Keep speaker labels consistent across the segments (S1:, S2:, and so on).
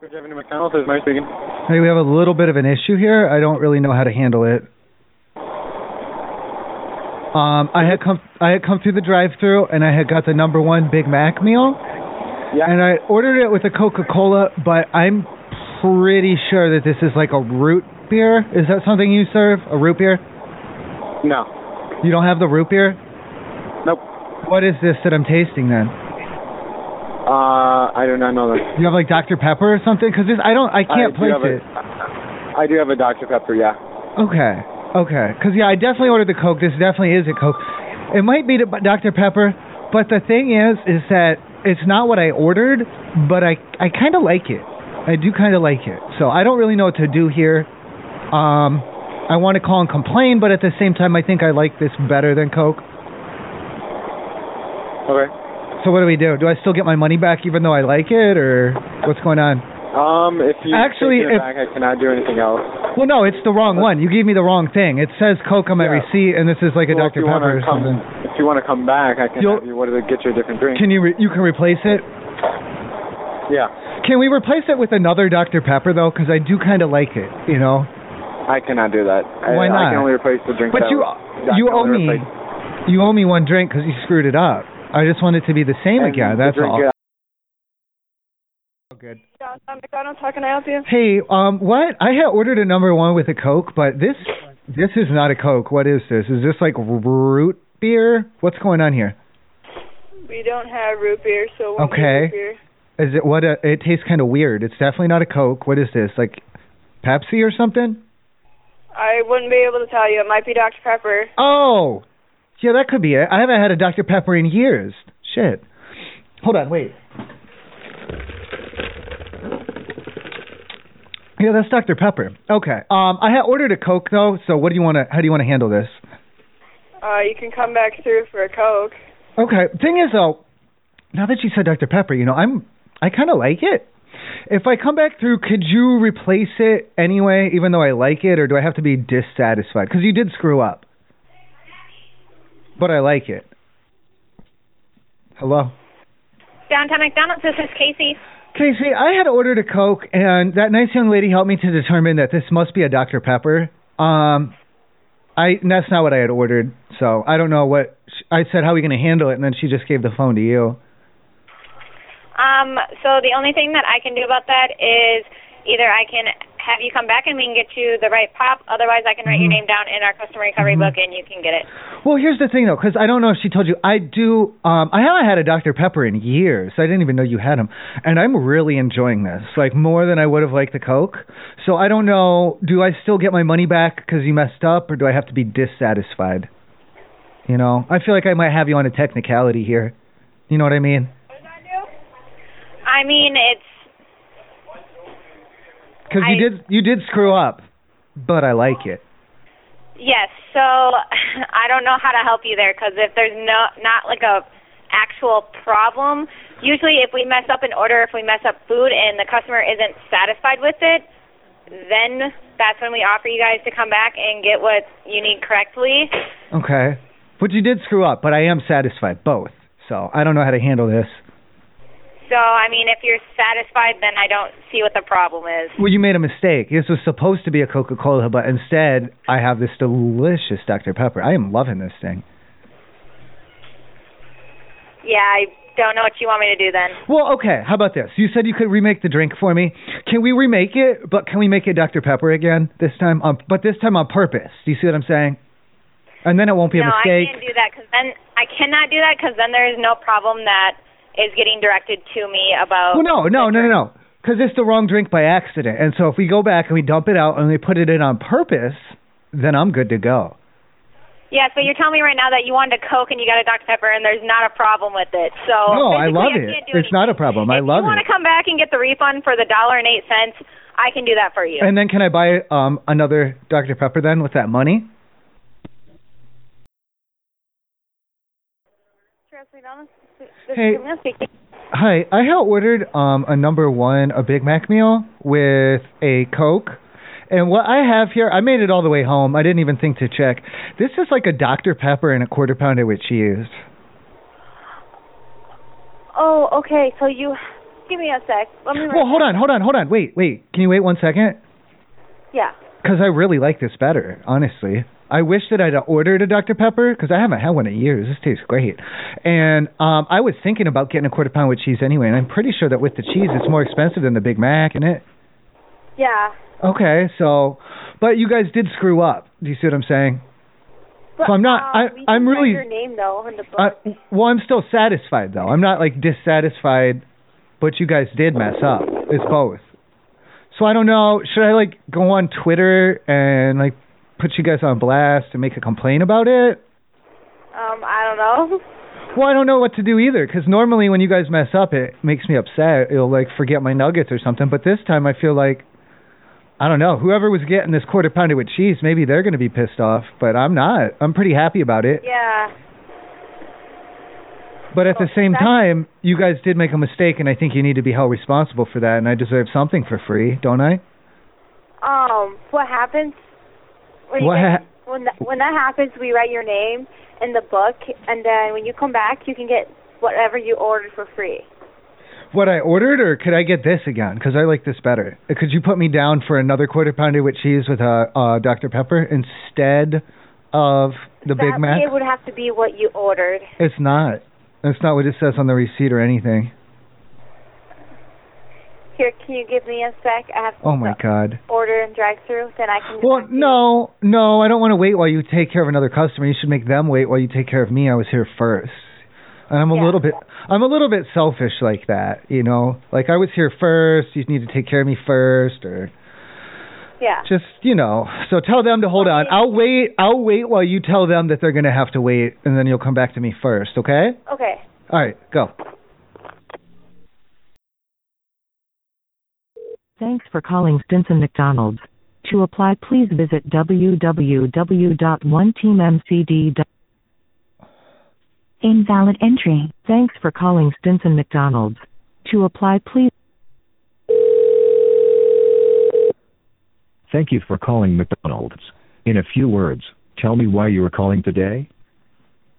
S1: Reverend McDonald, this is Mike speaking.
S2: Hey, we have a little bit of an issue here. I don't really know how to handle it. Um, I had come I had come through the drive-through and I had got the number one Big Mac meal.
S1: Yeah.
S2: And I ordered it with a Coca-Cola, but I'm pretty sure that this is like a root beer. Is that something you serve? A root beer?
S1: No.
S2: You don't have the root beer?
S1: Nope.
S2: What is this that I'm tasting then?
S1: Uh, I do not know that.
S2: You have like Dr. Pepper or something? Because I don't, I can't
S1: I do
S2: place
S1: have a-
S2: it.
S1: I do have a Dr. Pepper, yeah.
S2: Okay, okay. Because yeah, I definitely ordered the Coke. This definitely is a Coke. It might be the Dr. Pepper, but the thing is, is that it's not what I ordered, but I, I kind of like it. I do kind of like it. So I don't really know what to do here. Um, I want to call and complain, but at the same time, I think I like this better than Coke.
S1: Okay.
S2: So what do we do? Do I still get my money back even though I like it, or what's going on?
S1: Um, if you
S2: Actually,
S1: take
S2: if-
S1: it back, I cannot do anything else.
S2: Well, no, it's the wrong one. You gave me the wrong thing. It says Coke on my
S1: Yeah.
S2: receipt, and this is like a
S1: Well, if
S2: Dr.
S1: you
S2: Pepper
S1: wanna
S2: or
S1: come,
S2: something.
S1: If you want to come back, I can
S2: You'll-
S1: have you. What does it get you a different drink?
S2: Can you re- you can replace it?
S1: yeah,
S2: Can we replace it with another Dr. Pepper though? Because I do kind of like it, you know.
S1: I cannot do that. I,
S2: Why
S1: I can
S2: not?
S1: only replace the drink.
S2: But
S1: that
S2: you
S1: was- I
S2: you
S1: can
S2: owe
S1: only
S2: me
S1: replace-
S2: you owe me one drink because you screwed it up. I just want it to be the same
S1: and
S2: again. That's
S1: the drink
S2: all.
S1: that-
S2: Oh, Good.
S3: John McDonald's, how can I help you?
S2: Hey, um, what? I had ordered a number one with a Coke, but this this is not a Coke. What is this? Is this like root beer? What's going on here?
S3: We don't have root beer, so we'll
S2: Okay.
S3: root beer.
S2: Is it what? A, it tastes kind of weird. It's definitely not a Coke. What is this? Like Pepsi or something?
S3: I wouldn't be able to tell you. It might be Dr. Pepper.
S2: Oh, yeah, that could be it. I haven't had a Dr Pepper in years. Shit. Hold on, wait. Yeah, that's Dr Pepper. Okay. Um, I had ordered a Coke though. So what do you want to? How do you want to handle this?
S3: Uh, you can come back through for a Coke.
S2: Okay. Thing is though, now that you said Dr. Pepper, you know, I'm I kinda like it. If I come back through, could you replace it anyway, even though I like it, or do I have to be dissatisfied? Because you did screw up. But I like it. Hello?
S4: Downtown McDonald's, this is Casey.
S2: Casey, I had ordered a Coke, and that nice young lady helped me to determine that this must be a Dr. Pepper. Um, I and that's not what I had ordered, so I don't know what I said. How are we going to handle it? And then she just gave the phone to you.
S4: Um, so the only thing that I can do about that is either I can have you come back and we can get you the right pop. Otherwise, I can write your
S2: Mhm.
S4: name down in our customer recovery book and you can get it.
S2: Well, here's the thing though, because I don't know if she told you. I do. Um, I haven't had a Dr Pepper in years. I didn't even know you had them, and I'm really enjoying this, like more than I would have liked the Coke. So I don't know. Do I still get my money back because you messed up, or do I have to be dissatisfied? You know, I feel like I might have you on a technicality here. You know what I mean?
S4: I mean, it's
S2: Because you
S4: I-
S2: did you did screw up, but I like it.
S4: yes. So I don't know how to help you there because if there's no not like a actual problem, usually if we mess up an order, if we mess up food and the customer isn't satisfied with it, then that's when we offer you guys to come back and get what you need correctly.
S2: Okay, but you did screw up, but I am satisfied both. So I don't know how to handle this.
S4: So, I mean, if you're satisfied, then I don't see what the problem is.
S2: Well, you made a mistake. This was supposed to be a Coca Cola, but instead, I have this delicious Dr. Pepper. I am loving this thing.
S4: Yeah, I don't know what you want me to do then.
S2: Well, okay, how about this? You said you could remake the drink for me. Can we remake it, but can we make it Dr. Pepper again this time? Um, but this time on purpose. Do you see what I'm saying? And then it won't be a
S4: no, I
S2: mistake.
S4: can't do that because then I cannot do that because then there is no problem that is getting directed to me
S2: Well,
S4: about.
S2: no, no, no, no, no. Because it's the wrong drink by accident. And so if we go back and we dump it out and we put it in on purpose, then I'm good to go.
S4: Yeah, so you're telling me right now that you wanted a Coke and you got a Dr Pepper and there's not a problem with it. So
S2: no, I
S4: basically,
S2: love
S4: Oh, can't
S2: it.
S4: do
S2: It's not a problem. I
S4: if
S2: love
S4: you
S2: it.
S4: want to come back and get the refund for the dollar and eight cents, I can do that for you.
S2: And then can I buy um another Dr. Pepper then with that money? Hey. Hi, I had ordered um a number one, a Big Mac meal with a Coke. And what I have here, I made it all the way home. I didn't even think to check. This is like a Dr. Pepper and a quarter pounder with cheese.
S4: Oh, okay. So you
S5: give me a sec. Let me.
S2: Well, hold on, hold on, hold on. Wait, wait. Can you wait one second?
S5: Yeah.
S2: Because I really like this better, honestly. I wish that I'd ordered a Dr. Pepper because I haven't had one in years. This tastes great. And um, I was thinking about getting a quarter pound with cheese anyway, and I'm pretty sure that with the cheese, it's more expensive than the Big Mac, isn't it?
S5: Yeah.
S2: Okay, so, but you guys did screw up. Do you see what I'm saying?
S5: But,
S2: So I'm not-
S5: uh,
S2: I-
S5: we
S2: I'm
S5: can write
S2: really-
S5: Your name though in the book.
S2: Uh, well, I'm still satisfied though. I'm not like dissatisfied, but you guys did mess up. It's both. So I don't know. Should I like go on Twitter and like put you guys on blast and make a complaint about it?
S5: um, I don't know.
S2: Well, I don't know what to do either because normally when you guys mess up, it makes me upset. It'll like forget my nuggets or something. But this time, I feel like I don't know. Whoever was getting this quarter pounder with cheese, maybe they're going to be pissed off, but I'm not. I'm pretty happy about it.
S5: Yeah.
S2: But at the
S5: Well,
S2: same
S5: that's-
S2: time, you guys did make a mistake, and I think you need to be held responsible for that. And I deserve something for free, don't I?
S5: Um, what happens? When
S2: What
S5: you guys,
S2: ha-
S5: when that, when that happens, we write your name in the book, and then when you come back, you can get whatever you ordered for free.
S2: What I ordered, or could I get this again? Because I like this better. Uh, Could you put me down for another quarter pounder with cheese with a uh, Dr Pepper instead of the Big
S5: that
S2: Mac?
S5: It would have to be what you ordered.
S2: It's not. That's not what it says on the receipt or anything.
S5: Here, can you give me a sec? I have to
S2: Oh my god.
S5: order and drive through, then I can. get
S2: Well,
S5: back to you.
S2: no, no, I don't want to wait while you take care of another customer. You should make them wait while you take care of me. I was here first. And I'm a
S5: Yeah.
S2: little bit I'm a little bit selfish like that, you know? Like I was here first, you need to take care of me first or
S5: Yeah.
S2: just, you know. So tell them to hold on. I'll wait. I'll wait while you tell them that they're going to have to wait and then you'll come back to me first, okay?
S5: Okay.
S2: All right, go.
S6: Thanks for calling Stinson McDonald's. To apply, please visit www.oneteammcd.com. Invalid entry. Thanks for calling Stinson McDonald's. To apply, please.
S7: Thank you for calling McDonald's. In a few words, tell me why you are calling today.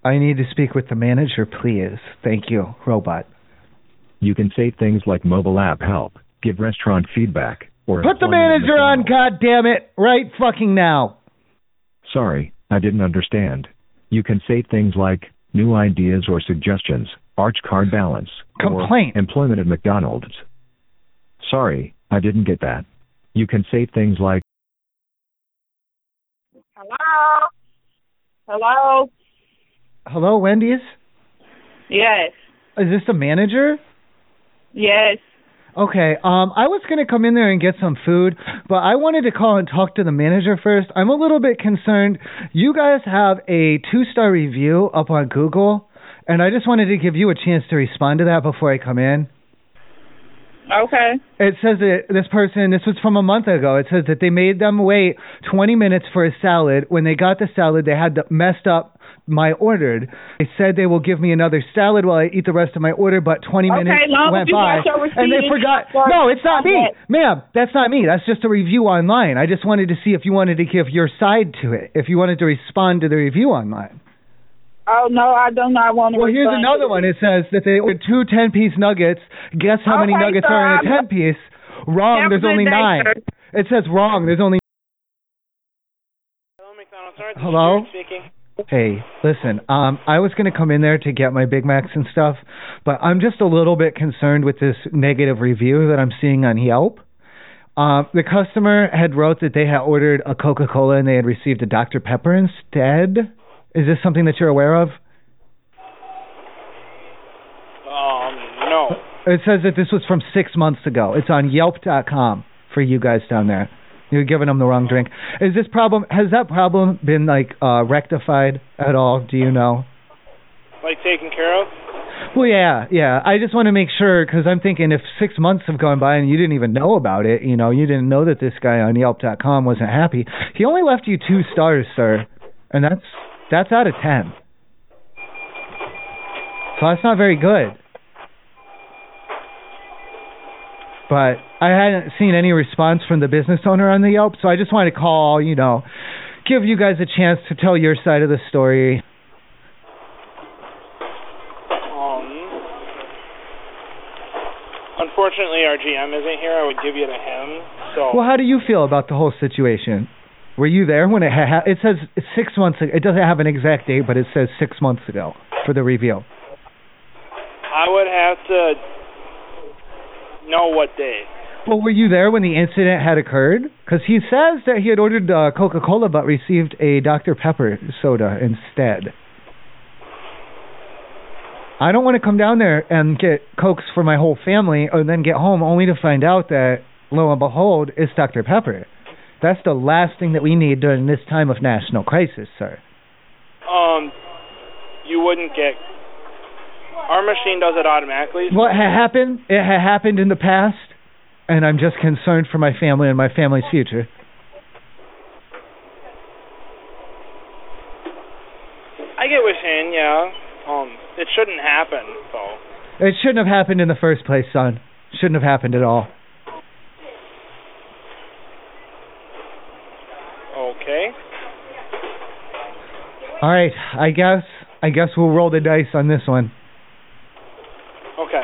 S2: I need to speak with the manager, please. Thank you, robot.
S7: You can say things like mobile app help, give restaurant feedback, or
S2: Put the
S7: employee
S2: manager on,
S7: McDonald's.
S2: god damn it, right fucking now.
S7: Sorry, I didn't understand. You can say things like new ideas or suggestions, arch card balance, or
S2: Complaint.
S7: employment at McDonald's. Sorry, I didn't get that. You can say things like
S3: Hello? Hello?
S2: Hello, Wendy's?
S3: Yes.
S2: Is this the manager?
S3: Yes.
S2: Okay. Um, I was gonna come in there and get some food, but I wanted to call and talk to the manager first. I'm a little bit concerned. You guys have a two-star review up on Google, and I just wanted to give you a chance to respond to that before I come in.
S3: Okay.
S2: It says that this person, this was from a month ago. It says that they made them wait 20 minutes for a salad. When they got the salad, they had the, messed up my ordered. They said they will give me another salad while I eat the rest of my order, but 20
S3: Okay,
S2: minutes
S3: long as
S2: went
S3: you
S2: by
S3: got your
S2: and they
S3: receipt,
S2: forgot.
S3: or-
S2: No, it's not me,
S3: Okay.
S2: ma'am. That's not me. That's just a review online. I just wanted to see if you wanted to give your side to it, if you wanted to respond to the review online.
S3: Oh, no, I do not want to.
S2: Well, Oh, here's
S3: respond.
S2: another one. It says that they ordered two 10 piece nuggets. Guess how many
S3: Okay,
S2: nuggets
S3: so
S2: are in a
S3: I'm-
S2: 10 piece? Wrong,
S3: Have
S2: there's
S3: a good
S2: only
S3: day,
S2: nine.
S3: sir.
S2: It says wrong, there's only. Hello? Hey, listen, um, I was going to come in there to get my Big Macs and stuff, but I'm just a little bit concerned with this negative review that I'm seeing on Yelp. Um, the customer had wrote that they had ordered a Coca-Cola and they had received a Dr. Pepper instead. Is this something that you're aware of?
S8: Um, no.
S2: It says that this was from six months ago. It's on Yelp.com for you guys down there. You're giving them the wrong drink. Is this problem? Has that problem been like uh, rectified at all? Do you know?
S8: Like taken care of?
S2: Well, yeah, yeah. I just want to make sure because I'm thinking if six months have gone by and you didn't even know about it, you know, you didn't know that this guy on Yelp.com wasn't happy. He only left you two stars, sir, and that's that's out of ten. So that's not very good. But I hadn't seen any response from the business owner on the Yelp, so I just wanted to call, you know, give you guys a chance to tell your side of the story.
S8: Um. Unfortunately, Unfortunately, our GM isn't here. I would give you to him. So
S2: Well, how do you feel about the whole situation? Were you there when it ha- ha- it says six months? Ago. It doesn't have an exact date, but it says six months ago for the reveal.
S8: I would have to know what day.
S2: Well, were you there when the incident had occurred? Because he says that he had ordered uh, Coca Cola but received a Dr Pepper soda instead. I don't want to come down there and get cokes for my whole family, and then get home only to find out that lo and behold, it's Dr Pepper. That's the last thing that we need during this time of national crisis, sir.
S8: Um, you wouldn't get. Our machine does it automatically.
S2: What had happened? It had happened in the past, and I'm just concerned for my family and my family's future.
S8: I get what you're saying. Yeah. Um, it shouldn't happen though.
S2: It shouldn't have happened in the first place, son. Shouldn't have happened at all.
S8: Okay.
S2: All right, I guess I guess we'll roll the dice on this one.
S8: Okay.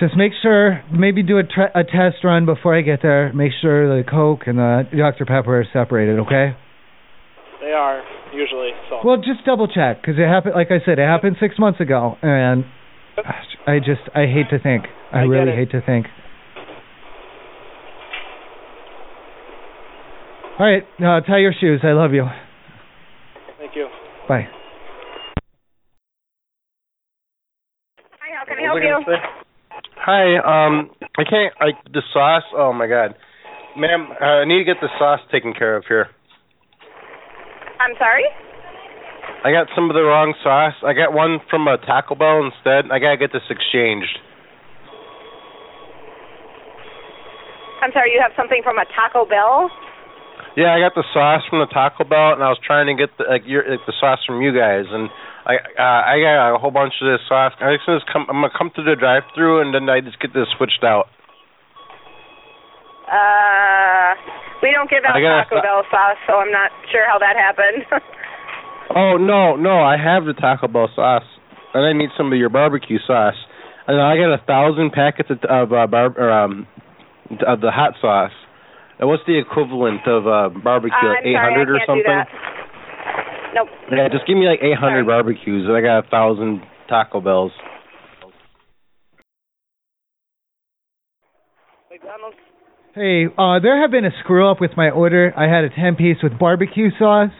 S2: Just make sure, maybe do a, tre- a test run before I get there. Make sure the Coke and the Dr Pepper are separated, okay?
S8: They are usually so.
S2: Well, just double check because it happened. Like I said, it happened six months ago, and gosh, I just I hate to think. I,
S8: I get
S2: really
S8: it.
S2: hate to think. All right, uh, tie your shoes. I love you.
S8: Thank you.
S2: Bye.
S9: Hi, how can I help you?
S10: Hi, um, I can't. I the sauce. Oh my god, ma'am, uh, I need to get the sauce taken care of here.
S9: I'm sorry.
S10: I got some of the wrong sauce. I got one from a Taco Bell instead. I gotta get this exchanged.
S9: I'm sorry. You have something from a Taco Bell.
S10: Yeah, I got the sauce from the Taco Bell, and I was trying to get the like, your, like the sauce from you guys, and I uh, I got a whole bunch of this sauce. I just gonna come, I'm gonna come to the drive-through, and then I just get this switched out.
S9: Uh, we don't give out
S10: I gotta
S9: Taco
S10: stop-
S9: Bell sauce, so I'm not sure how that happened.
S10: Oh no, no, I have the Taco Bell sauce, and I need some of your barbecue sauce. And I got a thousand packets of, of uh, bar- or, um, of the hot sauce. And what's the equivalent of uh, barbecue?
S9: I'm
S10: like eight
S9: sorry, I
S10: hundred
S9: can't
S10: or something.
S9: do that. Nope.
S10: Yeah, just give me like eight
S9: Sorry.
S10: hundred barbecues, and I got a thousand Taco Bells.
S9: McDonald's.
S2: Hey, uh, there have been a screw up with my order. I had a 10 piece with barbecue sauce.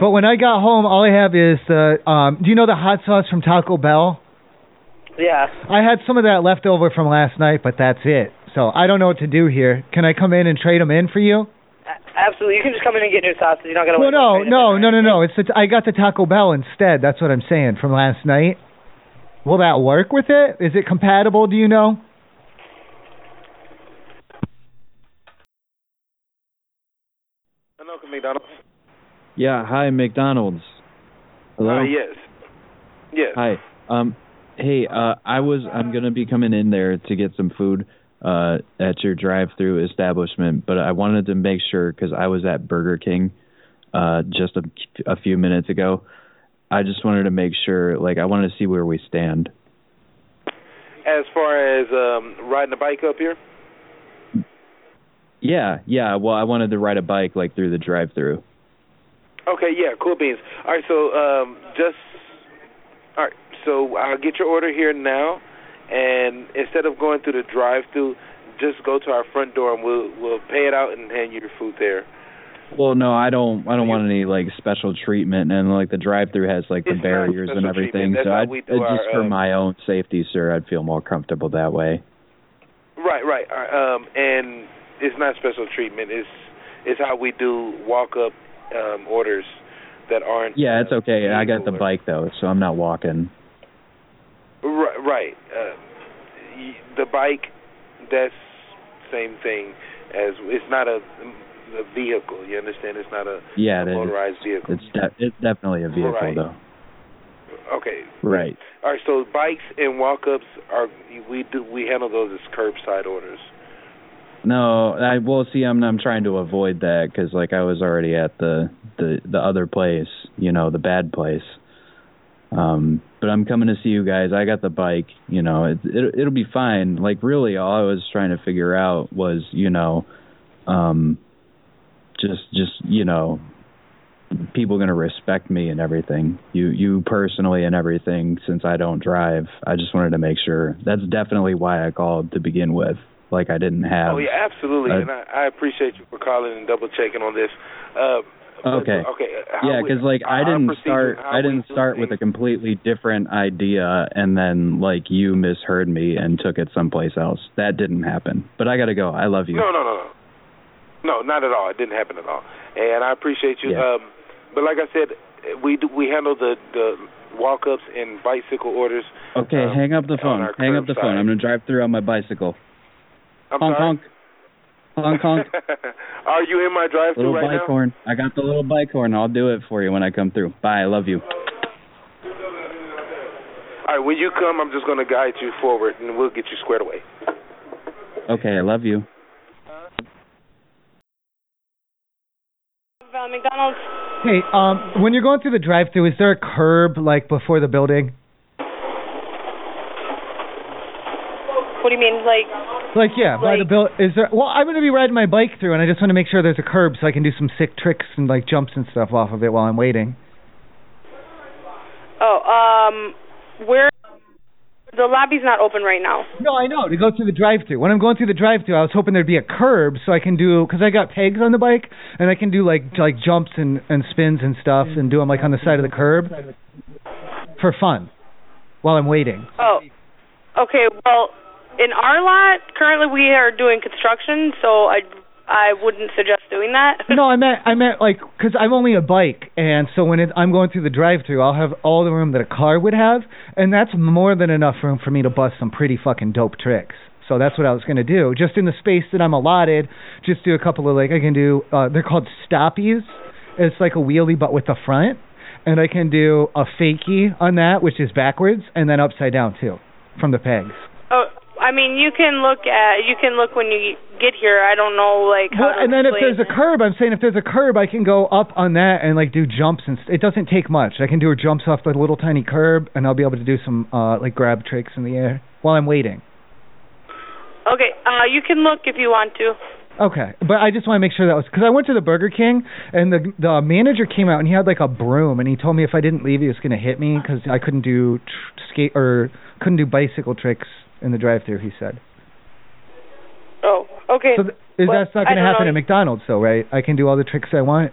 S2: But when I got home, all I have is the, um, do you know the hot sauce from Taco Bell?
S9: Yeah.
S2: I had some of that left over from last night, but that's it. So I don't know what to do here. Can I come in and trade them in for you?
S9: Absolutely. You can just come in and get new sauces. You're not gonna.
S2: Well, no, no, no, no, no. It's the t- I got the Taco Bell instead. That's what I'm saying from last night. Will that work with it? Is it compatible? Do you know?
S11: McDonald's.
S12: Yeah, hi McDonald's. Hello.
S11: Uh, yes. Yes.
S12: Hi. Um hey, uh I was I'm going to be coming in there to get some food uh at your drive-through establishment, but I wanted to make sure cuz I was at Burger King uh just a, a few minutes ago. I just wanted to make sure like I wanted to see where we stand.
S11: As far as um, riding a bike up here.
S12: Yeah, yeah. Well, I wanted to ride a bike like through the drive-through.
S11: Okay, yeah, cool beans. All right, so um, just all right, so I'll get your order here now, and instead of going through the drive-through, just go to our front door and we'll we'll pay it out and hand you your food there.
S12: Well, no, I don't. I don't want any like special treatment, and like the drive-through has like the
S11: It's not
S12: barriers and
S11: special treatment.
S12: everything.
S11: That's
S12: So
S11: how
S12: I
S11: we
S12: just
S11: do our,
S12: for
S11: uh,
S12: my own safety, sir, I'd feel more comfortable that way.
S11: Right, right. all right, Um, and it's not special treatment. It's it's how we do walk-up um, orders that aren't.
S12: Yeah, it's okay. I got the
S11: cooler.
S12: bike though, so I'm not walking.
S11: Right, right. Uh, y- the bike, that's same thing as it's not a, a vehicle. You understand? It's not a,
S12: Yeah,
S11: a
S12: it is.
S11: motorized vehicle.
S12: It's de- it's definitely a vehicle
S11: Right.
S12: though.
S11: okay.
S12: Right.
S11: All right. So bikes and walk-ups are we do we handle those as curbside orders.
S12: No, I well see. I'm I'm trying to avoid that because like I was already at the the the other place, you know, the bad place. Um, but I'm coming to see you guys. I got the bike. You know, it, it it'll be fine. Like really, all I was trying to figure out was, you know, um, just just you know, people gonna respect me and everything. You you personally and everything. Since I don't drive, I just wanted to make sure. That's definitely why I called to begin with. Like I didn't have.
S11: Oh yeah, absolutely,
S12: Uh,
S11: and I, I appreciate you for calling and double checking on this. Uh, but-
S12: Okay.
S11: Okay. how
S12: Yeah,
S11: we-
S12: because like I
S11: our
S12: didn't
S11: procedure,
S12: start,
S11: how
S12: I didn't
S11: we do
S12: start with a completely different idea, and then like you misheard me and took it someplace else. That didn't happen. But I gotta go. I love you.
S11: No, no, no, no. No, not at all. It didn't happen at all. And I appreciate you.
S12: Yeah.
S11: Um, but like I said, we do, we handle the the walk ups and bicycle orders.
S12: Okay, hang up the phone.
S11: Uh, our
S12: Hang up the phone.
S11: curbside.
S12: I'm gonna drive through on my bicycle.
S11: I'm
S12: honk
S11: sorry.
S12: honk. Honk honk.
S11: Are you in my drive
S12: little
S11: through right
S12: bike
S11: now?
S12: horn. I got the little bike horn. I'll do it for you when I come through. Bye. I love you.
S11: All right. When you come, I'm just going to guide you forward, and we'll get you squared away.
S12: Okay, I love you.
S3: About McDonald's.
S2: Hey, um, when you're going through the drive-through, is there a curb like before the building?
S3: What do you mean? Like,
S2: Like yeah, by the build. Is there? Well, I'm gonna be riding my bike through, and I just want to make sure there's a curb so I can do some sick tricks and like jumps and stuff off of it while I'm waiting.
S3: oh, um, we're the lobby's not open right now.
S2: No, I know to go through the drive-through. When I'm going through the drive-through, I was hoping there'd be a curb so I can do because I got pegs on the bike and I can do like j- like jumps and and spins and stuff and do them like on the side of the curb for fun while I'm waiting.
S3: Oh, okay. Well, in our lot currently we are doing construction, so I I wouldn't suggest doing that.
S2: no, I meant I meant like because I'm only a bike, and so when it, I'm going through the drive-through, I'll have all the room that a car would have, and that's more than enough room for me to bust some pretty fucking dope tricks. So that's what I was gonna do, just in the space that I'm allotted. Just do a couple of like I can do. Uh, they're called stoppies. It's like a wheelie but with the front, and I can do a fakie on that, which is backwards, and then upside down too, from the pegs.
S3: Oh, I mean you can look at you can look when you get here. I don't know like how.
S2: Well,
S3: to
S2: and then if
S3: explain
S2: there's a
S3: it.
S2: curb, I'm saying if there's a curb, I can go up on that and like do jumps and st- it doesn't take much. I can do jumps off the little tiny curb, and I'll be able to do some uh like grab tricks in the air while I'm waiting.
S3: Okay, uh, you can look if you want to.
S2: Okay, but I just want to make sure that was because I went to the Burger King and the the manager came out and he had like a broom and he told me if I didn't leave he was gonna hit me because I couldn't do tr- skate or couldn't do bicycle tricks in the drive-through. He said.
S3: Oh, okay.
S2: So th- is
S3: Well,
S2: that's not
S3: I
S2: gonna
S3: don't
S2: happen
S3: know.
S2: at McDonald's though, right? I can do all the tricks I want.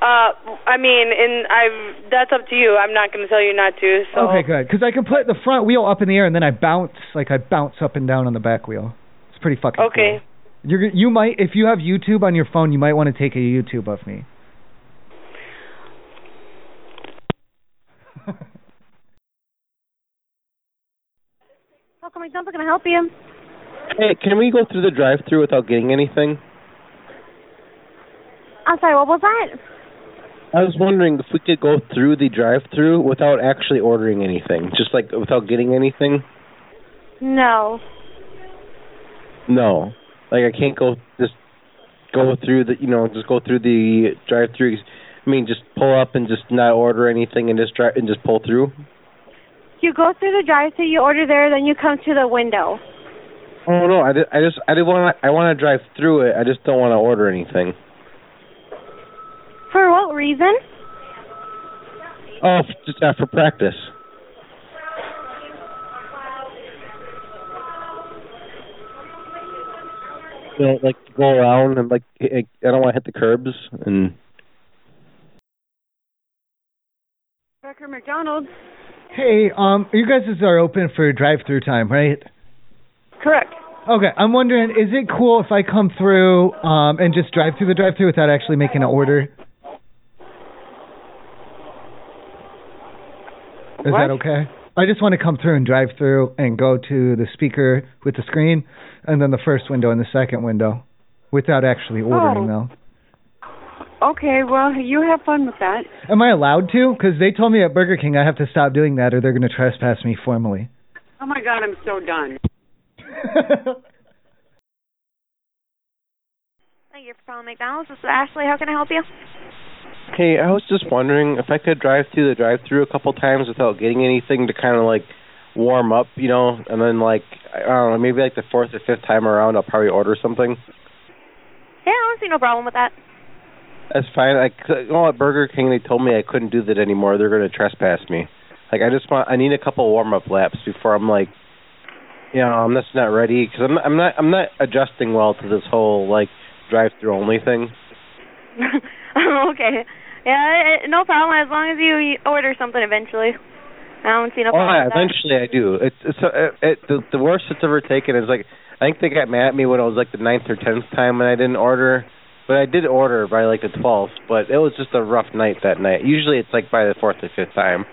S3: Uh, I mean, and I've that's up to you. I'm not going to tell you not to. So
S2: Okay, good. Because I can put the front wheel up in the air and then I bounce, like I bounce up and down on the back wheel. It's pretty fucking.
S3: Okay.
S2: Cool. You're you might if you have YouTube on your phone, you might want to take a YouTube of me.
S9: Welcome McDonald's. Can I help you?
S10: Hey, can we go through the drive-through without getting anything?
S9: I'm sorry. What was that?
S10: I was wondering if we could go through the drive-through without actually ordering anything, just like without getting anything.
S9: No.
S10: No, like I can't go just go through the you know just go through the drive-through. I mean, just pull up and just not order anything and just drive and just pull through.
S9: You go through the drive-through, you order there, then you come to the window.
S10: Oh no, I, did, I just I did want I want to drive through it. I just don't want to order anything.
S9: For what reason?
S10: Oh, f- just after practice. You know, like to go around and like I I don't want to hit the curbs and.
S9: Burger McDonald's.
S2: Hey, um, you guys are open for drive-through time, right?
S9: Correct.
S2: Okay, I'm wondering, is it cool if I come through um and just drive through the drive-through without actually making an order? Is that okay? I just want to come through and drive through and go to the speaker with the screen and then the first window and the second window without actually ordering
S13: Okay, well, you have fun with that.
S2: though. Am I allowed to? Cuz they told me at Burger King I have to stop doing that or they're going to trespass me formally.
S13: Oh my God, I'm so done.
S14: Thank you for calling McDonald's. This is Ashley. How can I help you?
S10: Hey, I was just wondering if I could drive through the drive through a couple times without getting anything to kind of like warm up, you know, and then like I don't know, maybe like the fourth or fifth time around, I'll probably order something.
S15: Yeah, I don't see no problem with that.
S10: That's fine. I c- well, at Burger King, they told me I couldn't do that anymore. They're going to trespass me. Like I just want, I need a couple warm up laps before I'm like, you know, I'm just not ready because I'm, I'm not, I'm not adjusting well to this whole like drive through only thing.
S16: Oh, okay. Yeah, eh, no problem as long as you order something eventually. I don't see no
S10: oh,
S16: problem.
S10: yeah,
S16: with that.
S10: eventually I do. It's, it's uh, it, it, the, the worst it's ever taken is like I think they got mad at me when it was like the ninth or tenth time when I didn't order, but I did order by like the twelfth. But it was just a rough night that night. Usually it's like by the fourth or fifth time.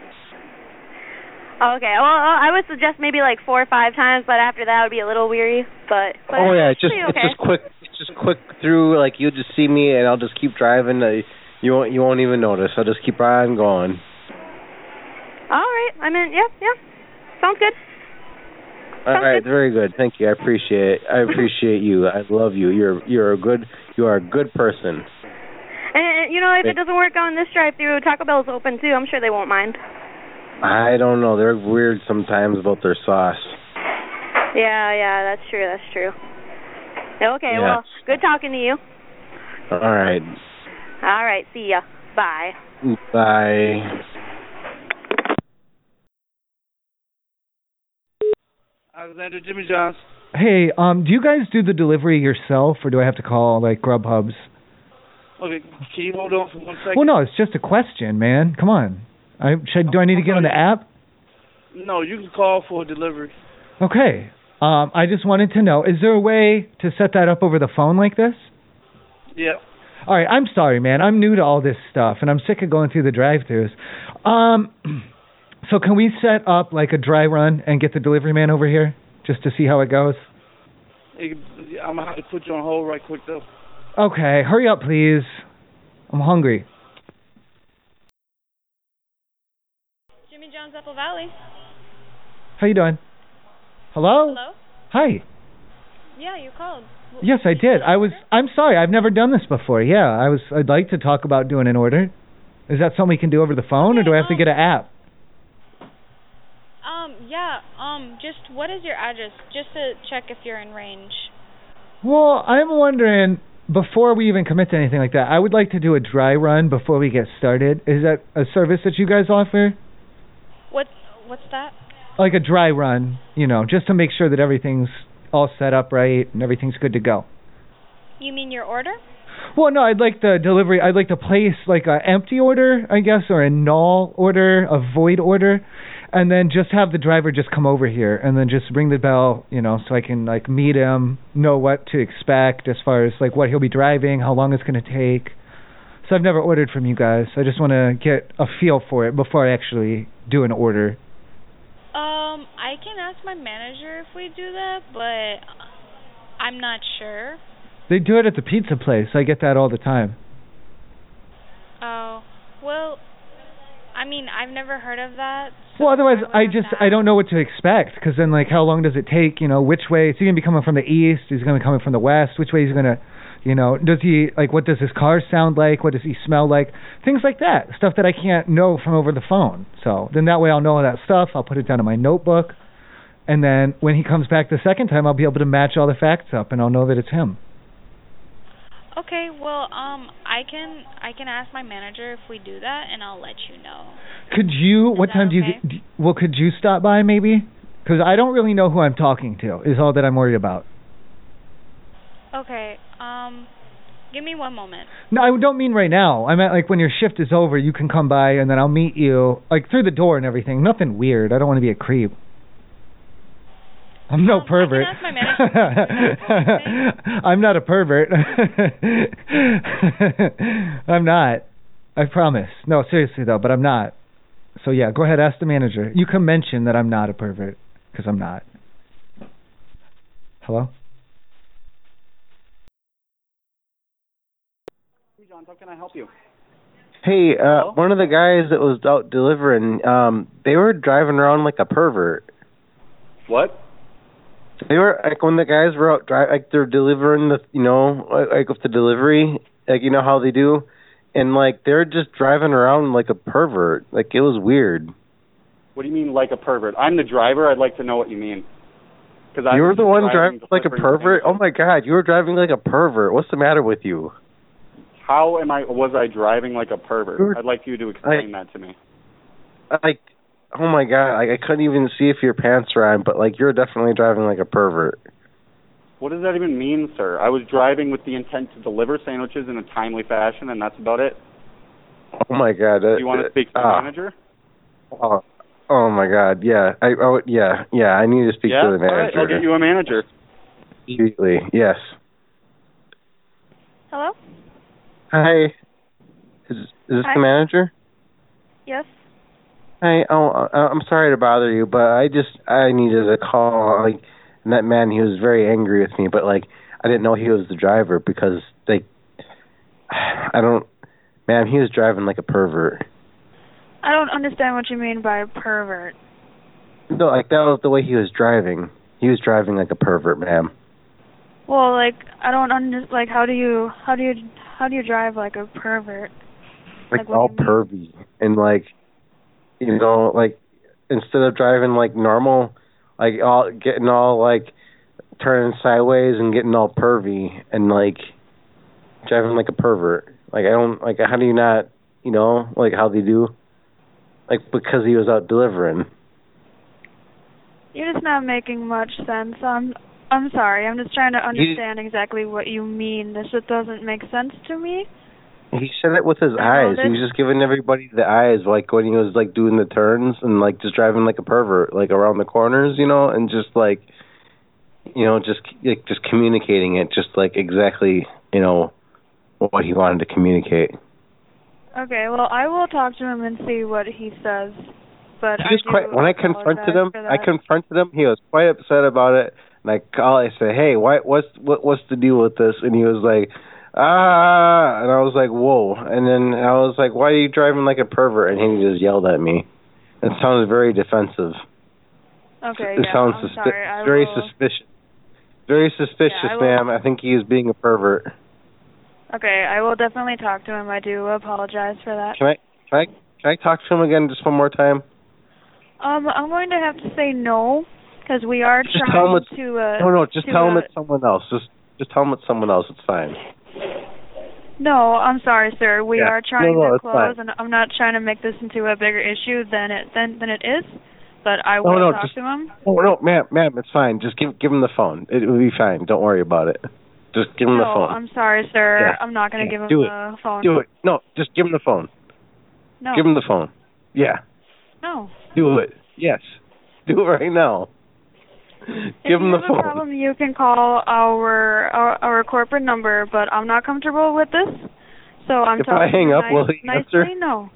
S16: Oh, Okay. Well, uh, I would suggest maybe like four or five times, but after that, I would be a little weary. But, but
S10: oh yeah, it's just
S16: usually
S10: it's
S16: okay.
S10: just quick. It's just quick through. Like you'll just see me and I'll just keep driving. Uh, you won't you won't even notice. I'll just keep on going.
S16: All right. I mean, yeah, yeah. Sounds good.
S10: All right, very good. Thank you. I appreciate it. I appreciate you. I love you. You're you're a good you are a good person.
S16: And eh, you know, if
S10: Thank-
S16: it doesn't work on this drive-through, Taco Bell's open too. I'm sure they won't mind.
S10: I don't know. They're weird sometimes about their sauce.
S16: Yeah, yeah, that's true. That's true. Okay.
S10: Yeah.
S16: Well, good talking to you.
S10: All right.
S16: All right. See ya. Bye.
S10: Bye.
S11: Alexander Jimmy Johns.
S17: Hey, um, do you guys do the delivery yourself, or do I have to call like Grubhub's?
S11: Okay, can you hold on for one second?
S17: Well, no, it's just a question, man. Come on. I should, do I need to get on the app?
S11: No, you can call for delivery.
S17: Okay. Um, I just wanted to know, is there a way to set that up over the phone like this?
S11: Yeah.
S17: All right, I'm sorry, man. I'm new to all this stuff, and I'm sick of going through the drive-throughs. Um, so can we set up like a dry run and get the delivery man over here just to see how it goes?
S11: It- I'm gonna have to put you on hold right quick though.
S17: Okay, hurry up, please. I'm hungry.
S9: Jimmy John's Apple Valley.
S17: How you doing? Hello?
S9: Hello?
S17: Hi.
S9: Yeah, you called. W-
S17: Yes, I did. I was. I'm sorry. I've never done this before. Yeah, I was. I'd like to talk about doing an order. Is that something we can do over the phone, or do I have to get an app?
S9: Um, yeah, um, just what is your address? Just to check if you're in range.
S17: Well, I'm wondering before we even commit to anything like that. I would like to do a dry run before we get started. Is that a service that you guys offer?
S9: What, what's that?
S17: Like a dry run, you know, just to make sure that everything's all set up right and everything's good to go.
S9: You mean your order?
S17: Well, no, I'd like the delivery. I'd like to place like a empty order, I guess, or a null order, a void order, and then just have the driver just come over here and then just ring the bell, you know, so I can like meet him, know what to expect as far as like what he'll be driving, how long it's going to take. So I've never ordered from you guys. I just want to get a feel for it before I actually do an order.
S9: Um, I can ask my manager if we do that, but I'm not sure.
S17: They do it at the pizza place. I get that all the time.
S9: Oh, well, I mean, I've never heard of that.
S17: Well, otherwise, I just I don't know what to expect because then like how long does it take? You know, which way is he gonna be coming from the east? Is he gonna be coming from the west? Which way is he gonna, you know, does he like what does his car sound like? What does he smell like? Things like that, stuff that I can't know from over the phone. So then that way I'll know all that stuff. I'll put it down in my notebook, and then when he comes back the second time, I'll be able to match all the facts up and I'll know that it's him.
S9: Okay, well, um, I can I can ask my manager if we do that, and I'll let you know.
S17: Could you? What time do you? get- d- Well, could you stop by maybe? Because I don't really know who I'm talking to. Is all that I'm worried about.
S9: Okay, um, give me one moment.
S17: No, I don't mean right now. I meant like when your shift is over, you can come by and then I'll meet you like through the door and everything. Nothing weird. I don't want to be a creep. I'm no pervert.
S9: ask my manager.
S17: I'm not a pervert. I'm not. I promise. No, seriously though, but I'm not. So yeah, go ahead ask the manager. You can mention that I'm not a pervert because I'm not. Hello?
S14: Jimmy John's, how can I help you?
S10: Hey, uh, one of the guys that was out delivering, um, they were driving around like a pervert.
S14: What?
S10: They were like when the guys were out drive, like they're delivering the, you know, like, like with the delivery, like you know how they do, and like they're just driving around like a pervert. Like it was weird.
S18: What do you mean, like a pervert? I'm the driver. I'd like to know what you mean. Because
S10: you were the one
S18: driving
S10: driving like a pervert. Oh my god, you were driving like a pervert. What's the matter with you?
S18: How am I? Was I driving like a pervert?
S10: You're-
S18: I'd like you to explain that to me.
S10: Like, oh my god, like I couldn't even see if your pants were on, but like you're definitely driving like a pervert.
S18: What does that even mean, sir? I was driving with the intent to deliver sandwiches in a timely fashion, and that's about it.
S10: Oh my god. ah,
S18: Do you want to speak to the
S10: uh,
S18: manager?
S10: Oh, oh my god, yeah. I oh yeah, yeah. I need to speak
S18: yeah.
S10: to the
S18: All right,
S10: manager
S18: I'll get you a manager.
S10: immediately. Yes.
S19: Hello?
S10: Hi. Is is this
S19: Hi.
S10: the manager?
S19: Yes.
S10: Hi. Oh, I- I'm sorry to bother you, but I just I needed a call. Like, and that man, he was very angry with me, but like I didn't know he was the driver because like I don't, ma'am, he was driving like a pervert.
S9: I don't understand what you mean by pervert.
S10: No, like that was the way he was driving. He was driving like a pervert, ma'am.
S9: Well, like I don't under like how do you how do you how do you drive like a pervert?
S10: like all pervy and like you know like instead of driving like normal like all getting all like turning sideways and getting all pervy and like driving like a pervert like i don't like how do you not you know like how they do like because he was out delivering
S9: You're just not making much sense. I'm I'm sorry. I'm just trying to understand exactly what you mean. This it doesn't make sense to me.
S10: he said it with his eyes he was just giving everybody the eyes like when he was like doing the turns and like just driving like a pervert like around the corners you know and just like you know just like just communicating it just like exactly you know what he wanted to communicate
S9: Okay. Well, I will talk to him and see what he says. But
S10: he was
S9: I do
S10: quite when i confronted him
S9: apologize for
S10: i
S9: that.
S10: confronted him he was quite upset about it and i call i said hey why what's what what's the deal with this and he was like ah and i was like whoa and then i was like why are you driving like a pervert and he just yelled at me it sounded very defensive
S9: Okay.
S10: it
S9: yeah,
S10: sounds
S9: I'm
S10: suspi-
S9: sorry. I
S10: very
S9: will-
S10: suspicious. Very suspicious,
S9: I will-
S10: ma'am. I think he is being a pervert.
S9: Okay, I will definitely talk to him. I do apologize for that.
S10: Can I can I can I talk to him again just one more time?
S9: Um, I'm going to have to say no because we are
S10: Just tell him
S9: trying
S10: it's-
S9: to. Uh,
S10: no, no, just
S9: to,
S10: tell him
S9: uh,
S10: it's someone else. Just just tell him it's someone else. It's fine.
S9: No, I'm sorry, sir. We
S10: Yeah.
S9: are trying
S10: No, no,
S9: to
S10: it's
S9: close,
S10: fine.
S9: and I'm not trying to make this into a bigger issue than it than than it is. But I
S10: No,
S9: will
S10: no,
S9: talk
S10: just-
S9: to him.
S10: Oh no, ma'am, ma'am, it's fine. Just give give him the phone. It will be fine. Don't worry about it. Just give him
S9: no,
S10: the phone.
S9: I'm sorry, sir.
S10: Yeah.
S9: I'm not going to give him
S10: Do it.
S9: the phone.
S10: Do it. No, just give him the phone.
S9: No.
S10: Give him the phone. Yeah.
S9: No.
S10: Do it. Yes. Do it right now.
S9: If
S10: give him
S9: you
S10: the
S9: have
S10: phone.
S9: a problem, you can call our, our our corporate number. But I'm not comfortable with this, so I'm
S10: If
S9: telling
S10: I hang
S9: you
S10: up,
S9: nice,
S10: will he
S9: nicely
S10: answer?
S9: no.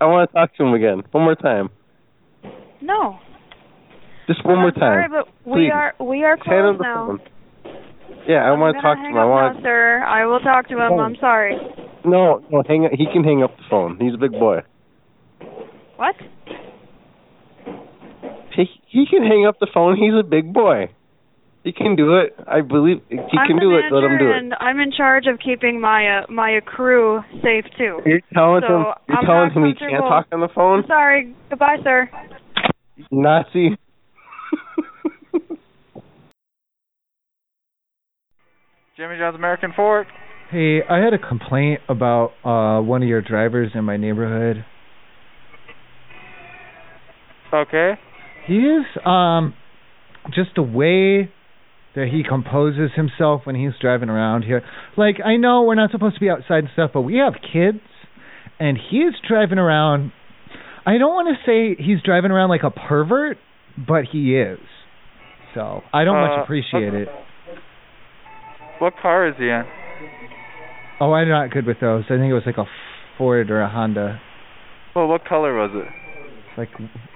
S10: I want to talk to him again. One more time.
S9: No.
S10: Just one more
S9: I'm sorry,
S10: time.
S9: but we
S10: Please.
S9: are we are
S10: Hand him
S9: closed
S10: the
S9: now.
S10: phone. Yeah, I
S9: I'm
S10: want to
S9: gonna
S10: talk to
S9: hang
S10: him. I
S9: up
S10: want
S9: now, sir. I will talk to him.
S10: Oh.
S9: I'm sorry.
S10: no, no, hang. He can hang up the phone. He's a big boy.
S9: What?
S10: He he can hang up the phone. He's a big boy. He can do it. I believe he
S9: I'm
S10: can
S9: the
S10: do it.
S9: manager
S10: Let him do it.
S9: and I'm in charge of keeping my uh, my crew safe too.
S10: You're telling
S9: so
S10: him. You're
S9: I'm
S10: telling
S9: not
S10: him he can't
S9: comfortable.
S10: talk on the
S9: I'm
S10: phone.
S9: sorry. Goodbye, sir.
S10: Nazi.
S20: Jimmy John's American Fork.
S2: Hey, I had a complaint about uh one of your drivers in my neighborhood.
S20: Okay.
S2: He is um just the way that he composes himself when he's driving around here. Like I know we're not supposed to be outside and stuff, but we have kids and he is driving around I don't want to say he's driving around like a pervert, but he is. So, I don't
S20: Uh,
S2: much appreciate it.
S20: What car is he in?
S2: Oh, I'm not good with those. I think it was like a Ford or a Honda.
S20: Well, what color was it?
S2: Like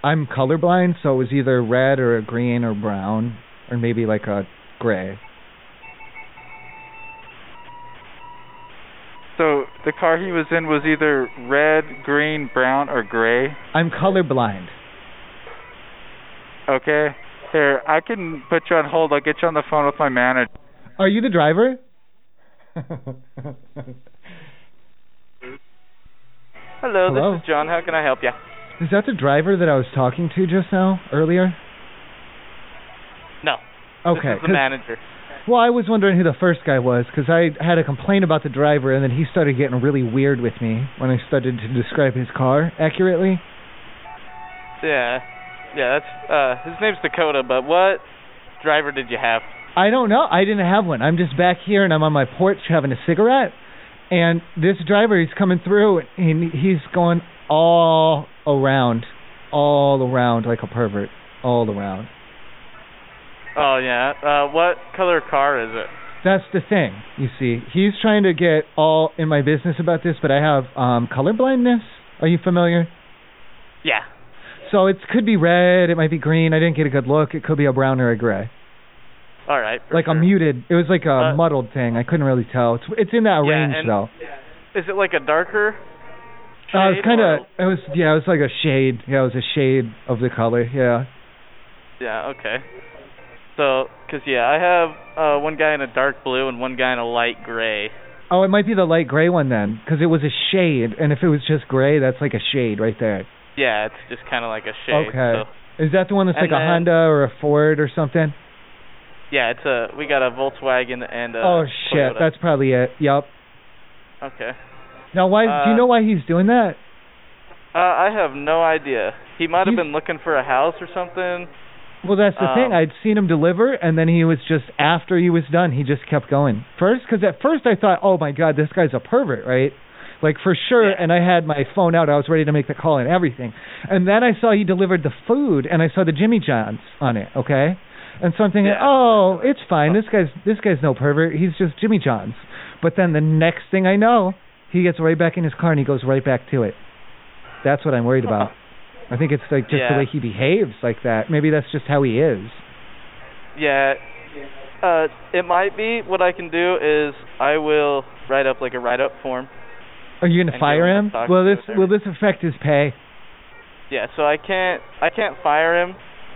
S2: I'm colorblind, so it was either red or green or brown or maybe like a gray.
S20: So the car he was in was either red, green, brown, or gray.
S2: I'm colorblind.
S20: Okay. Here, I can put you on hold. I'll get you on the phone with my manager.
S2: Are you the driver?
S20: Hello,
S17: Hello.
S20: this is John. How can I help you?
S17: Is that the driver that I was talking to just now, earlier?
S20: No.
S17: Okay.
S20: This is
S17: 'cause-
S20: the manager.
S17: Well, I was wondering who the first guy was because I had a complaint about the driver, and then he started getting really weird with me when I started to describe his car accurately.
S20: Yeah. Yeah, that's uh his name's Dakota, but what driver did you have?
S17: I don't know. I didn't have one. I'm just back here, and I'm on my porch having a cigarette, and this driver he's coming through, and he's going all around, all around like a pervert, all around.
S20: Oh yeah. Uh what color car is it?
S17: That's the thing, you see. He's trying to get all in my business about this, but I have um color blindness. Are you familiar?
S20: Yeah.
S17: So it could be red, it might be green. I didn't get a good look. It could be a brown or a gray.
S20: All right.
S17: Like a muted. It was like a muddled thing. I couldn't really tell. It's it's in that range
S20: Uh, and-
S17: though.
S20: Is it like a darker?
S17: Uh, it's
S20: shade
S17: kind of it was yeah, it was like a shade. Yeah, it was a shade of the color. Yeah.
S20: Yeah, okay. So, cuz yeah, I have uh one guy in a dark blue and one guy in a light gray.
S17: Oh, it might be the light gray one then, because it was a shade. And if it was just gray, that's like a shade right there.
S20: Yeah, it's just kind of like a shade.
S17: Okay.
S20: So,
S17: Is that the one that's
S20: And
S17: like a
S20: then-
S17: Honda or a Ford or something?
S20: yeah, it's a we got a Volkswagen and a
S17: oh shit,
S20: Toyota.
S17: that's probably it. Yep.
S20: Okay.
S17: Now why do
S20: Uh,
S17: you know why he's doing that?
S20: Uh, I have no idea. He might have
S17: He's-
S20: been looking for a house or something.
S17: Well, that's the
S20: um,
S17: thing. I'd seen him deliver and then he was just after he was done, he just kept going. First cuz at first I thought, "Oh my god, this guy's a pervert," right? Like for sure, and I had my phone out. I was ready to make the call and everything. And then I saw he delivered the food and I saw the Jimmy Johns on it, okay? And so I'm thinking, "Oh, it's fine. This guy's this guy's no pervert. He's just Jimmy Johns." But then the next thing I know, he gets right back in his car and he goes right back to it. That's what I'm worried about. I think it's like just
S20: Yeah.
S17: the way he behaves like that. Maybe that's just how he is.
S20: Yeah. Uh, it might be. What I can do is I will write up like a write up form.
S17: Are you gonna
S20: And
S17: fire
S20: he'll
S17: him?
S20: talk
S17: Will
S20: to
S17: this
S20: us
S17: will this affect his pay?
S20: Yeah. So I can't I can't fire him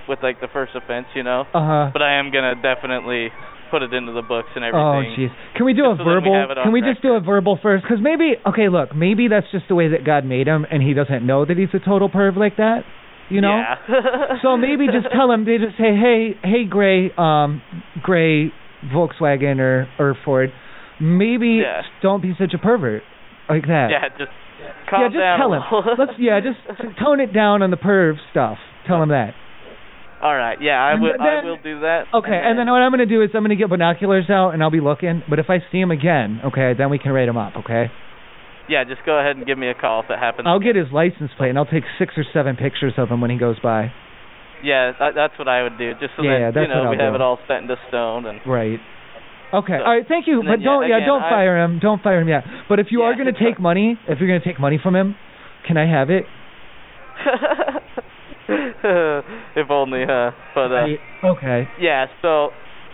S20: with like the first offense, you know.
S17: Uh huh.
S20: But I am gonna definitely put it into the books and
S17: Oh jeez.
S20: everything.
S17: Can we do a
S20: Just so that we
S17: verbal?
S20: have it on
S17: Can we just do a verbal first? Because maybe okay, look, maybe that's just the way that God made him, and he doesn't know that he's a total perv like that. You know.
S20: Yeah.
S17: so maybe just tell him they just say, hey, hey, gray, um, gray Volkswagen or or Ford, maybe
S20: Yeah.
S17: don't be such a pervert like that.
S20: Yeah. Just calm
S17: yeah, just
S20: down.
S17: tell him. Let's yeah, just t- tone it down on the perv stuff. Tell him that.
S20: All right. Yeah. I
S17: And
S20: will. I
S17: then- Oh.
S20: will do that.
S17: Okay, and then what I'm gonna do is I'm gonna get binoculars out and I'll be looking. But if I see him again, okay, then we can rate him up. Okay.
S20: Yeah. Just go ahead and give me a call if it happens.
S17: I'll get his license plate and I'll take six or seven pictures of him when he goes by.
S20: Yeah, that, that's what I would do, just so
S17: Yeah,
S20: that you
S17: that's what
S20: know
S17: I'll
S20: we have
S17: do.
S20: it all set into stone. And
S17: Right. Okay.
S20: So-
S17: All right. Thank you.
S20: and then,
S17: But
S20: yeah,
S17: don't, yeah,
S20: again,
S17: don't
S20: I-
S17: fire him. Don't fire him yet. But if you are going to take money, if you're going to take money from him, can I have it?
S20: if only, huh? But uh,
S17: Okay.
S20: yeah, so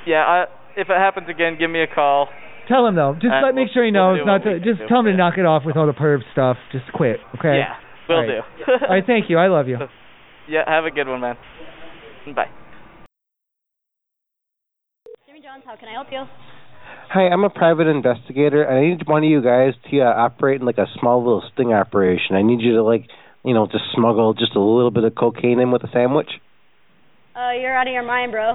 S20: yeah, I, if it happens again, give me a call.
S17: Tell him though. Just
S20: Uh,
S17: let
S20: we'll-
S17: make sure he
S20: we'll
S17: knows
S20: do
S17: not
S20: what we
S17: to.
S20: can
S17: Just
S20: do,
S17: tell him to knock it off with all the perv stuff. Just quit. Okay.
S20: Yeah, will
S17: All right.
S20: do.
S17: All right. Thank you. I love you.
S20: Yeah, have a good one, man. Bye.
S21: Jimmy Johns, how can I help you?
S10: Hi, I'm a private investigator, and I need one of you guys to uh, operate in like a small little sting operation. I need you to like, you know, just smuggle just a little bit of cocaine in with a sandwich.
S21: Uh, you're out of your mind, bro.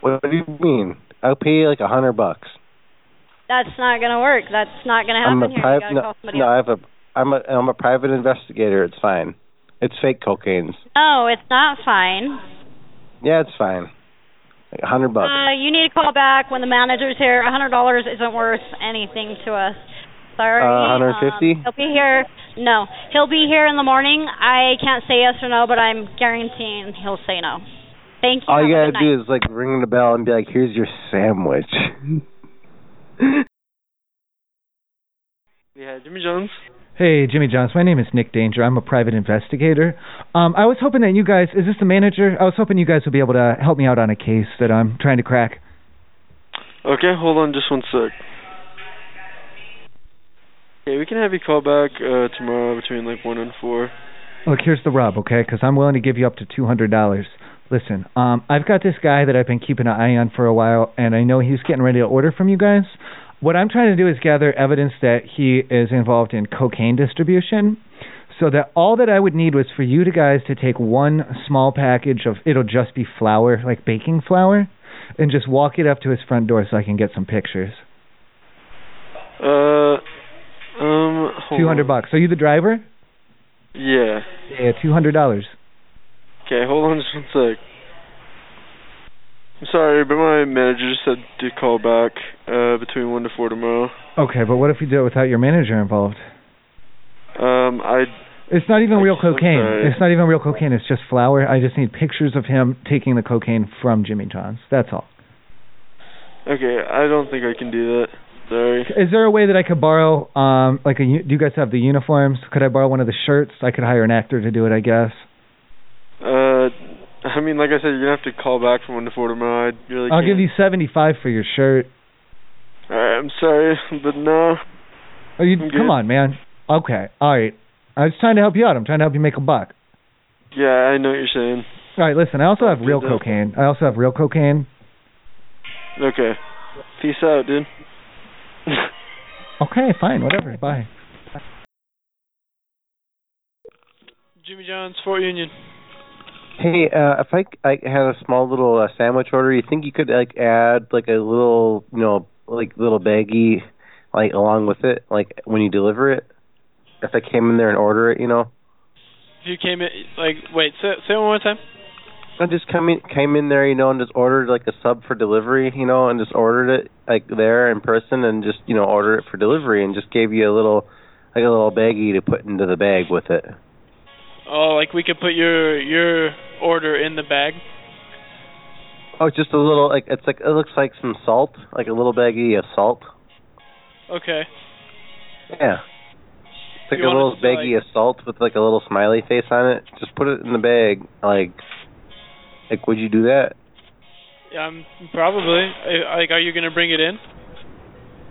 S10: What do you mean? I'll pay you like a hundred bucks.
S21: That's not gonna work. That's not gonna
S10: I'm
S21: happen
S10: a
S21: here.
S10: private.
S21: you gotta
S10: No,
S21: call somebody
S10: no, I
S21: else.
S10: have a. I'm a. I'm a private investigator. It's fine. It's fake cocaine.
S21: No, it's not fine.
S10: Yeah, it's fine. Like a hundred bucks.
S21: Uh, you need to call back when the manager's here. A hundred dollars isn't worth anything to us. Sorry.
S10: Uh, 150?
S21: Um, he'll be here. No, he'll be here in the morning. I can't say yes or no, but I'm guaranteeing he'll say no. Thank you.
S10: All you
S21: Have a
S10: gotta
S21: good
S10: do is like ring the bell and be like, "Here's your sandwich."
S22: Yeah, Jimmy Jones.
S17: Hey, Jimmy Johns. My name is Nick Danger. I'm a private investigator. Um, I was hoping that you guys. Is this the manager? I was hoping you guys would be able to help me out on a case that I'm trying to crack.
S22: Okay, hold on just one sec. Okay, we can have you call back uh, tomorrow between like one and four.
S17: Look, here's the rub, okay? Because I'm willing to give you up to two hundred dollars. Listen, um, I've got this guy that I've been keeping an eye on for a while, and I know he's getting ready to order from you guys. What I'm trying to do is gather evidence that he is involved in cocaine distribution. So that all that I would need was for you to guys to take one small package of it'll just be flour, like baking flour, and just walk it up to his front door so I can get some pictures.
S23: Uh, um, hold
S17: Two hundred
S23: on.
S17: bucks. Are you the driver?
S23: Yeah.
S17: Yeah, two hundred dollars.
S23: Okay, hold on just one sec. I'm sorry, but my manager just said to call back uh, between 1 to 4 tomorrow.
S17: Okay, but what if you do it without your manager involved?
S23: Um, I
S17: It's not even real
S23: I'm
S17: cocaine.
S23: sorry.
S17: It's not even real cocaine. It's just flour. I just need pictures of him taking the cocaine from Jimmy John's. That's all.
S23: okay. I don't think I can do that. Sorry.
S17: Is there a way that I could borrow, um, like, a, u- do you guys have the uniforms? Could I borrow one of the shirts? I could hire an actor to do it, I guess.
S23: Uh, I mean, like I said, you're gonna have to call back from 1 to 4 tomorrow. I really.
S17: I'll
S23: can't.
S17: give you seventy-five for your shirt.
S23: All right, I'm sorry, but no.
S17: Oh, you
S23: I'm good.
S17: come on, man. Okay, all right. I was trying to help you out. I'm trying to help you make a buck.
S23: Yeah, I know what you're saying.
S17: All right, listen. I also have real
S23: that.
S17: cocaine. I also have real cocaine.
S23: Okay. Peace out, dude.
S17: Okay, fine, whatever. Bye.
S23: Jimmy John's, Fort Union.
S10: Hey, uh, if I, c- I had a small little uh, sandwich order, you think you could like add like a little, you know, like little baggie, like along with it, like when you deliver it? If I came in there and order it, you know,
S22: If you came in, like, wait, say, say it one more time.
S10: I just come in, came in there, you know, and just ordered like a sub for delivery, you know, and just ordered it like there in person, and just you know, order it for delivery, and just gave you a little, like a little baggie to put into the bag with it.
S22: Oh, like we could put your your order in the bag.
S10: Oh, just a little, like it's like it looks like some salt, like a little baggie of salt.
S22: Okay.
S10: Yeah. It's like
S22: You
S10: a
S22: want
S10: little
S22: us to,
S10: baggie of salt with like a little smiley face on it. Just put it in the bag. Like, like would you do that?
S22: Um, probably. Uh, Like, are you gonna bring it in?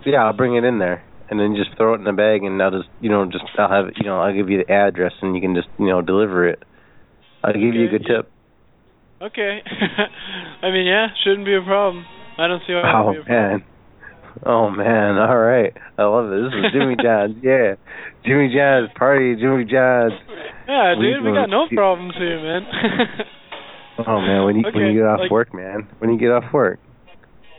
S10: Yeah, I'll bring it in there, and then just throw it in the bag, and I'll just you know just I'll have you know I'll give you the address, and you can just you know deliver it. I'll give you a good tip.
S22: Okay. I mean, yeah, shouldn't be a problem. I don't see why. it
S10: Oh
S22: would be a
S10: man. Oh man, all right. I love it. This is Jimmy John's, yeah. Jimmy John's party, Jimmy John's.
S22: Yeah,
S10: We
S22: dude, we
S10: will
S22: got no
S10: see-
S22: problems here, man.
S10: Oh man, when you when
S22: Okay,
S10: you get off
S22: like-
S10: work, man. When you get off work.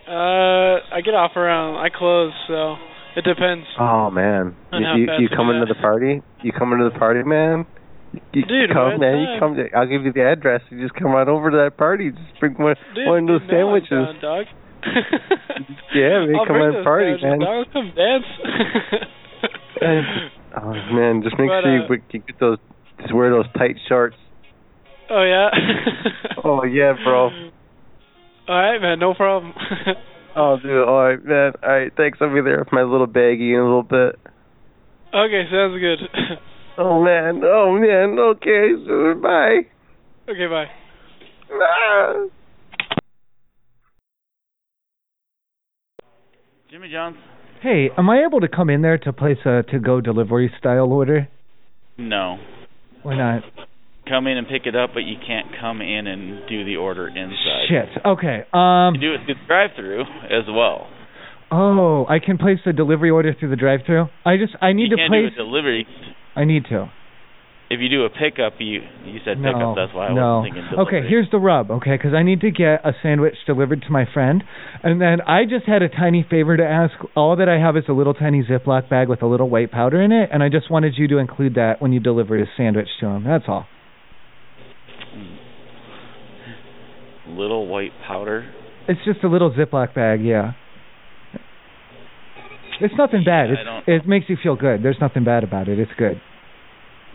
S22: uh, I get off around. I close, so it depends.
S10: Oh man,
S22: I
S10: you
S22: know
S10: you,
S22: if
S10: you
S22: that's
S10: come
S22: what
S10: into the party. You come into the party, man. You
S22: Dude,
S10: come,
S22: what
S10: man. You
S22: time?
S10: come. To, I'll give you the address. You just come on over to that party. Just bring one
S22: Dude,
S10: one of those
S22: you know I'm
S10: sandwiches.
S22: down, dog.
S10: Yeah, man.
S22: I'll
S10: come
S22: bring
S10: on
S22: those
S10: party,
S22: sandwiches,
S10: man.
S22: Dog. Come dance.
S10: And- oh man, just make
S22: But,
S10: sure you,
S22: uh,
S10: br- you get those. Just wear those tight shorts.
S22: oh yeah.
S10: Oh yeah, bro.
S22: All right, man. No problem.
S10: Oh dude, all right, man. All right, thanks. I'll be there with my little baggie in a little bit.
S22: okay, sounds good.
S10: Oh man, oh man. Okay, so bye.
S22: okay, bye.
S10: Ah.
S24: Jimmy John's.
S17: Hey, am I able to come in there to place a to-go delivery style order?
S24: No.
S17: Why not?
S24: Come in and pick it up, but you can't come in and do the order inside.
S17: Shit. Okay. Um.
S24: You do it through the drive-through as well.
S17: Oh, I can place the delivery order through the drive-through. I just I need to
S24: you can't
S17: place.
S24: do a delivery.
S17: I need to.
S24: If you do a pickup, you you said
S17: no.
S24: pickup. That's why I
S17: no.
S24: wasn't thinking delivery.
S17: Okay. Here's the rub. Okay, because I need to get a sandwich delivered to my friend, and then I just had a tiny favor to ask. All that I have is a little tiny Ziploc bag with a little white powder in it, and I just wanted you to include that when you deliver his sandwich to him. That's all.
S24: Little white powder.
S17: It's just a little Ziploc bag. Yeah. It's nothing bad.
S24: I
S17: It's,
S24: don't-
S17: it makes you feel good. There's nothing bad about it. It's good.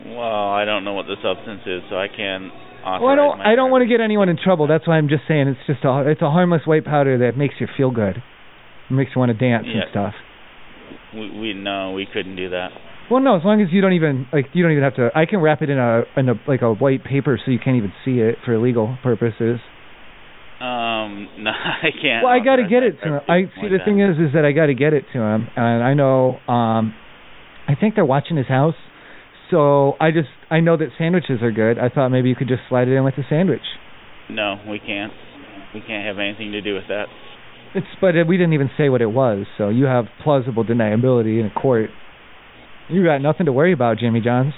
S24: Well, I don't know what the substance is, so I can. not
S17: Well, I don't. I don't want to get anyone in trouble. That's why I'm just saying it's just a it's a harmless white powder that makes you feel good, it makes you want to dance and
S24: Yeah.
S17: stuff.
S24: We, we no, we couldn't do that.
S17: Well, no, as long as you don't even like you don't even have to. I can wrap it in a in a like a white paper so you can't even see it for legal purposes.
S24: Um, no, I can't.
S17: well, I got to
S24: authorize
S17: get
S24: that
S17: it to
S24: for
S17: him. I
S24: everything
S17: see.
S24: like
S17: the
S24: that.
S17: thing is, is that I got to get it to him, and I know. Um, I think they're watching his house, so I just I know that sandwiches are good. I thought maybe you could just slide it in with a sandwich.
S24: No, we can't. We can't have anything to do with that.
S17: It's but it, we didn't even say what it was, so you have plausible deniability in a court. You got nothing to worry about, Jimmy Johns.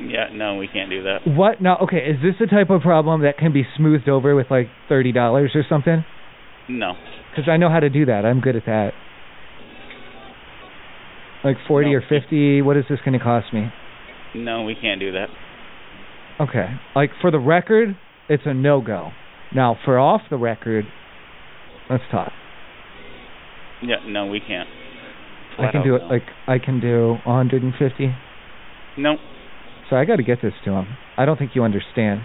S24: Yeah, no, we can't do that.
S17: What? No. Okay. Is this the type of problem that can be smoothed over with like thirty dollars or something?
S24: No.
S17: Because I know how to do that. I'm good at that. Like forty or fifty. What is this going to cost me?
S24: No, we can't do that.
S17: Okay. Like for the record, it's a no go. Now for off the record, let's talk.
S24: Yeah, no, we can't.
S17: I can do it. Like I can do 150.
S24: No.
S17: So I got to get this to him. I don't think you understand.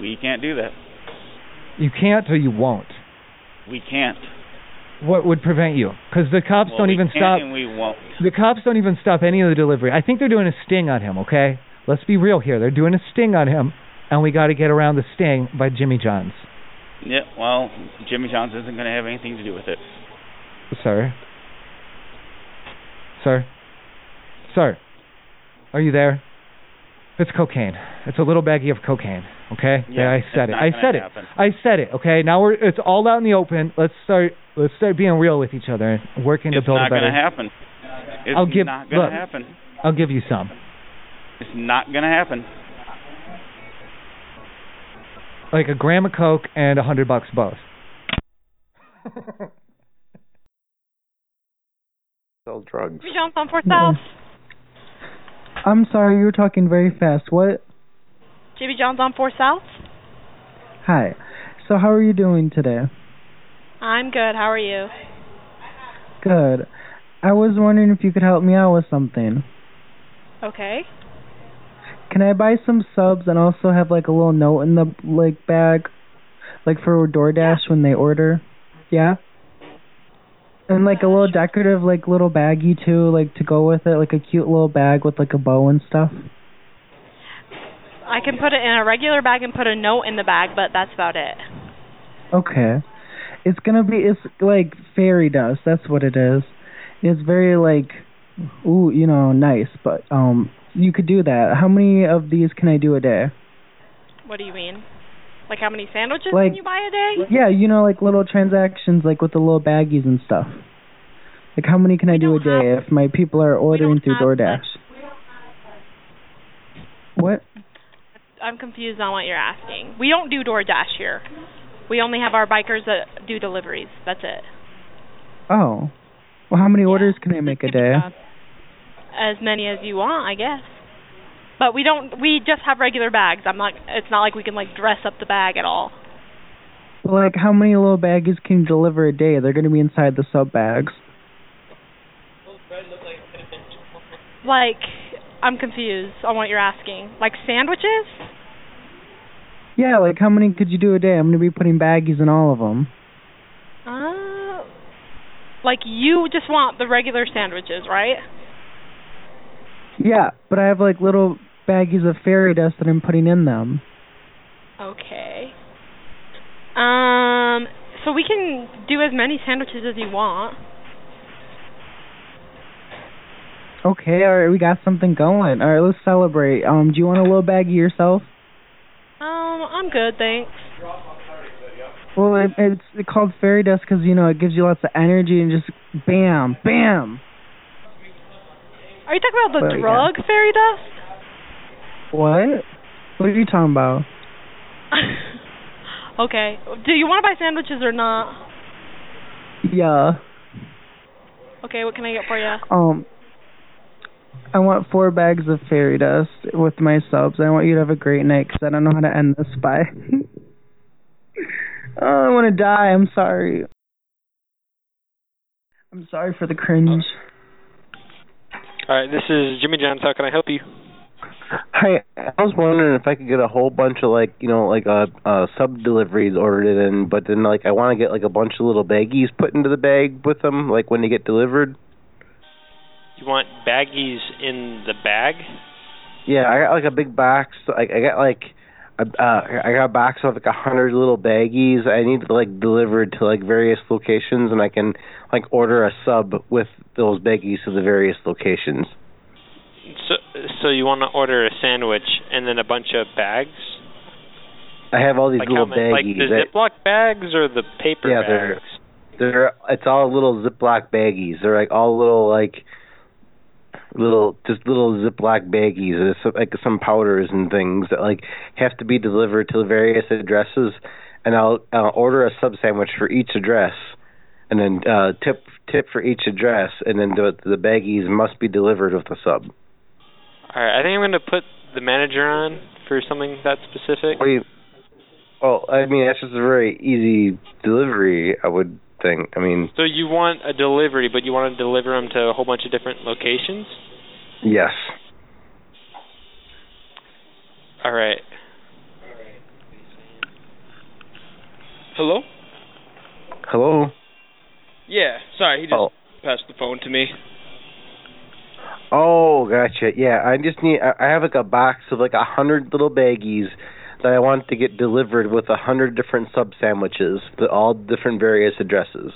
S24: We can't do that.
S17: You can't or you won't.
S24: We can't.
S17: What would prevent you? Because the cops
S24: Well,
S17: don't
S24: we
S17: even
S24: can
S17: stop.
S24: And we won't.
S17: The cops don't even stop any of the delivery. I think they're doing a sting on him, okay? Let's be real here. They're doing a sting on him, and we got to get around the sting by Jimmy John's.
S24: Yeah, well, Jimmy John's isn't going to have anything to do with it.
S17: Sir? Sir? Sir? Are you there? It's cocaine. It's a little baggie of cocaine, okay?
S24: Yeah,
S17: I said
S24: it's
S17: it.
S24: not
S17: I
S24: gonna
S17: said it.
S24: happen.
S17: I said it, okay? Now we're it's all out in the open. Let's start let's start being real with each other and working to
S24: It's
S17: build
S24: not
S17: a better
S24: going to happen. It's
S17: I'll give-
S24: not going
S17: look.
S24: to happen.
S17: I'll give you some.
S24: It's not going to happen.
S17: Like a gram of coke and a hundred bucks both.
S10: Sell drugs.
S25: We jump on four thousand.
S26: I'm sorry, you were talking very fast. What?
S25: Jimmy John's on Four South.
S26: Hi. So how are you doing today?
S25: I'm good. How are you?
S26: Good. I was wondering if you could help me out with something.
S25: Okay.
S26: Can I buy some subs and also have like a little note in the like bag, like for DoorDash when they order? Yeah. And like a little decorative like little baggie too, like to go with it, like a cute little bag with like a bow and stuff.
S25: I can put it in a regular bag and put a note in the bag, but that's about it.
S26: Okay. It's gonna be it's like fairy dust, that's what it is. It's very like ooh, you know, nice, but um you could do that. How many of these can I do a day?
S25: What do you mean? Like how many sandwiches
S26: Like-
S25: can you buy a day?
S26: Yeah, you know, like little transactions like with the little baggies and stuff. Like how many can I do a day if my people are ordering through DoorDash? What?
S25: I'm confused on what you're asking. We don't do DoorDash here. We only have our bikers that do deliveries. That's it.
S26: Oh. Well how many orders can I make a day?
S25: As many as you want, I guess. But we don't. We just have regular bags. I'm not. It's not like we can like dress up the bag at all.
S26: But like how many little baggies can you deliver a day? They're gonna be inside the sub bags.
S25: Like, I'm confused on what you're asking. Like sandwiches?
S26: Yeah, like how many could you do a day? I'm gonna be putting baggies in all of them.
S25: Uh, like you just want the regular sandwiches, right?
S26: Yeah, but I have like little baggies of fairy dust that I'm putting in them.
S25: Okay. Um. So we can do as many sandwiches as you want.
S26: Okay, all right, we got something going. All right, let's celebrate. Um, do you want a little baggie yourself?
S25: Um, I'm good, thanks.
S26: Well, it, it's called fairy dust because you know it gives you lots of energy and just bam, bam.
S25: Are you talking about the
S26: Well, yeah.
S25: drug fairy dust?
S26: What? What are you talking about?
S25: Okay. Do you want to buy sandwiches or not?
S26: Yeah.
S25: Okay, what can I get for you?
S26: Um, I want four bags of fairy dust with my subs. I want you to have a great night 'cause I don't know how to end this by. oh, I want to die. I'm sorry. I'm sorry for the cringe.
S27: All right, this is Jimmy John's. How can I help you?
S10: Hi, I was wondering if I could get a whole bunch of like you know like uh, uh sub deliveries ordered in, but then like I want to get like a bunch of little baggies put into the bag with them, like when they get delivered.
S27: You want baggies in the bag?
S10: Yeah, I got like a big box. Like I got like a, uh, I got a box of like a hundred little baggies. I need to like delivered to like various locations, and I can like order a sub with those baggies to the various locations.
S27: So, so you want to order a sandwich and then a bunch of bags?
S10: I have all these
S27: like
S10: little
S27: how many,
S10: baggies.
S27: like the
S10: that-
S27: Ziploc bags or the paper
S10: yeah,
S27: bags?
S10: they're they're it's all little Ziploc baggies. They're like all little like little just little Ziploc baggies or some, like some powders and things that like have to be delivered to various addresses, and I'll, I'll order a sub sandwich for each address, and then uh, tip tip for each address, and then the the baggies must be delivered with the sub.
S27: All right, I think I'm going to put the manager on for something that specific.
S10: What do you? Well, I mean that's just a very easy delivery. I would think. I mean,
S27: So you want a delivery, but you want to deliver them to a whole bunch of different locations?
S10: yes.
S27: All right.
S28: Hello?
S10: Hello.
S28: Yeah, sorry, he just
S10: Oh.
S28: passed the phone to me.
S10: Oh, gotcha. Yeah, I just need. I I have like a box of like a hundred little baggies that I want to get delivered with a hundred different sub sandwiches, to all different various addresses.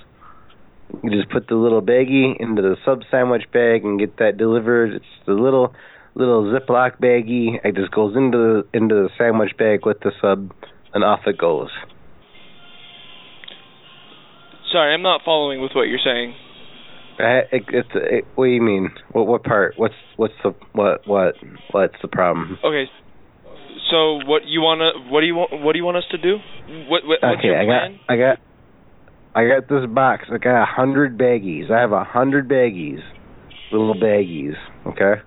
S10: You just put the little baggie into the sub sandwich bag and get that delivered. It's the little little Ziploc baggie. It just goes into the into the sandwich bag with the sub, and off it goes.
S28: Sorry, I'm not following with what you're saying.
S10: I, it, it's it, what do you mean? What what part? What's what's the what what what's the problem?
S28: Okay. So what you wanna what do you want what do you want us to do? What, what what's
S10: Okay,
S28: your
S10: I
S28: plan?
S10: got, I got, I got this box. I got a hundred baggies. I have a hundred baggies, little baggies. Okay.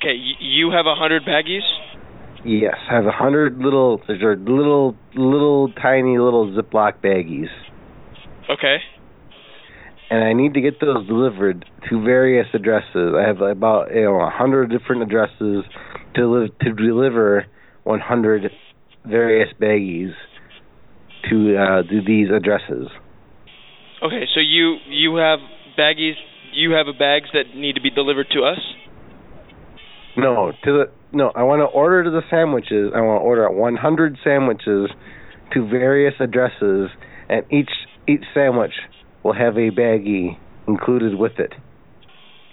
S28: Okay, y- you have a hundred baggies.
S10: Yes, I have a hundred little, these are little, little tiny little Ziploc baggies,
S28: Okay.
S10: and I need to get those delivered to various addresses. I have about you know a hundred different addresses to live to deliver one hundred various baggies to uh, to these addresses.
S28: Okay, so you you have baggies you have bags that need to be delivered to us.
S10: No, to the no. I want to order to the sandwiches. I want to order 100 sandwiches to various addresses, and each each sandwich will have a baggie included with it.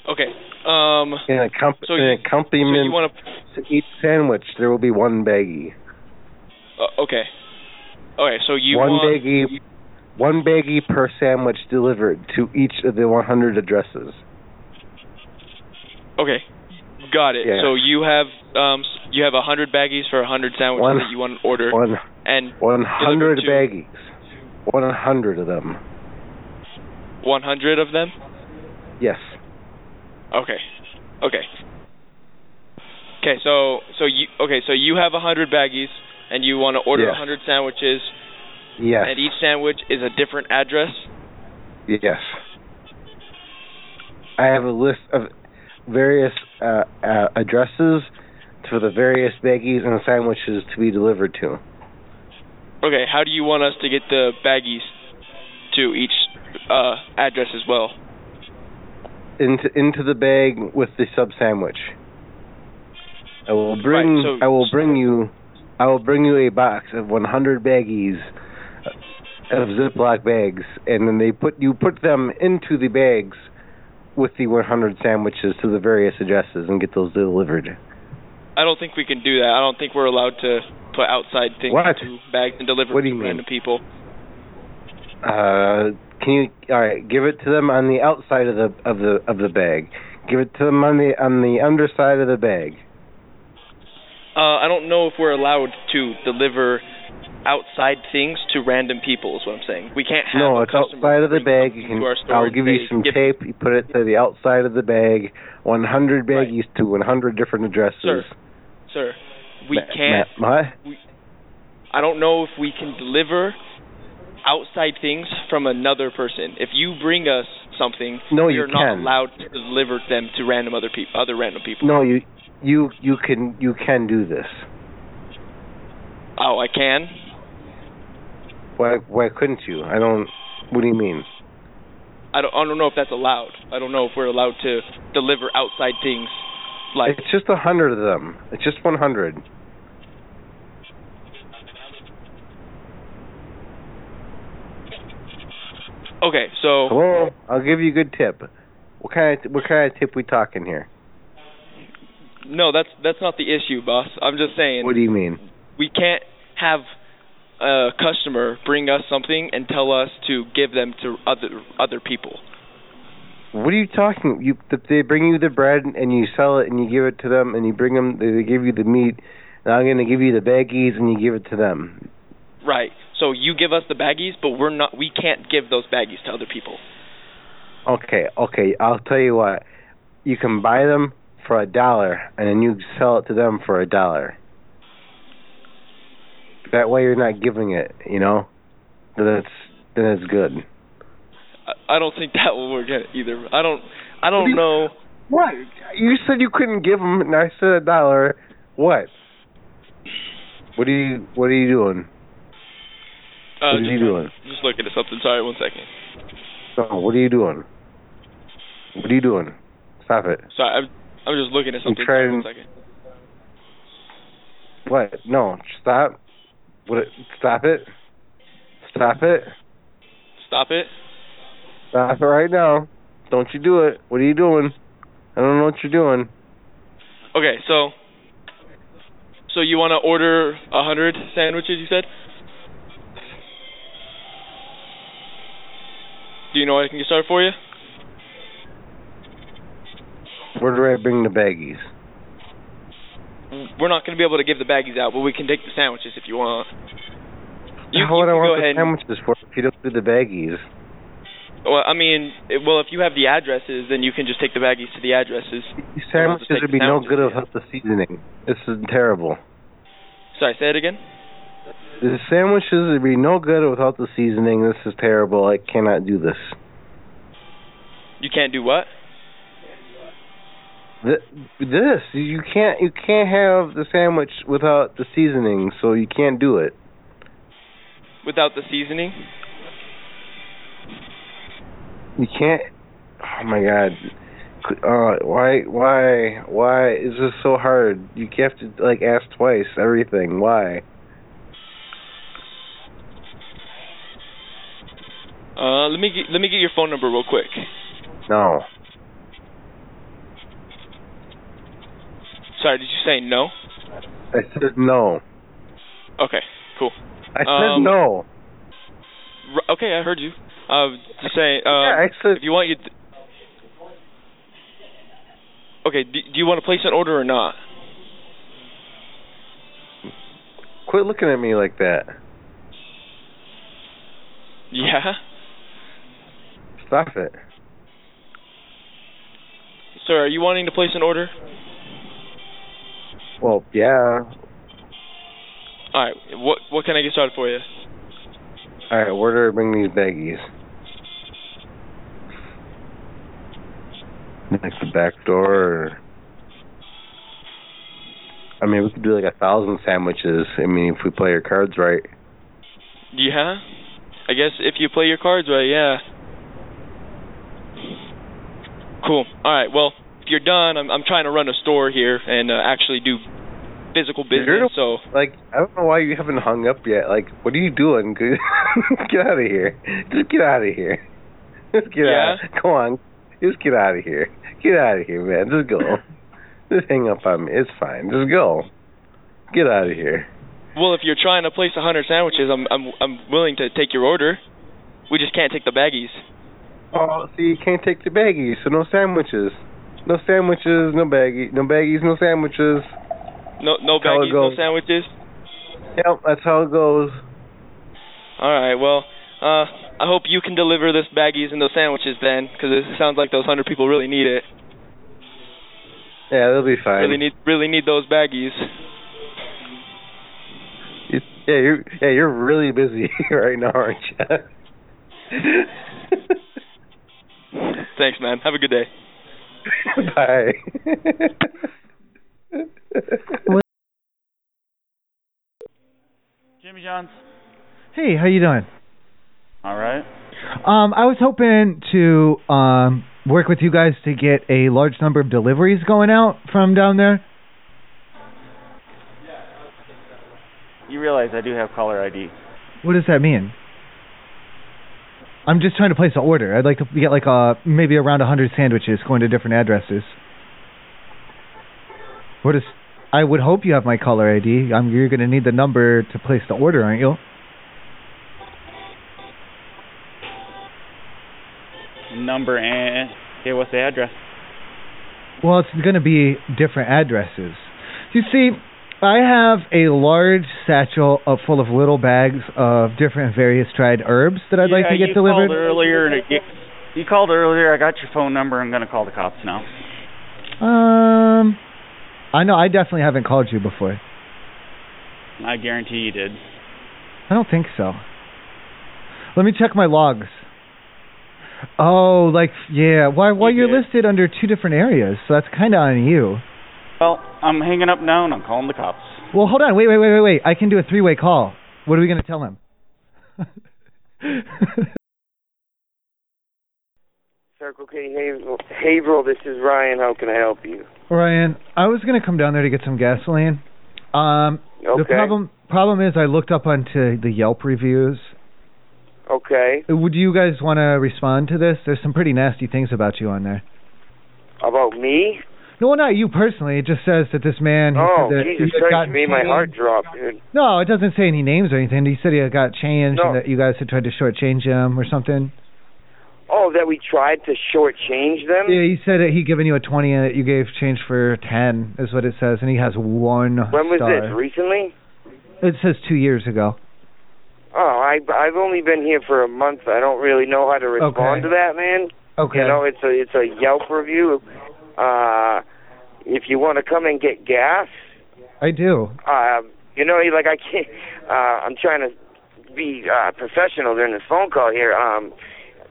S28: Okay. Um
S10: In a comp-
S28: So
S10: an
S28: you-
S10: accompaniment
S28: so you wanna-
S10: to each sandwich, there will be one baggie.
S28: uh, okay. Okay, so you
S10: one
S28: want
S10: baggie, one baggie per sandwich delivered to each of the 100 addresses.
S28: Okay. Got it.
S10: Yeah.
S28: So you have um s- you have a hundred baggies for a hundred sandwiches
S10: One-
S28: that you want to order,
S10: One
S28: and
S10: 100
S28: to-
S10: baggies. 100 of them.
S28: one hundred of them.
S10: Yes.
S28: Okay. Okay. Okay. So so you okay so you have a hundred baggies and you want to order a
S10: Yes.
S28: hundred sandwiches,
S10: Yes.
S28: and each sandwich is a different address.
S10: Yes. I have a list of various uh, uh, addresses for the various baggies and sandwiches to be delivered to.
S28: Okay. How do you want us to get the baggies to each uh address as well?
S10: Into into the bag with the sub sandwich. I will bring
S28: so-
S10: I will bring you I will bring you a box of 100 baggies uh, of Ziploc bags and then they put you put them into the bags with the 100 sandwiches to the various addresses and get those delivered.
S28: I don't think we can do that. I don't think we're allowed to put outside things
S10: What?
S28: into bags and deliver
S10: What do
S28: to
S10: you mean?
S28: random people.
S10: Uh, can you all right? Give it to them on the outside of the of the of the bag. Give it to them on the on the underside of the bag.
S28: Uh, I don't know if we're allowed to deliver outside things to random people. Is what I'm saying. We can't have
S10: no,
S28: a
S10: it's
S28: customer
S10: outside of the bag. You
S28: to our
S10: can. I'll
S28: storage
S10: give
S28: bay.
S10: you some
S28: Give-
S10: tape. You put it to the outside of the bag. One hundred baggies to one hundred different addresses.
S28: Sir, sir. We
S10: Ma-
S28: can't.
S10: ma- what?
S28: I don't know if we can deliver outside things from another person. If you bring us something,
S10: No,
S28: we
S10: you
S28: are not
S10: can.
S28: allowed to deliver them to random other people. Other random people.
S10: No, you you you can you can do this.
S28: Oh, I can.
S10: Why why couldn't you? I don't. What do you mean?
S28: I don't. I don't know if that's allowed. I don't know if we're allowed to deliver outside things. Like
S10: it's just a hundred of them. It's just one hundred.
S28: Okay, so
S10: Hello. I'll give you a good tip. What kind of what kind of tip we talking here?
S28: no, that's that's not the issue, boss. I'm just saying.
S10: What do you mean?
S28: we can't have a customer bring us something and tell us to give them to other other people.
S10: What are you talking? You that they bring you the bread and you sell it and you give it to them and you bring them they give you the meat and I'm going to give you the baggies and you give it to them.
S28: Right. So you give us the baggies, but we're not. We can't give those baggies to other people.
S10: Okay, okay. I'll tell you what. You can buy them for a dollar and then you sell it to them for a dollar. That way you're not giving it, you know. Then it's then it's good.
S28: I, I don't think that will work out either. I don't. I don't know.
S10: What? You said you couldn't give them, and I said a dollar. What? What are you What are you doing? what
S28: Uh,
S10: are
S28: just,
S10: you doing?
S28: Just looking at something. Sorry, one second.
S10: No, what are you doing? What are you doing? Stop it.
S28: Sorry, I'm I'm just looking at
S10: I'm
S28: something.
S10: trying-
S28: Sorry, one second.
S10: What? No, stop. What? Stop it. Stop it.
S28: Stop it.
S10: Stop it right now. Don't you do it. What are you doing? I don't know what you're doing.
S28: Okay, so. So you want to order a hundred sandwiches? You said. Do you know what I can get started for you?
S10: Where do I bring the baggies?
S28: We're not going to be able to give the baggies out, but we can take the sandwiches if you want. You,
S10: How would I
S28: you can go
S10: want the
S28: ahead. and-
S10: sandwiches for if you don't do the baggies?
S28: well, I mean, it- well, if you have the addresses, then you can just take the baggies to the addresses.
S10: These
S28: We'll
S10: sandwiches
S28: just take
S10: would
S28: the
S10: be no
S28: sandwiches.
S10: good without the seasoning. This is terrible.
S28: Sorry, say it again.
S10: The sandwiches would be no good without the seasoning. This is terrible. I cannot do this.
S28: You can't do what?
S10: Th- This you can't you can't have the sandwich without the seasoning, so you can't do it.
S28: Without the seasoning?
S10: You can't. Oh my god. Uh, why why why is this so hard? You have to like ask twice everything. Why?
S28: Uh, let me get, let me get your phone number real quick.
S10: No.
S28: Sorry, did you say no?
S10: I said no.
S28: Okay, cool.
S10: I said
S28: Um,
S10: no.
S28: R- okay, I heard you. Uh, just saying. Uh,
S10: I said
S28: if you want you. Th- okay, do, do you want to place an order or not?
S10: quit looking at me like that.
S28: Yeah.
S10: Stop it.
S28: Sir, are you wanting to place an order?
S10: Well, yeah.
S28: All right. What what can I get started for you?
S10: All right, where do I bring these baggies? Like the back door. Or... I mean, we could do like a thousand sandwiches. I mean, if we play our cards right.
S28: Yeah. I guess if you play your cards right, yeah. Cool. All right. Well, if you're done, I'm I'm trying to run a store here and uh, actually do physical
S10: You're
S28: business. So
S10: Like, I don't know why you haven't hung up yet. Like, what are you doing? get out of here. Just get out of here. Just get
S28: Yeah?
S10: out. Come on. Just get out of here. Get out of here, man. Just go. Just hang up on me. It's fine. Just go. Get out of here.
S28: Well, if you're trying to place a 100 sandwiches, I'm I'm I'm willing to take your order. We just can't take the baggies.
S10: Oh, see, you can't take the baggies, so no sandwiches. No sandwiches, no baggie, no baggies, no sandwiches.
S28: No no
S10: How it
S28: baggies, no
S10: goes.
S28: sandwiches.
S10: Yep, that's how it goes.
S28: All right. Well, uh I hope you can deliver this baggies and those sandwiches then cuz it sounds like those 100 people really need it.
S10: Yeah, that'll be fine.
S28: Really need really need those baggies.
S10: yeah, you're yeah, you're really busy right now, aren't you?
S28: Thanks, man. Have a good day.
S10: Bye.
S24: Jimmy Johns.
S2: Hey, how you doing?
S24: All right.
S2: Um, I was hoping to um work with you guys to get a large number of deliveries going out from down there.
S24: You realize I do have caller ID.
S2: What does that mean? I'm just trying to place an order. I'd like to get like uh maybe around a hundred sandwiches going to different addresses. What is? I would hope you have my caller ID. I'm, you're going to need the number to place the order, aren't you?
S24: Number and
S20: Okay, what's the address?
S2: Well, it's going to be different addresses. You see, I have a large satchel of, full of little bags of different various dried herbs that I'd like to
S24: Yeah,
S2: get
S24: you
S2: delivered.
S24: Called earlier and it, you, you called earlier. I got your phone number. I'm going to call the cops now.
S2: Um, I know I definitely haven't called you before.
S24: I guarantee you did.
S2: I don't think so. Let me check my logs. Oh, like yeah. Why? Why you're listed under two different areas? So that's kind of on you.
S24: Well, I'm hanging up now and I'm calling the cops.
S2: Well, hold on. Wait, wait, wait, wait, wait. I can do a three-way call. What are we gonna tell him?
S1: Circle K Haverhill, Haverhill, this is Ryan. How can I help you?
S2: Ryan, I was gonna come down there to get some gasoline. Um, the
S1: Okay.
S2: problem problem is I looked up onto the Yelp reviews.
S1: Okay.
S2: Would you guys want to respond to this? There's some pretty nasty things about you on there.
S1: About me?
S2: No, well, not you personally. It just says that this man. he
S1: Oh,
S2: said that
S1: Jesus
S2: he had
S1: Christ,
S2: gotten
S1: me, my
S2: chained.
S1: heart dropped, dude.
S2: No, it doesn't say any names or anything. He said he had got changed
S1: No.
S2: and that you guys had tried to shortchange him or something.
S1: Oh, that we tried to shortchange them?
S2: Yeah, he said that he given you a twenty and that you gave change for ten is what it says, and he has one.
S1: When was
S2: star.
S1: this? Recently?
S2: It says two years ago.
S1: Oh, I, I've only been here for a month. I don't really know how to respond
S2: Okay.
S1: to that, man.
S2: Okay.
S1: You know, it's a it's a Yelp review. Uh, if you want to come and get gas,
S2: I do.
S1: uh, you know, like I can't. Uh, I'm trying to be uh, professional during this phone call here. Um,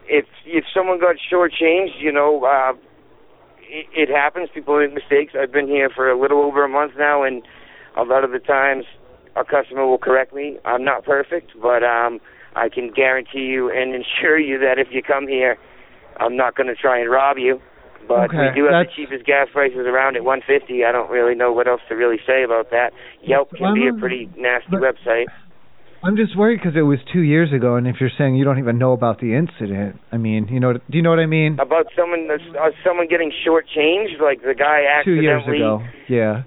S1: if if someone got shortchanged, you know, uh, it, it happens. People make mistakes. I've been here for a little over a month now, and a lot of the times a customer will correct me. I'm not perfect, but um, I can guarantee you and ensure you that if you come here, I'm not going to try and rob you. But
S2: Okay,
S1: we do have
S2: that's-
S1: the cheapest gas prices around at 150. I don't really know what else to really say about that. Yelp
S2: Well,
S1: can be a
S2: I'm-
S1: pretty nasty website.
S2: I'm just worried because it was two years ago, and if you're saying you don't even know about the incident, I mean, you know, do you know what I mean?
S1: About someone, uh, someone getting shortchanged, like the guy
S2: Two
S1: accidentally.
S2: years ago. Yeah.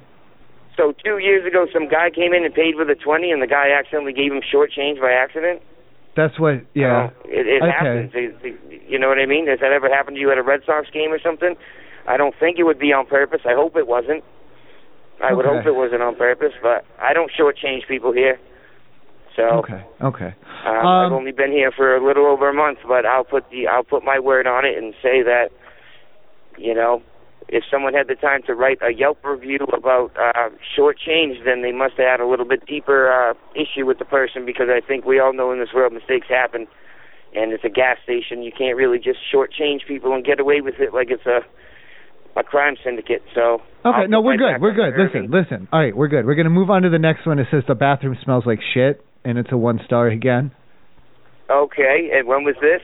S1: So two years ago, some guy came in and paid with a 20, and the guy accidentally gave him shortchange by accident.
S2: That's what. Yeah.
S1: Oh, It, it
S2: okay.
S1: happens. It- it- you know what I mean? Has that ever happened to you at a Red Sox game or something? I don't think it would be on purpose. I hope it wasn't. I would
S2: Okay.
S1: hope it wasn't on purpose, but I don't shortchange people here. So
S2: Okay. Okay.
S1: um, I've
S2: Um,
S1: only been here for a little over a month, but I'll put the I'll put my word on it and say that you know if someone had the time to write a Yelp review about uh, shortchange, then they must have had a little bit deeper uh, issue with the person because I think we all know in this world mistakes happen, and it's a gas station. You can't really just shortchange people and get away with it like it's a a crime syndicate. So
S2: Okay,
S1: I'll
S2: no,
S1: put
S2: we're
S1: my
S2: good.
S1: back
S2: We're
S1: on
S2: good.
S1: the
S2: Listen, listen. All right, we're good. We're gonna move on to the next one. It says the bathroom smells like shit, and it's a one star again.
S1: Okay, and when was this?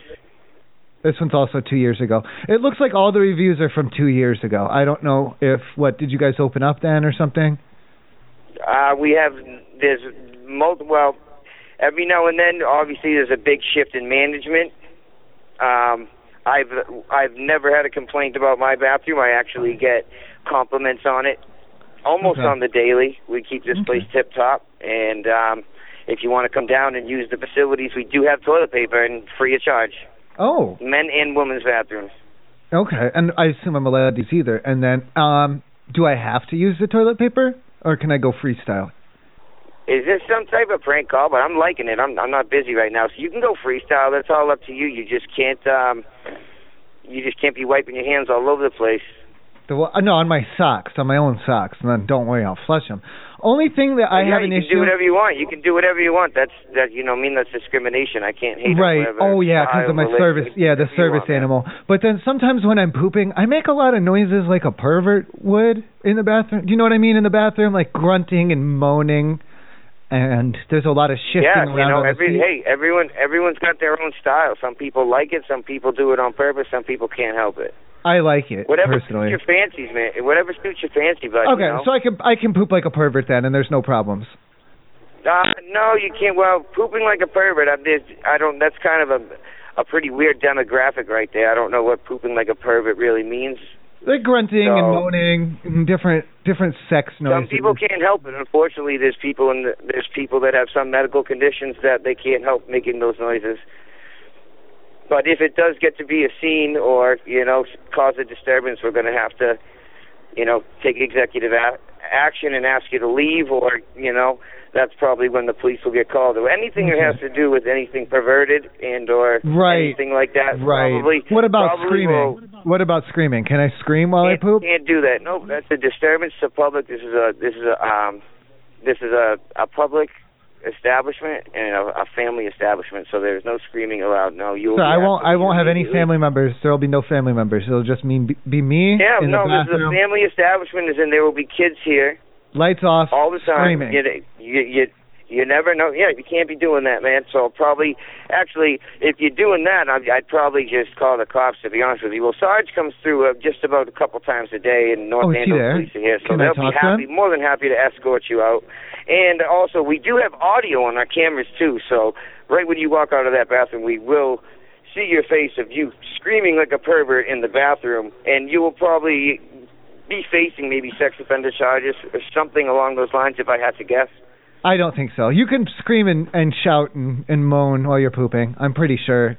S2: This one's also two years ago. It looks like all the reviews are from two years ago. I don't know if what did you guys open up then or something?
S1: Uh, we have there's multiple. Well, every now and then, obviously, there's a big shift in management. Um, I've I've never had a complaint about my bathroom. I actually get compliments on it almost
S7: Okay.
S1: on the daily. We keep this place tip top, and um, if you want to come down and use the facilities, we do have toilet paper and free of charge,
S2: Oh,
S1: men and women's bathrooms.
S2: okay. And I assume I'm allowed to use either. And then, um, do I have to use the toilet paper, or can I go freestyle?
S1: Is this some type of prank call? But I'm liking it. I'm I'm not busy right now, so you can go freestyle. That's all up to you. You just can't um, you just can't be wiping your hands all over the place.
S2: The, wa- uh, no, on my socks, on my own socks. And then don't worry, I'll flush them. Only thing that I
S1: yeah,
S2: have
S1: you
S2: an
S1: can
S2: issue.
S1: do whatever you want. You can do whatever you want. That's that. You know, I mean that's discrimination. I can't hate. on
S2: right.
S1: whatever
S2: Oh yeah, because of
S1: style,
S2: my
S1: religion.
S2: service. Yeah, the
S1: you
S2: service
S1: want, man.
S2: animal. But then sometimes when I'm pooping, I make a lot of noises like a pervert would in the bathroom. Do you know what I mean? In the bathroom, like grunting and moaning, and there's a lot of shifting
S1: Yeah,
S2: around.
S1: you know,
S2: on the
S1: every
S2: seat.
S1: hey, everyone, everyone's got their own style. Some people like it. Some people do it on purpose. Some people can't help it.
S2: I like it
S1: Whatever
S2: personally.
S1: suits your fancies, man. Whatever suits your fancy, but
S2: okay,
S1: you know?
S2: so I can I can poop like a pervert then, and there's no problems.
S1: Uh, no, you can't. Well, pooping like a pervert. I'm just, I don't. That's kind of a, a pretty weird demographic right there. I don't know what pooping like a pervert really means.
S2: Like grunting and
S1: No.
S2: moaning, and different different sex noises.
S1: Some people can't help it. Unfortunately, there's people in the, there's people that have some medical conditions that they can't help making those noises. But if it does get to be a scene or you know cause a disturbance, we're going to have to you know take executive a- action and ask you to leave, or you know that's probably when the police will get called. Or anything that has to do with anything perverted and or
S2: Right.
S1: anything like that.
S2: Right.
S1: Probably.
S2: what about
S1: probably will-
S2: screaming? What about screaming? Can I scream while I poop?
S1: Can't do that. No, that's a disturbance to public. This is a this is a um this is a a public establishment and a, a family establishment. So there's no screaming allowed. No, you. will
S2: So
S1: be
S2: I won't. I won't have any family
S1: immediately.
S2: members. There will be no family members. It'll just mean be, be me
S1: Yeah,
S2: in
S1: no,
S2: the
S1: this is a
S2: bathroom.
S1: family establishment, is and there will be kids here
S2: Lights off.
S1: all the time.
S2: Screaming.
S1: You, you you you never know. Yeah, you can't be doing that, man. So probably, actually, if you're doing that, I'd, I'd probably just call the cops. To be honest with you, well, Sarge comes through uh, just about a couple times a day, and North
S2: Oh, is he
S1: Andover
S2: there?
S1: police are here, so
S2: Can I
S1: they'll
S2: talk
S1: be
S2: to
S1: happy, more than happy to escort you out. And also, we do have audio on our cameras too. So right when you walk out of that bathroom, we will see your face of you screaming like a pervert in the bathroom, and you will probably be facing maybe sex offender charges or something along those lines if I had to guess.
S2: I don't think so. You can scream and, and shout and, and moan while you're pooping. I'm pretty sure.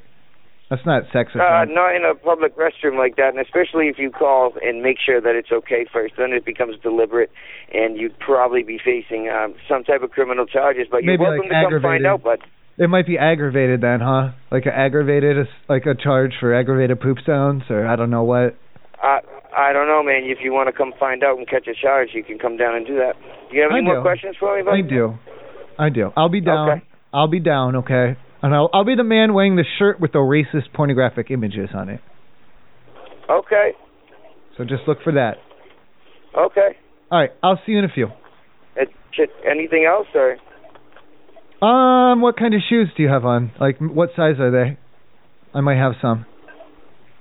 S2: That's not sex
S1: Uh,
S2: offense.
S1: not in a public restroom like that, and especially if you call and make sure that it's okay first, then it becomes deliberate, and you'd probably be facing um, some type of criminal charges. But you're
S2: Maybe, like,
S1: welcome to come find
S2: aggravated.
S1: out. But
S2: It might be aggravated then, huh? Like a aggravated, like a charge for aggravated poop sounds, or I don't know what.
S1: I, I don't know, man. If you want to come find out and catch a charge, you can come down and do that. Do you have
S2: I
S1: any more
S2: do.
S1: questions for me? bud?
S2: I do, I do. I'll be down. I'll be down. Okay, and I'll I'll be the man wearing the shirt with the racist pornographic images on it.
S1: Okay.
S2: So just look for that.
S1: Okay.
S2: All right, I'll see you in a few.
S1: It, should, anything else, or
S2: Um, what kind of shoes do you have on? Like, m- what size are they? I might have some.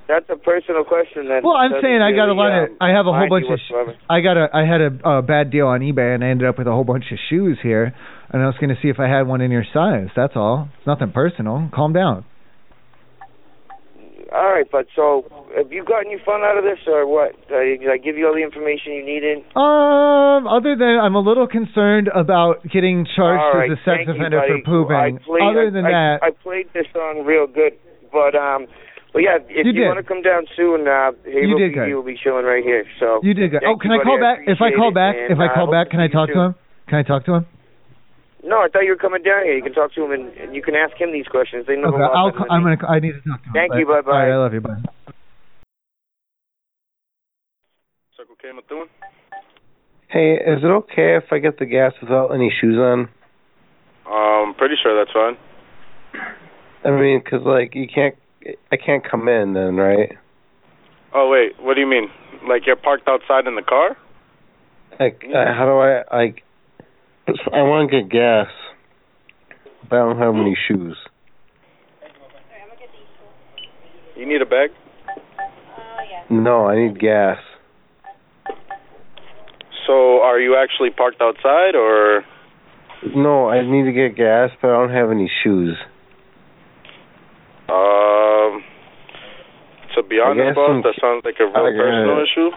S1: that's a personal question? That
S2: Well, I'm
S1: doesn't
S2: saying I got a
S1: really,
S2: lot
S1: um,
S2: of. I have a whole bunch
S1: bind you
S2: of. sh-
S1: whatsoever.
S2: I got a. I had a, uh bad deal on eBay, and I ended up with a whole bunch of shoes here. And I was going to see if I had one in your size. That's all. It's nothing personal. Calm down.
S1: All right, but so have you gotten your fun out of this, or what? Did I, did I give you all the information you needed?
S2: Um, other than I'm a little concerned about getting charged
S1: all right,
S2: as a sex
S1: thank you,
S2: offender for
S1: buddy.
S2: pooping.
S1: I played,
S2: other
S1: I-
S2: than
S1: I,
S2: that,
S1: I played this song real good, but um, but yeah,
S2: You
S1: if
S2: did.
S1: you, want to come down soon, uh,
S2: You
S1: Havel
S2: did
S1: PD
S2: good.
S1: will be showing right here. So
S2: you did good.
S1: thank
S2: Oh, can I
S1: you,
S2: call
S1: buddy. I
S2: back? if I call
S1: appreciate it,
S2: back,
S1: man.
S2: if I
S1: Uh,
S2: call
S1: hope
S2: back,
S1: to
S2: can I
S1: see you
S2: talk to
S1: soon.
S2: him? Can I talk to him?
S1: No, I thought you were coming down here. You can talk to him and, and you can ask him these questions. They know
S2: Okay,
S1: a lot
S2: I'll.
S1: better
S2: ca-
S1: than
S2: I'm
S1: me.
S2: gonna. ca- I need to talk to him.
S1: Thank
S2: but-
S1: you.
S2: All
S1: Bye bye.
S2: right, I love you. Bye.
S22: Circle K Methuen.
S6: Hey, is it okay if I get the gas without any shoes on?
S22: Um, pretty sure that's fine.
S6: I mean, 'cause like you can't, I can't come in then, right?
S22: Oh wait, what do you mean? Like you're parked outside in the car?
S6: Like, uh, how do I like? I want to get gas, but I don't have any shoes.
S22: You need a bag?
S6: No, I need gas.
S22: So are you actually parked outside or
S6: No, I need to get gas, but I don't have any shoes.
S22: um to be
S6: I
S22: honest
S6: got
S22: boss,
S6: some
S22: that sounds like a
S6: I
S22: real
S6: got-
S22: personal issue.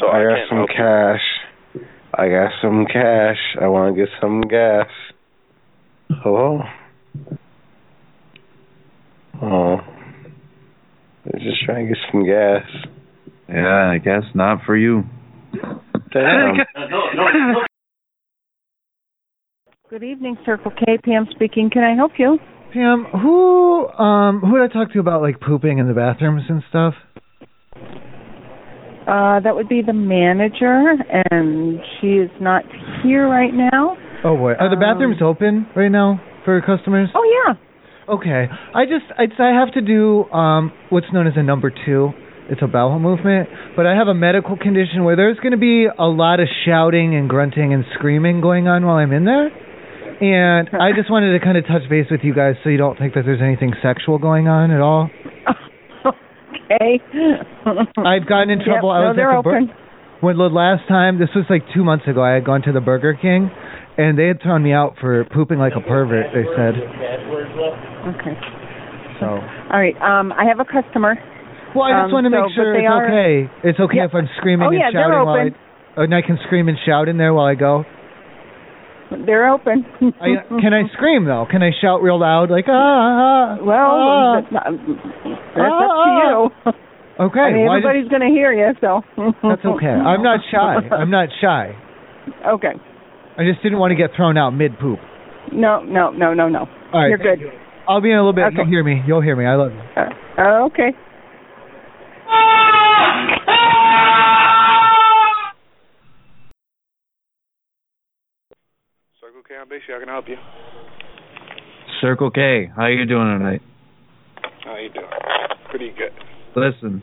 S22: So
S6: I,
S22: I,
S6: got
S22: can't
S6: some
S22: help you.
S6: cash. I got some cash. I want to get some gas. Hello? Oh. I'm just trying to get some gas.
S7: Yeah, I guess not for you.
S6: Damn.
S11: Good evening, Circle K. Pam speaking. Can I help you?
S2: Pam, who um who did I talk to about like pooping in the bathrooms and stuff?
S11: Uh, that would be the manager, and she is not here right now.
S2: Oh boy, are the bathrooms open right now for customers?
S11: Um, Oh yeah.
S2: Okay, I just I, I have to do um what's known as a number two. It's a bowel movement, but I have a medical condition where there's going to be a lot of shouting and grunting and screaming going on while I'm in there. And I just wanted to kind of touch base with you guys so you don't think that there's anything sexual going on at all.
S11: Okay.
S2: I've gotten in
S11: Yep,
S2: trouble. I was
S11: no, they're
S2: at the bur-
S11: open.
S2: when the last time this was like two months ago, I had gone to the Burger King, and they had thrown me out for pooping like a pervert. They said
S11: Okay.
S2: so.
S11: All right. Um, I have a customer.
S2: Well, I just
S11: um,
S2: want to
S11: so-
S2: make
S11: but
S2: sure it's
S11: they are,
S2: okay. It's okay
S11: Yeah.
S2: if I'm screaming
S11: Oh,
S2: and
S11: yeah, they're
S2: shouting while I
S11: open.
S2: and I can scream and shout in there while I go.
S29: They're open.
S2: I,
S11: Mm-hmm.
S2: can I scream though? Can I shout real loud like ah? ah
S29: well,
S2: ah,
S29: that's, not- that's up to
S2: you. Ah. Okay.
S29: I mean,
S2: why did-
S29: everybody's going to hear you, so.
S2: that's okay. I'm not shy. I'm not shy.
S29: Okay.
S2: I just didn't want to get thrown out mid poop.
S29: No, no, no, no, no.
S2: All right.
S29: You're good.
S2: I'll be in a little bit. You'll hear me. You'll hear me. I love you.
S29: Uh, okay.
S7: Circle K on Big Show, I can help you.
S12: Circle K, how you doing tonight?
S7: How you doing? Pretty good.
S12: Listen,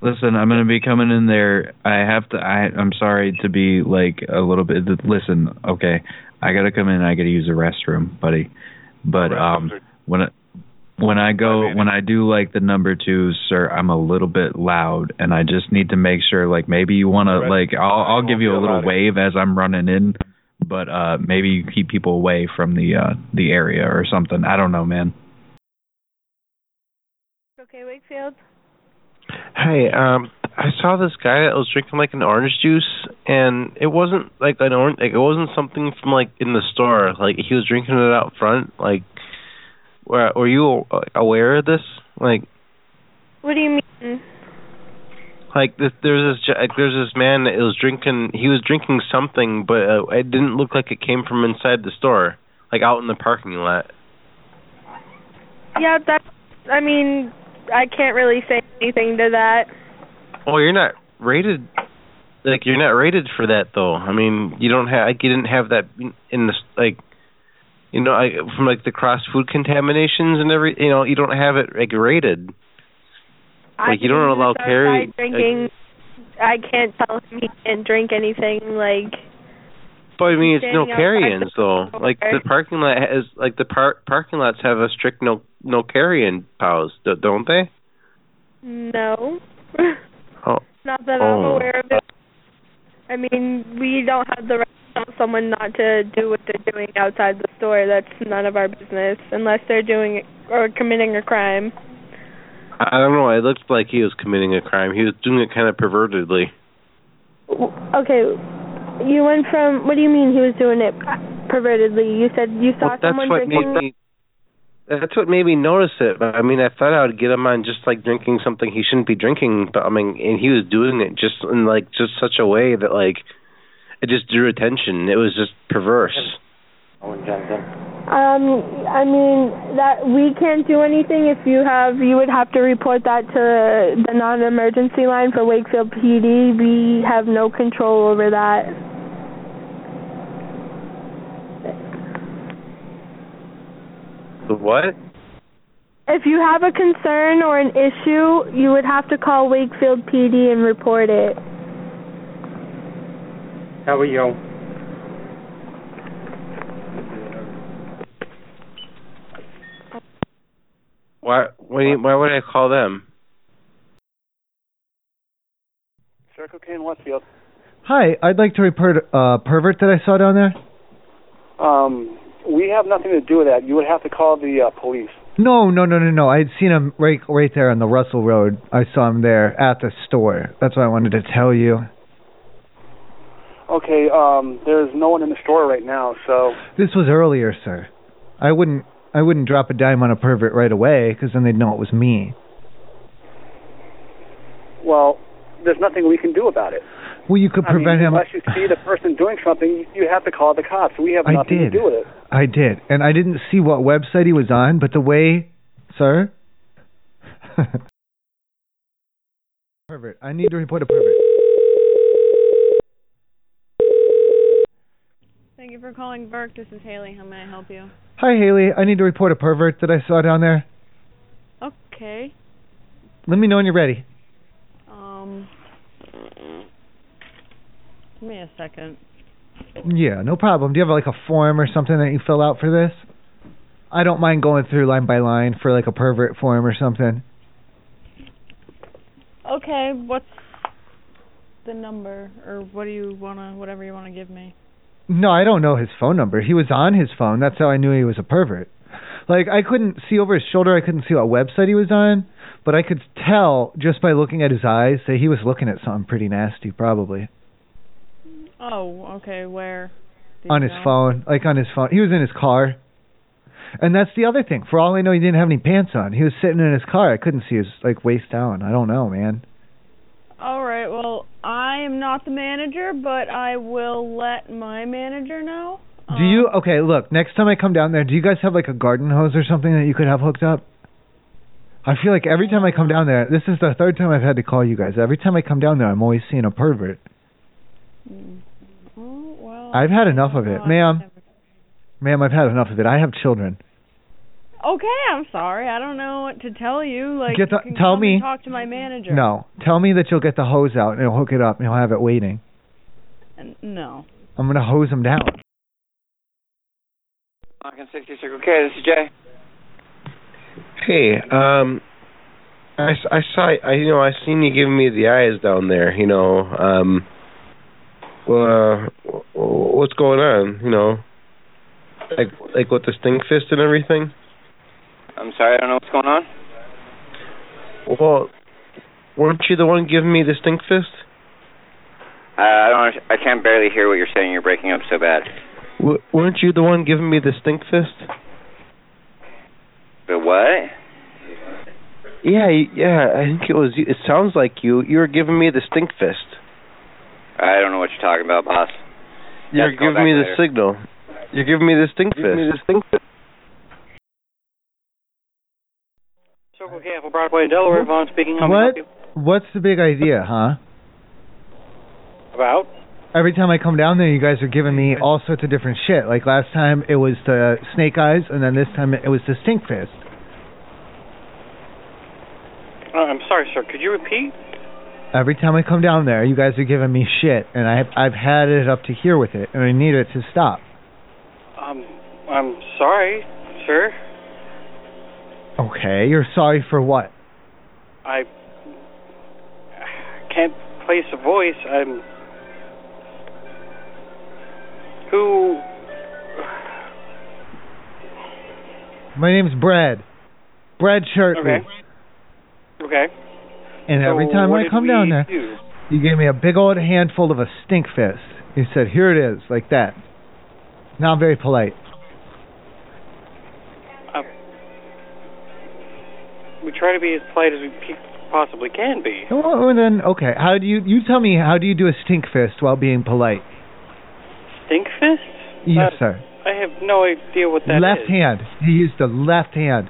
S12: listen, I'm gonna be coming in there. I have to. I I'm sorry to be like a little bit. Listen, okay, I gotta come in. I gotta use the restroom, buddy. But um, when I, when I go when I do like the number two, sir, I'm a little bit loud, and I just need to make sure. Like maybe you wanna like I'll I'll give you a little wave as I'm running in. But uh, maybe you keep people away from the uh, the area or something. I don't know, man.
S19: Okay, Wakefield.
S10: Hey, um, I saw this guy that was drinking like an orange juice, and it wasn't like an orange, like it wasn't something from like in the store. Like he was drinking it out front. Like, were, were you a- aware of this? Like,
S19: What do you mean?
S10: like this, there's this, ge- like, there's this man that was drinking. He was drinking something, but uh, it didn't look like it came from inside the store. Like out in the parking lot.
S19: Yeah, that's. I mean, I can't really say anything to that.
S10: Well, you're not rated. Like you're not rated for that though. I mean, you don't have. Like, you didn't have that in- in the s- like. You know, I, from like the cross food contaminations and every. You know, you don't have it like rated.
S19: I
S10: Like, you don't
S19: can't
S10: allow
S19: decide
S10: carry-
S19: by Drinking. I can't tell him he can't drink anything. Like,
S10: But I mean, it's no
S19: Standing outside
S10: carry-ins though.
S19: store.
S10: Like the parking lot has, like the par- parking lots have a strict no no carry-in policy, do- don't they?
S19: no.
S10: Oh,
S19: not that I'm
S10: Oh.
S19: aware of it. I mean, we don't have the right to tell someone not to do what they're doing outside the store. That's none of our business, unless they're doing it or committing a crime.
S10: I I don't know. It looked like he was committing a crime. He was doing it kind of pervertedly.
S19: Okay, you went from. What do you mean he was doing it pervertedly? You said you saw
S10: Well, that's
S19: someone
S10: what
S19: drinking.
S10: made me. That's what made me notice it. But I mean, I thought I would get him on just like drinking something he shouldn't be drinking. But I mean, and he was doing it just in like just such a way that like it just drew attention. It was just perverse.
S19: Um, I mean that we can't do anything. If you have, you would have to report that to the non-emergency line for Wakefield PD. We have no control over that.
S10: The what?
S19: If you have a concern or an issue, you would have to call Wakefield PD and report it.
S14: How are you?
S10: Why? Why, why would I call them?
S7: Circle K in Westfield.
S2: Hi, I'd like to report uh, pervert that I saw down there.
S7: Um, we have nothing to do with that. You would have to call the uh, police.
S2: No, no, no, no, no. I'd seen him right, right there on the Russell Road. I saw him there at the store. That's what I wanted to tell you.
S7: Okay, um, there's no one in the store right now, so
S2: This was earlier, sir. I wouldn't, I wouldn't drop a dime on a pervert right away, 'cause then they'd know it was me.
S7: well, there's nothing we can do about it.
S2: Well, you could
S7: I mean,
S2: prevent him.
S7: unless you see the person doing something, you have to call the cops. We have
S2: I
S7: nothing
S2: did.
S7: to do with it.
S2: I did, and I didn't see what website he was on, but the way, sir. pervert. I need to report a pervert.
S9: Thank you for calling Burke. This is Haley. How may I help you?
S2: Hi, Haley. I need to report a pervert that I saw down there.
S9: Okay.
S2: Let me know when you're ready.
S9: Um. Give me a second.
S2: Yeah, no problem. Do you have like a form or something that you fill out for this? I don't mind going through line by line for like a pervert form or something.
S9: Okay, what's the number or what do you wanna, whatever you wanna give me?
S2: No, I don't know his phone number. He was on his phone. That's how I knew he was a pervert. Like I couldn't see over his shoulder. I couldn't see what website he was on, but I could tell just by looking at his eyes that he was looking at something pretty nasty, probably.
S9: Oh, okay. Where?
S2: on his phone, like on his phone. He was in his car, and that's the other thing. For all I know, he didn't have any pants on. He was sitting in his car. I couldn't see his like waist down. I don't know, man.
S3: All right. Well, I am not the manager, but I will let my manager know.
S2: Do you? Okay, look. Next time I come down there, do you guys have like a garden hose or something that you could have hooked up? I feel like every time I come down there, this is the third time I've had to call you guys. Every time I come down there, I'm always seeing a pervert.
S19: Mm.
S2: I've had enough of it, ma'am. Ma'am, I've had enough of it. I have children.
S3: Okay, I'm sorry. I don't know what to tell you. Like,
S2: Get the-
S3: you can
S2: tell
S3: come
S2: me.
S3: And talk to my manager.
S2: No, tell me that you'll get the hose out and he'll hook it up and he'll have it waiting.
S3: N- No.
S2: I'm gonna hose him down.
S5: Lincoln 60 Circle K, this is Jay.
S10: Hey, um, I, s- I saw I you know I seen you giving me the eyes down there. You know, um, well, uh, w- w- what's going on? You know, like like with the stink fist and everything.
S5: I'm sorry, I don't know what's going on.
S10: Well, weren't you the one giving me the stink fist?
S5: Uh, I don't. under- I can't barely hear what you're saying. You're breaking up so bad.
S10: W- weren't you the one giving me the stink fist?
S5: The what?
S10: Yeah, y- yeah. I think it was. you It sounds like you. You were giving me the stink fist.
S5: I don't know what you're talking about, boss.
S10: You're
S5: Yeah, call
S10: giving
S5: back
S10: me
S5: later.
S10: the signal. You're giving me the stink fist.
S5: Give me the
S10: stink fist.
S29: Circle K, Apple Broadway, Delaware. Vaughn speaking. How may I
S2: What?
S29: help you?
S2: What's the big idea, huh?
S29: About?
S2: Every time I come down there, you guys are giving me all sorts of different shit. Like last time, it was the snake eyes, and then this time it was the stink fist.
S29: Uh, I'm sorry, sir. Could you repeat?
S2: Every time I come down there, you guys are giving me shit, and I've I've had it up to here with it, and I need it to stop.
S29: Um, I'm sorry, sir.
S2: Okay, you're sorry for what?
S29: I can't place a voice. I'm. Who?
S2: My name's Brad. Brad Shirtley.
S29: Okay. Okay.
S2: And every
S29: So
S2: time
S29: what
S2: I
S29: did
S2: come down
S29: we
S2: there,
S29: do?
S2: you gave me a big old handful of a stink fist. You said, "Here it is," like that. Not very polite.
S29: Uh, we try to be as polite as we pe- possibly can be.
S2: Oh, and then okay. How do you you tell me how do you do a stink fist while being polite?
S29: Stink fist?
S2: Yes,
S29: Uh,
S2: sir.
S29: I have no idea what that is.
S2: left hand. You use the left hand.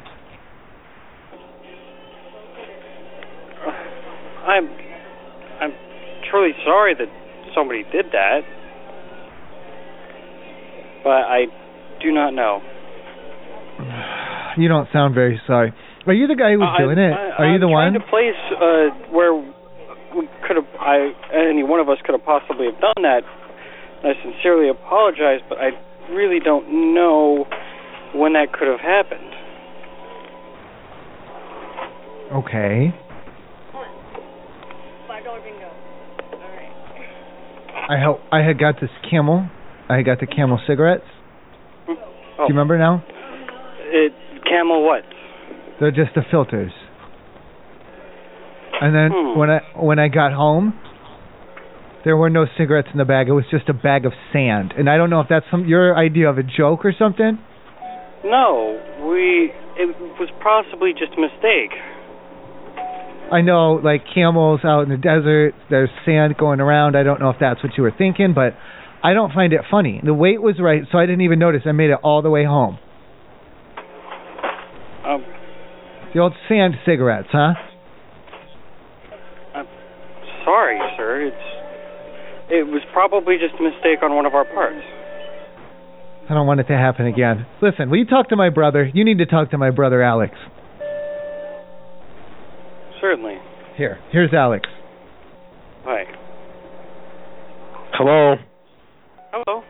S29: I'm I'm truly sorry that somebody did that. But I do not know.
S2: You don't sound very sorry. Are you the guy who was
S29: Uh, I-
S2: doing it?
S29: I-
S2: Are you
S29: I'm
S2: the
S29: trying
S2: one?
S29: to place uh, where we could have I any one of us could have possibly have done that. And I sincerely apologize, but I really don't know when that could have happened.
S2: Okay.
S30: Five dollar bingo. All right.
S2: I help. I had got this Camel. I had got the Camel cigarettes. Do
S29: Oh,
S2: you remember now?
S29: it camel what?
S2: They're just the filters. And then
S29: Hmm.
S2: when I when I got home, there were no cigarettes in the bag. It was just a bag of sand. And I don't know if that's some your idea of a joke or something.
S29: No, we it was possibly just a mistake.
S2: I know like camels out in the desert, there's sand going around. I don't know if that's what you were thinking, but I don't find it funny. The weight was right, so I didn't even notice. I made it all the way home.
S29: Um,
S2: The old sand cigarettes, huh?
S29: Sorry, sir. It's it was probably just a mistake on one of our parts.
S2: I don't want it to happen again. Listen, will you talk to my brother? You need to talk to my brother Alex.
S29: Certainly.
S2: Here. Here's Alex.
S29: Hi.
S10: Hello.
S29: Hello.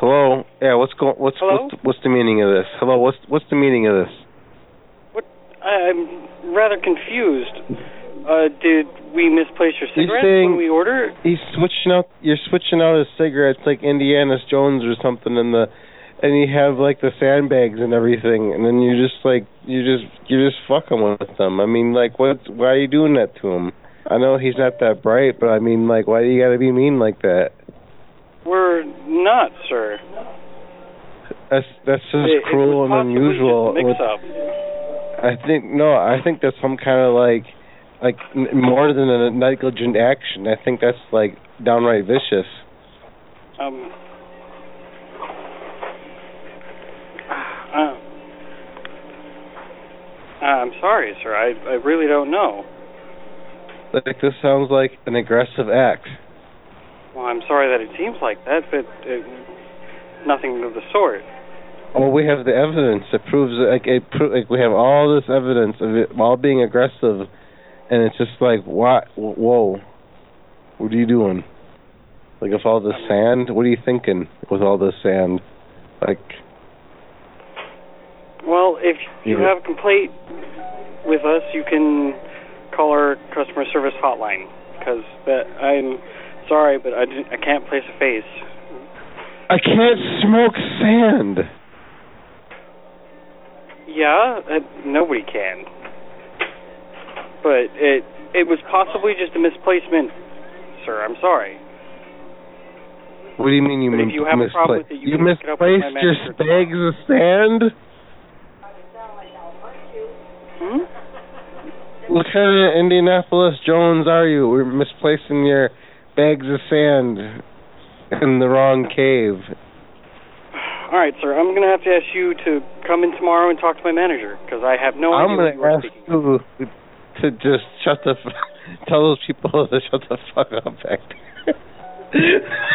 S10: Hello. Yeah. What's going? What's
S29: Hello?
S10: what's what's the meaning of this? Hello. What's what's the meaning of this?
S29: I, I'm rather confused. Uh, did we misplace your
S10: He's
S29: cigarettes
S10: saying-
S29: when we ordered?
S10: He's switching out. You're switching out his cigarettes like Indiana Jones or something in the, and you have like the sandbags and everything, and then you just like you just you're just fucking with them. I mean, like what? Why are you doing that to him? I know he's not that bright, but I mean, like, why do you gotta be mean like that?
S29: We're not, sir.
S10: That's that's just
S29: It- it
S10: cruel
S29: was
S10: and
S29: possibly
S10: unusual.
S29: just
S10: with-
S29: mix-up.
S10: I think no. I think that's some kind of like, like n- more than a negligent action. I think that's like downright vicious.
S29: Um, uh, I'm sorry, sir. I, I really don't know.
S10: Like this sounds like an aggressive act.
S29: Well, I'm sorry that it seems like that, but it, nothing of the sort.
S10: Well, we have the evidence. It proves like it. Pro- like we have all this evidence of it all being aggressive, and it's just like what? Whoa, what are you doing? Like if all this sand, what are you thinking with all this sand? Like
S29: Well, if you
S10: Yeah.
S29: have a complaint with us, you can call our customer service hotline. Because that I'm sorry, but I, didn't- I can't place a face.
S10: I can't smoke sand.
S29: Yeah, uh, nobody can. But it it was possibly just a misplacement, sir. I'm sorry.
S10: What do you mean you,
S29: But if
S10: mis-
S29: you have a problem
S10: misplaced?
S29: with it, you
S10: you
S29: can look it up with my
S10: misplaced your
S29: manager
S10: bags of sand.
S29: Hmm?
S3: Hmm?
S10: Lieutenant Indianapolis Jones, are you? We're misplacing your bags of sand in the wrong cave.
S29: All right, sir. I'm gonna have to ask you to come in tomorrow and talk to my manager because I have no
S10: I'm
S29: idea.
S10: gonna
S29: who you are
S10: ask you to just shut the f- tell those people to shut the fuck up back there.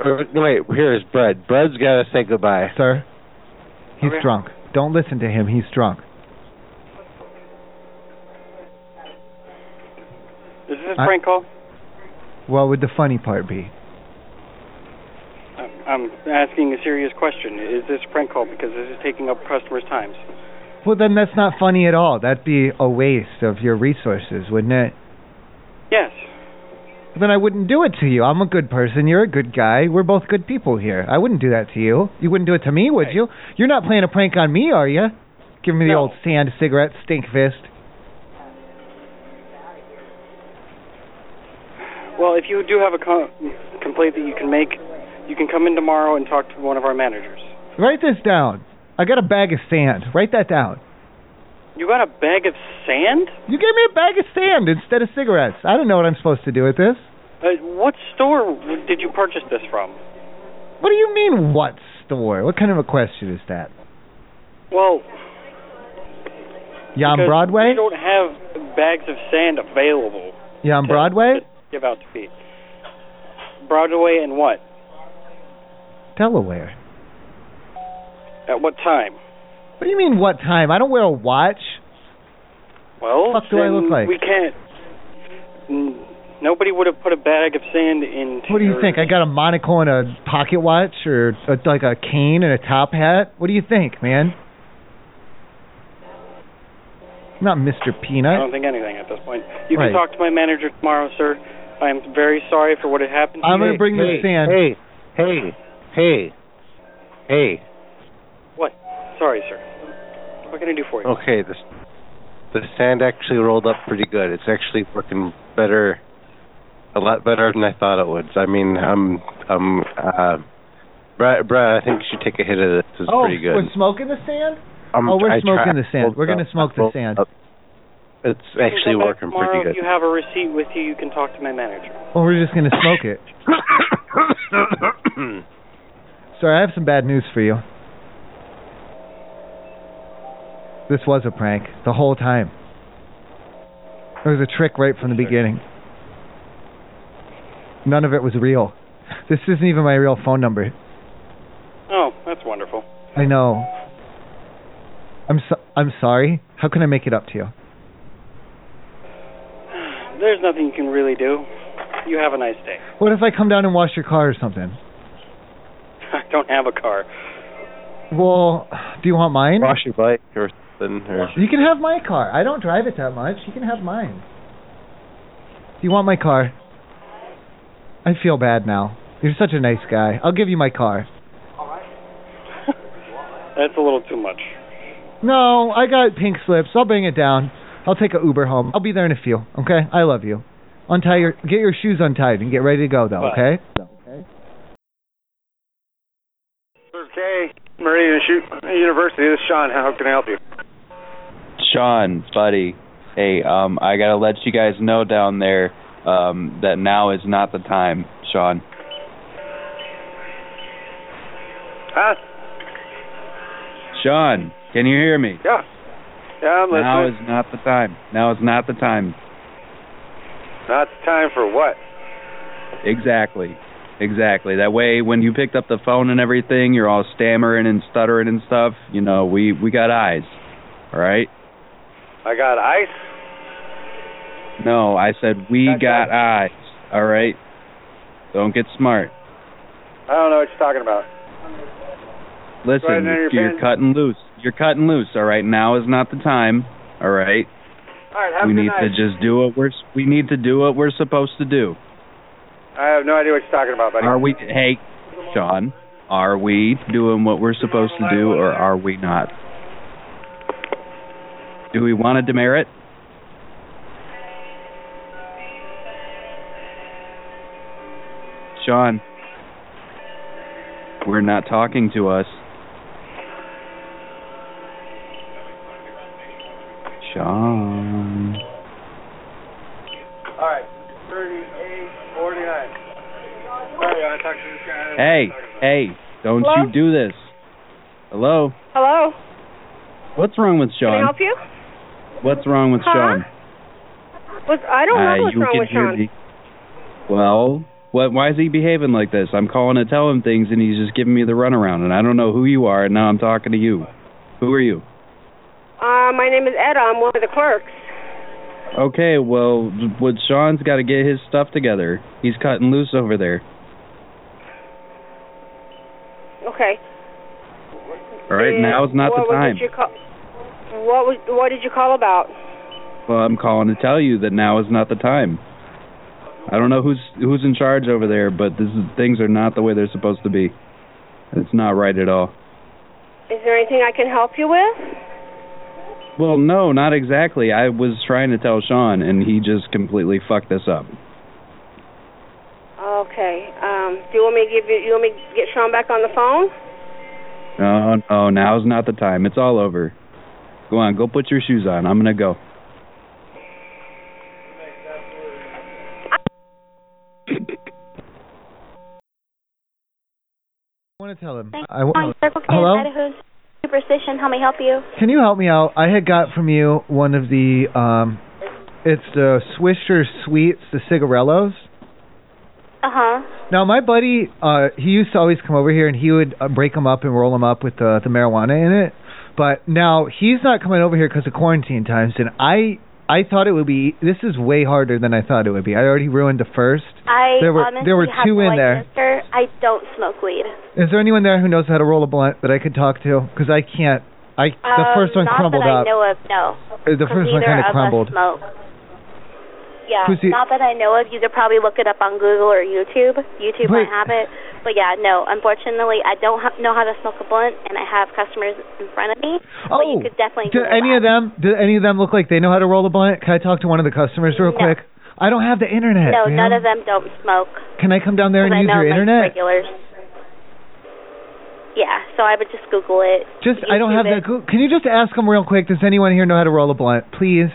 S10: Or, no, wait, here's Bread. Bread's gotta say goodbye.
S2: Sir, he's
S10: Okay.
S2: drunk. Don't listen to him. He's drunk.
S29: Is this a
S2: I-
S29: prank call?
S2: What would the funny part be?
S29: I'm- I'm asking a serious question. Is this a prank call because this is taking up customers' times?
S2: Well, then that's not funny at all. That'd be a waste of your resources, wouldn't it?
S29: Yes.
S2: Then I wouldn't do it to you. I'm a good person. You're a good guy. We're both good people here. I wouldn't do that to you. You wouldn't do it to me, would you? You're not playing a prank on me, are you? Give me the old sand cigarette stink fist.
S29: Well, if you do have a com- complaint that you can make, you can come in tomorrow and talk to one of our managers.
S2: Write this down. I got a bag of sand. Write that down.
S29: You got a bag of sand?
S2: You gave me a bag of sand instead of cigarettes. I don't know what I'm supposed to do with this.
S29: Uh, what store w- did you purchase this from?
S2: What do you mean, what store? What kind of a question is that?
S29: Well,
S2: Yeah, on
S29: because
S2: Broadway?
S29: We don't have bags of sand available.
S2: Yeah, on Broadway?
S29: Give out to feed. Broadway and what?
S2: Delaware.
S29: At what time?
S2: What do you mean, what time? I don't wear a watch.
S29: Well,
S2: Fuck do I look
S29: then
S2: like?
S29: We can't. N- Nobody would have put a bag of sand in.
S2: What do you think? I got a monocle and a pocket watch or a, like a cane and a top hat? What do you think, man? I'm not Mr.
S29: I
S2: Peanut.
S29: don't think anything at this point. You
S2: Right.
S29: can talk to my manager tomorrow, sir. I am very sorry for what had happened.
S2: I'm gonna bring
S29: the
S2: the sand.
S10: Hey, hey, hey, hey.
S29: What? Sorry, sir. What can I do for you?
S10: Okay, this the sand actually rolled up pretty good. It's actually working better, a lot better than I thought it would. I mean, I'm, I'm, uh, Brad, Brad, I think you should take a hit of this. This is
S2: oh,
S10: pretty good.
S2: we're smoking the sand?
S10: I'm-
S2: oh, we're
S10: I
S2: smoking
S10: tried-
S2: the sand. We're gonna
S10: I
S2: smoke the
S10: rolled
S2: sand.
S10: up. It's actually
S29: You can come back
S10: working
S29: tomorrow.
S10: pretty
S29: If
S10: good.
S29: you have a receipt with you, you can talk to my manager.
S2: Or Oh, we're just gonna smoke it. Sorry, I have some bad news for you. This was a prank the whole time. It was a trick right from the beginning. None of it was real. This isn't even my real phone number.
S29: Oh, that's wonderful.
S2: I know. I'm so- I'm sorry. How can I make it up to you?
S29: There's nothing you can really do. You have a nice day.
S2: What if I come down and wash your car or something?
S29: I don't have a car.
S2: Well, do you want mine?
S10: Wash your bike or something. Or
S2: You can have my car. I don't drive it that much. You can have mine. Do you want my car? I feel bad now. You're such a nice guy. I'll give you my car.
S29: That's a little too much.
S2: No, I got pink slips. I'll bring it down. I'll take a Uber home. I'll be there in a few. Okay, I love you. Untie your, get your shoes untied and get ready to go though.
S29: Bye.
S2: Okay.
S29: Okay, Meridian Shu- University. This is Sean. How can I help you?
S12: Sean, buddy, hey, um, I gotta let you guys know down there um, that now is not the time, Sean.
S29: Huh?
S12: Sean, can you hear me?
S29: Yeah. Yeah, I'm
S12: now is
S29: listening.
S12: not the time. Now is not the time.
S29: Not time for what?
S12: Exactly. Exactly. That way, when you picked up the phone and everything, you're all stammering and stuttering and stuff. You know, we we got eyes. All right.
S29: I got ice.
S12: No, I said we got eyes. All right. Don't get smart.
S29: I don't know what you're talking about. Go ahead
S12: Listen,
S29: and enter your
S12: you're
S29: pin.
S12: cutting loose. You're cutting loose. All right. Now is not the time. All right.
S29: All right, have
S12: we
S29: a good
S12: need to
S29: night.
S12: just do what we're we need to do what we're supposed to do.
S29: I have no idea what you're talking about, buddy.
S12: Are we hey Sean, are we doing what we're supposed to do or are we not? Do we want to demerit? Sean, we're not talking to us. Sean.
S29: All right, 38, 49.
S26: Oh.
S29: Sorry, I talked to this guy.
S12: Hey, hey, don't you do this. Hello?
S3: Hello.
S12: What's wrong with
S3: Can I
S12: Sean?
S3: help you?
S12: What's wrong with
S3: Huh?
S12: Sean?
S3: Was I don't
S12: Ah,
S3: know what's
S12: you
S3: wrong
S12: can
S3: with
S12: hear
S3: Sean.
S12: me. Well, what, why is he behaving like this? I'm calling to tell him things, and he's just giving me the runaround, and I don't know who you are, and now I'm talking to you. Who are you?
S3: Uh, my name is Etta. I'm one of the clerks.
S12: Okay, well, what Sean's got to get his stuff together. He's cutting loose over there.
S3: Okay.
S12: All right,
S3: And
S12: now's not
S3: what
S12: the
S3: was
S12: time.
S3: it you call- what was what did you call about?
S12: Well, I'm calling to tell you that now is not the time. I don't know who's who's in charge over there, but this is, things are not the way they're supposed to be. It's not right at all.
S3: Is there anything I can help you with?
S12: Well, no, not exactly. I was trying to tell Sean, and he just completely fucked this up.
S3: Okay. Um, do you want me to give you? You want me to get Sean back on the phone?
S12: Oh, no, now's not the time. It's all over. Go on, go put your shoes on. I'm gonna go.
S2: I want to tell him.
S18: Thanks
S2: I wa-
S18: for calling Circle K
S2: Hello?
S18: Idaho's Superstition. How may I help you?
S2: Can you help me out? I had got from you one of the um, it's the Swisher Sweets, the cigarellos.
S18: Uh huh.
S2: Now my buddy, uh, he used to always come over here and he would uh, break them up and roll them up with the the marijuana in it. But now he's not coming over here because of quarantine times, and I I thought it would be this is way harder than I thought it would be. I already ruined the first.
S18: I
S2: There were-
S18: honestly
S2: there were
S18: have
S2: two
S18: no
S2: in
S18: idea,
S2: there.
S18: Sir, I don't smoke weed.
S2: Is there anyone there who knows how to roll a blunt that I could talk to? Because I can't. I the
S18: Um,
S2: first one
S18: not
S2: crumbled
S18: that I
S2: up.
S18: know of, no.
S2: Uh, the
S18: 'Cause
S2: first one
S18: neither
S2: kinda
S18: of us
S2: crumbled.
S18: Smoke. Yeah,
S2: Who's the-
S18: not that I know of. You could probably look it up on Google or YouTube. YouTube might have it. But yeah, no. Unfortunately, I don't ha- know how to smoke a blunt, and I have customers in front of me. but
S2: Oh,
S18: you could definitely.
S2: do
S18: Google
S2: any of them? Do any of them look like they know how to roll a blunt? Can I talk to one of the customers real
S18: No.
S2: quick? I don't have the internet.
S18: that. No,
S2: man.
S18: none of them don't smoke.
S2: Can I come down there and
S18: 'cause I
S2: use
S18: know
S2: your
S18: most
S2: internet?
S18: Regulars. Yeah, so I would just Google it.
S2: Just I don't have that. Goo- Can you just ask them real quick? Does anyone here know how to roll a blunt, please?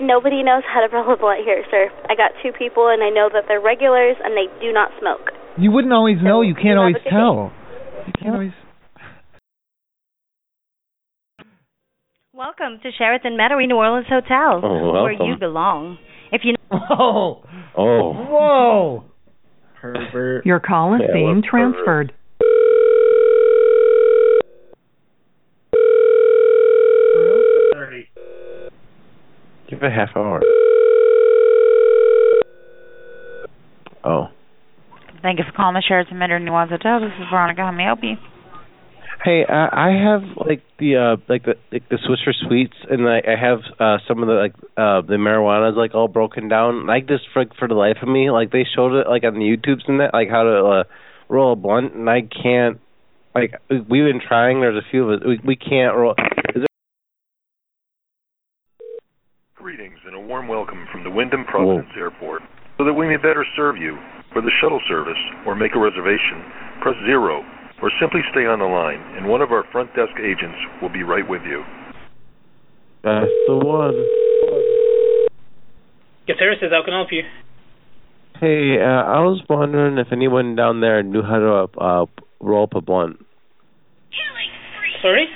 S18: Nobody knows how to roll a blunt here, sir. I got two people, and I know that they're regulars, and they do not smoke.
S2: You wouldn't always know. You can't always tell. You can't always.
S21: Welcome to Sheraton Metairie New Orleans Hotel,
S8: Oh,
S21: where
S8: welcome.
S21: you belong. If you
S2: oh,
S8: Oh.
S2: whoa,
S8: Herbert.
S6: Your call is
S8: Yeah,
S6: being
S8: what's
S6: transferred.
S8: Give it a half hour. Oh.
S9: Thank you for calling the Sheraton Metairie New Orleans Hotel. This is Veronica. How may I help you?
S10: Hey, uh, I have like the uh like the like the Swisher sweets, and I, I have uh some of the like uh the marijuana's like all broken down. Like this for for the life of me, like they showed it like on the YouTubes and that, like how to uh, roll a blunt, and I can't. Like we've been trying. There's a few of us. We, we can't roll. Is there
S31: Greetings and a warm welcome from the Wyndham Providence Airport. So that we may better serve you for the shuttle service or make a reservation, press zero or simply stay on the line and one of our front desk agents will be right with you.
S10: That's uh, the one.
S5: Good services. How can I help you?
S10: Hey, uh, I was wondering if anyone down there knew how to uh, roll up a blunt.
S5: Sorry.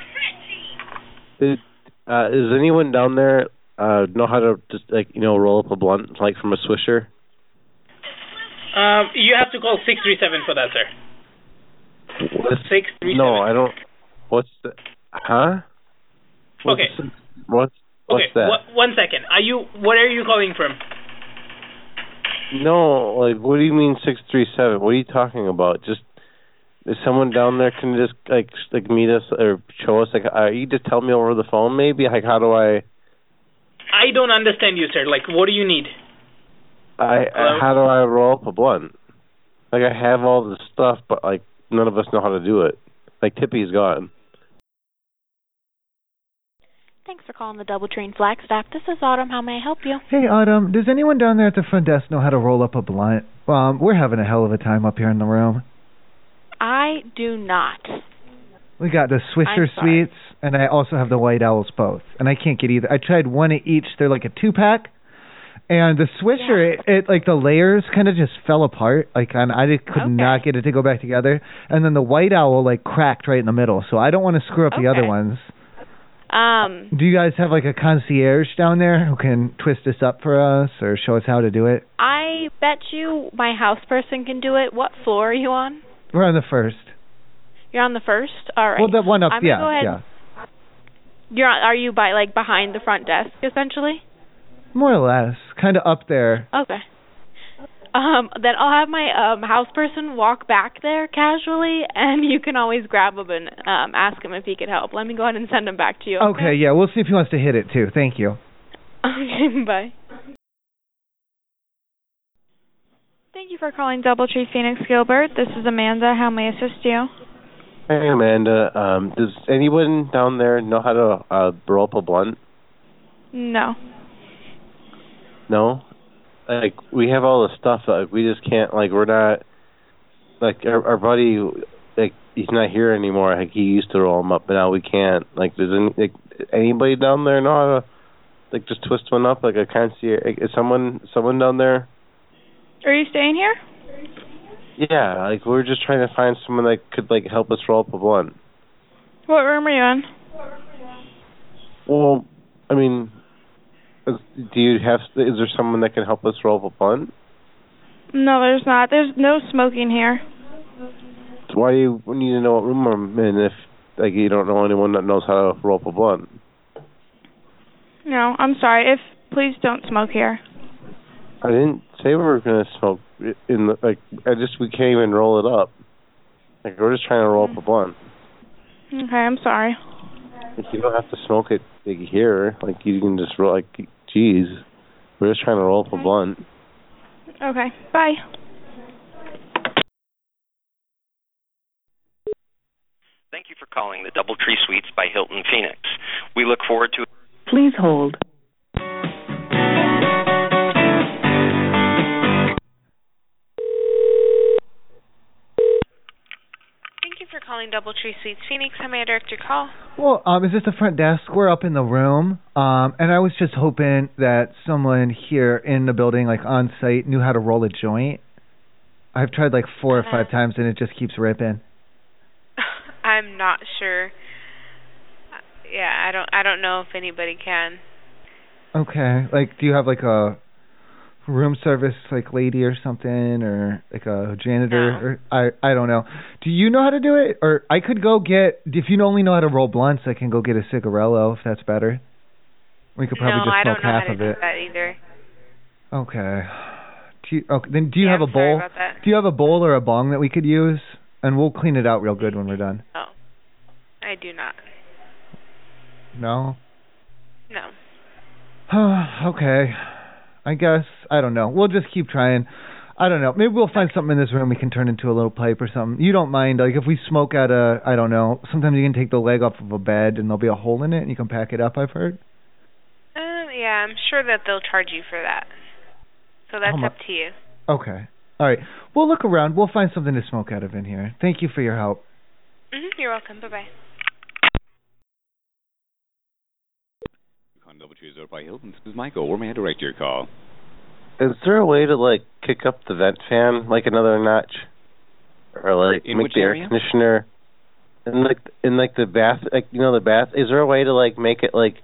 S10: Did, uh, does anyone down there uh, know how to just like you know roll up a blunt like from a swisher?
S5: Um, you have to call six three seven for that, sir. Six three.
S10: No, I don't. What's the? Huh? What's
S5: Okay.
S10: What's what's
S5: okay.
S10: that?
S5: one- one second. Are you? Where are you calling from?
S10: No, like what do you mean six three seven? What are you talking about? Just is someone down there can just like s- like meet us or show us like uh, you just tell me over the phone maybe like how do I
S5: I don't understand you, sir. Like, what do you need?
S10: I, I how do I roll up a blunt? Like I have all the stuff but like none of us know how to do it. Like Tippy's gone.
S32: Thanks for calling the Double Train Flagstaff. This is Autumn. How may I help you?
S2: Hey, Autumn, does anyone down there at the front desk know how to roll up a blunt? Um, we're having a hell of a time up here in the room.
S32: I do not.
S2: We got the Swisher
S32: I'm sorry.
S2: sweets, and I also have the White Owls both, and I can't get either. I tried one of each. They're like a two pack, and the Swisher, it, it like the layers kind of just fell apart. Like and I just could not get it to go back together. And then the White Owl like cracked right in the middle. So I don't want to screw up the other ones.
S32: Um,
S2: Do you guys have like a concierge down there who can twist this up for us or show us how to do it?
S32: I bet you my house person can do it. What floor are you on?
S2: We're on the first.
S32: You're on the first. All right.
S2: Well, that one up.
S32: I'm
S2: yeah,
S32: gonna go ahead.
S2: yeah.
S32: You're on, are you by like behind the front desk essentially?
S2: More or less, kind of up there.
S32: Okay. Um, then I'll have my um house person walk back there casually, and you can always grab him and um ask him if he could help. Let me go ahead and send him back to you.
S2: Okay, yeah. We'll see if he wants to hit it too. Thank you.
S32: Okay, bye.
S9: Thank you for calling Doubletree Phoenix Gilbert. This is Amanda. How may I assist you?
S10: Hey Amanda, um does anyone down there know how to uh roll up a blunt?
S9: No.
S10: No? Like we have all the stuff like we just can't like we're not like our, our buddy like he's not here anymore. Like he used to roll them up, but now we can't. Like does any like anybody down there know how to like just twist one up like a concierge? Like, is someone someone down there?
S9: Are you staying here?
S10: Yeah, like we're just trying to find someone that could like help us roll up a blunt.
S9: What room are you in?
S10: Well, I mean, is- do you have? Is there someone that can help us roll up a blunt?
S9: No, there's not. There's no smoking here.
S10: Why do you need to know what room I'm in if like you don't know anyone that knows how to roll up a blunt?
S9: No, I'm sorry. If please don't smoke here.
S10: I didn't say we were gonna smoke i- in the like. I just we can't even roll it up. Like we're just trying to roll up a blunt.
S9: Okay, I'm sorry.
S10: Like you don't have to smoke it like, here. Like you can just roll. Like geez, we're just trying to roll up a blunt.
S9: Okay, bye.
S1: Thank you for calling the Doubletree Suites by Hilton Phoenix. We look forward to
S6: Please hold.
S19: Thank you for calling Doubletree Suites Phoenix. How may I direct your call?
S2: Well, um, is this the front desk? We're up in the room, um, and I was just hoping that someone here in the building, like on site, knew how to roll a joint. I've tried like four or five times, and it just keeps ripping.
S19: I'm not sure. Uh, Yeah, I don't. I don't know if anybody can.
S2: Okay, like, do you have like a room service like lady or something, or like a janitor? Or I I don't know. Do you know how to do it, or I could go get if you only know how to roll blunts, I can go get a cigarello if that's better. We could probably
S19: no,
S2: just
S19: I
S2: smoke
S19: don't know
S2: half
S19: how to
S2: of
S19: do
S2: it.
S19: that either.
S2: Okay. Do you, okay. Then do you
S19: Yeah,
S2: have a
S19: I'm sorry
S2: bowl?
S19: about that.
S2: Do you have a bowl or a bong that we could use? And we'll clean it out real good when we're done.
S19: No, I do not.
S2: No.
S19: No.
S2: okay. I guess I don't know. We'll just keep trying. I don't know. Maybe we'll find something in this room we can turn into a little pipe or something. You don't mind like if we smoke out a I don't know. Sometimes you can take the leg off of a bed and there'll be a hole in it and you can pack it up. I've heard.
S19: Um.
S9: yeah, I'm sure that they'll charge you for that. So that's
S2: How mu-
S9: up to you.
S2: Okay. All right. We'll look around. We'll find something to smoke out of in here. Thank you for your help.
S9: Mm-hmm, you're welcome. Bye bye.
S5: Con Doubletree is over by Hilton. This is Michael. Where may I direct your call?
S10: Is there a way to like kick up the vent fan like another notch, or like
S5: In
S10: make
S5: which
S10: the
S5: area?
S10: air conditioner, and like in like the bath, like you know the bath? Is there a way to like make it like,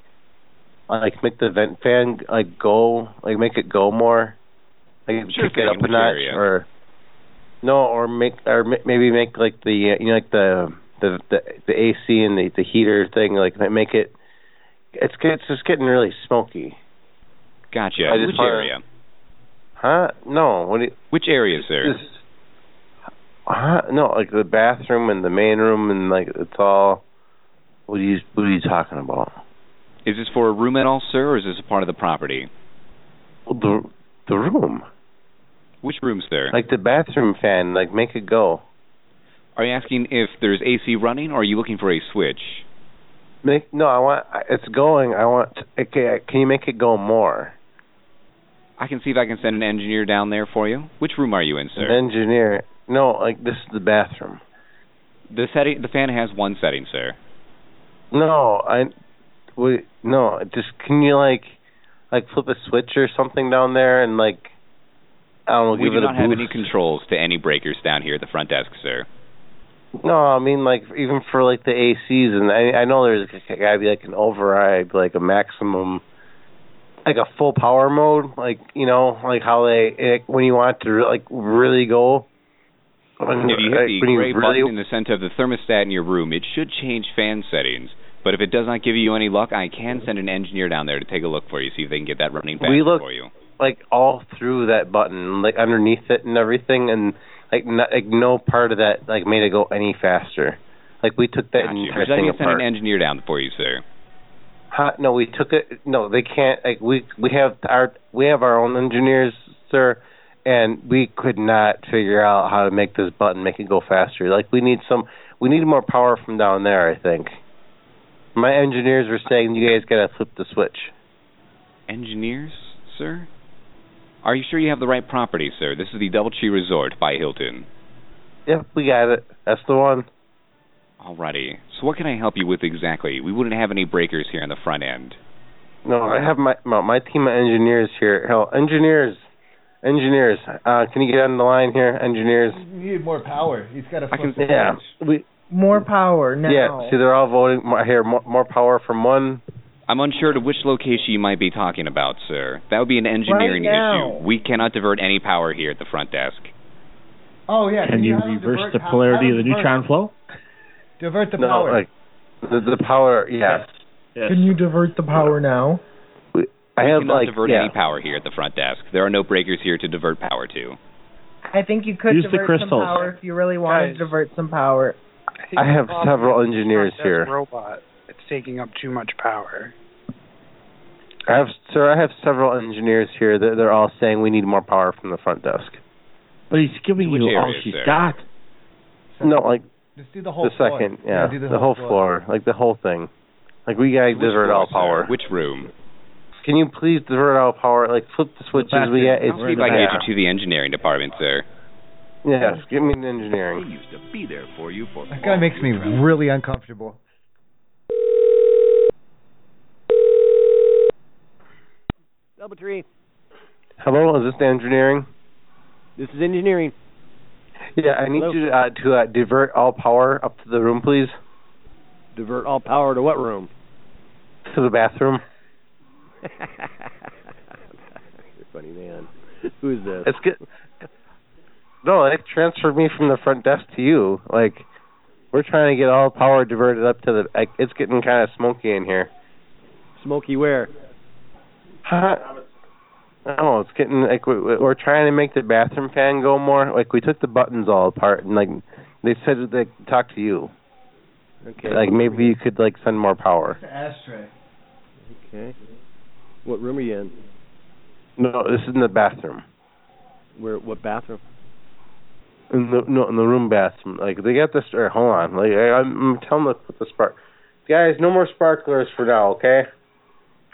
S10: like make the vent fan like go, like make it go more, like
S5: Sure
S10: kick it
S5: thing.
S10: up a
S5: Which
S10: notch,
S5: area?
S10: or no, or make or ma- maybe make like the uh, you know like the the the, the AC and the the heater thing like make it. It's it's just getting really smoky.
S5: Gotcha.
S10: I just
S5: Which
S10: wanna-
S5: area?
S10: Huh? No. What do you,
S5: Which area, sir?
S10: Just- uh, no, like the bathroom and the main room and like it's all. What are you What are you talking about?
S5: Is this for a room at all, sir, or is this a part of the property?
S10: The the room,
S5: Which room, sir?
S10: like the bathroom fan, like make it go.
S5: Are you asking if there's AC running, or are you looking for a switch?
S10: Make no, I want it's going. I want. Okay, can you make it go more?
S5: I can see if I can send an engineer down there for you. Which room are you in,
S10: An
S5: sir?
S10: engineer. No, like this is the bathroom.
S5: the setting, the fan has one setting, sir.
S10: No, I. Wait, no, just can you like, like flip a switch or something down there and like. I don't know.
S5: we
S10: give
S5: do
S10: it a
S5: not have
S10: boost.
S5: any controls to any breakers down here at the front desk, sir.
S10: No, I mean like even for like the ACs, and I I know there's gotta be like an override, like a maximum, like a full power mode, like you know, like how they like, when you want to re- like really go. When,
S5: if you
S10: like,
S5: hit the
S10: when you
S5: gray
S10: really,
S5: button in the center of the thermostat in your room, it should change fan settings. But if it does not give you any luck, I can send an engineer down there to take a look for you, see if they can get that running back
S10: We look-
S5: for you.
S10: like all through that button, like underneath it and everything, and like not, like no part of that like made it go any faster. Like we took that
S5: Got you.
S10: entire
S5: Would you like
S10: thing
S5: me to send
S10: apart.
S5: an engineer down for you, sir?
S10: Huh? No, we took it. No, they can't. Like we we have our we have our own engineers, sir, and we could not figure out how to make this button make it go faster. Like we need some. We need more power from down there. I think. My engineers were saying you guys gotta flip the switch.
S5: Engineers, sir? Are you sure you have the right property, sir? This is the Doubletree Resort by Hilton.
S10: Yep, we got it. That's the one.
S5: Alrighty. So what can I help you with exactly? We wouldn't have any breakers here on the front end.
S10: No, I have my my, my team of engineers here. Hell, engineers, engineers. Uh, can you get on the line here, engineers?
S2: You need more power. He's got to flip
S10: Yeah, we
S26: More power now.
S10: yeah. See, they're all voting more, here. More, more power from one.
S5: I'm unsure to which location you might be talking about, sir. That would be an engineering
S26: Right now.
S5: issue. We cannot divert any power here at the front desk.
S2: Oh yeah.
S33: Can you
S2: have him
S33: reverse
S2: divert
S33: the
S2: pow-
S33: polarity
S2: have
S33: of the
S2: him
S33: neutron flow?
S2: Divert the
S10: no,
S2: power.
S10: like the, the power. Yes,
S26: Can you divert the power now?
S10: I
S5: we
S10: have
S5: cannot
S10: like
S5: divert
S10: yeah.
S5: any power here at the front desk. There are no breakers here to divert power to.
S26: I think you could
S5: Use the
S26: divert some
S5: crystals.
S26: power if you really wanted to divert some power.
S10: I have several engineers
S26: That's
S10: here.
S8: Robot. It's taking up too much power.
S10: I have sir. I have several engineers here. They're, they're all saying we need more power from the front desk.
S33: But he's giving you all
S10: area is
S33: she's
S10: there?
S33: got.
S10: No, like
S2: Just do the whole floor.
S10: second.
S2: Yeah,
S10: Yeah,
S2: do
S10: the,
S2: the
S10: whole
S2: whole
S10: floor. like the whole thing. Like we gotta
S5: Which
S10: divert
S5: floor,
S10: all
S5: sir?
S10: power.
S5: Which room?
S10: Can you please divert all power? Like flip the switches. We got. It's
S5: I'll see if I can get you to the engineering department, sir.
S10: Yeah, just give me an engineering.
S5: used to be there for you for
S2: That guy makes me really uncomfortable.
S24: Double tree.
S10: Hello, is this the engineering?
S24: This is engineering.
S10: Yeah, I need
S24: Hello?
S10: you to, uh, to uh, divert all power up to the room, please,
S24: Divert all power to what room?
S10: to the bathroom.
S24: You're a funny man. Who's this?
S10: It's good. No, they transferred me from the front desk to you. Like, we're trying to get all power diverted up to the. Like, it's getting kind of smoky in here.
S24: Smoky where?
S10: Oh, it's getting like we, we- we're trying to make the bathroom fan go more. Like, we took the buttons all apart, and like they said that they talked to you.
S24: Okay.
S10: Like, maybe you could like send more power.
S2: ashtray.
S24: Okay. What room are you in?
S10: No, this is in the bathroom.
S24: Where? What bathroom?
S10: In the no, in the room bathroom. Like they got this. Or hold on. Like I, I'm, I'm telling them to put the spark. Guys, no more sparklers for now. Okay.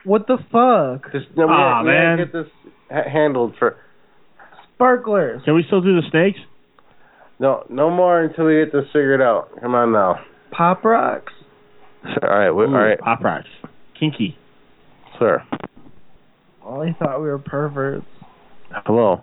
S26: What the fuck?
S10: Just, no, we
S1: Aw,
S10: gotta- we gotta
S1: man.
S10: get this ha- handled for.
S26: Sparklers.
S1: Can we still do the snakes?
S10: No, no more until we get this figured out. Come on now.
S26: Pop rocks.
S10: All right, we, all right.
S1: Pop rocks. Kinky.
S10: Sir.
S26: Well, he thought we were perverts.
S10: Hello.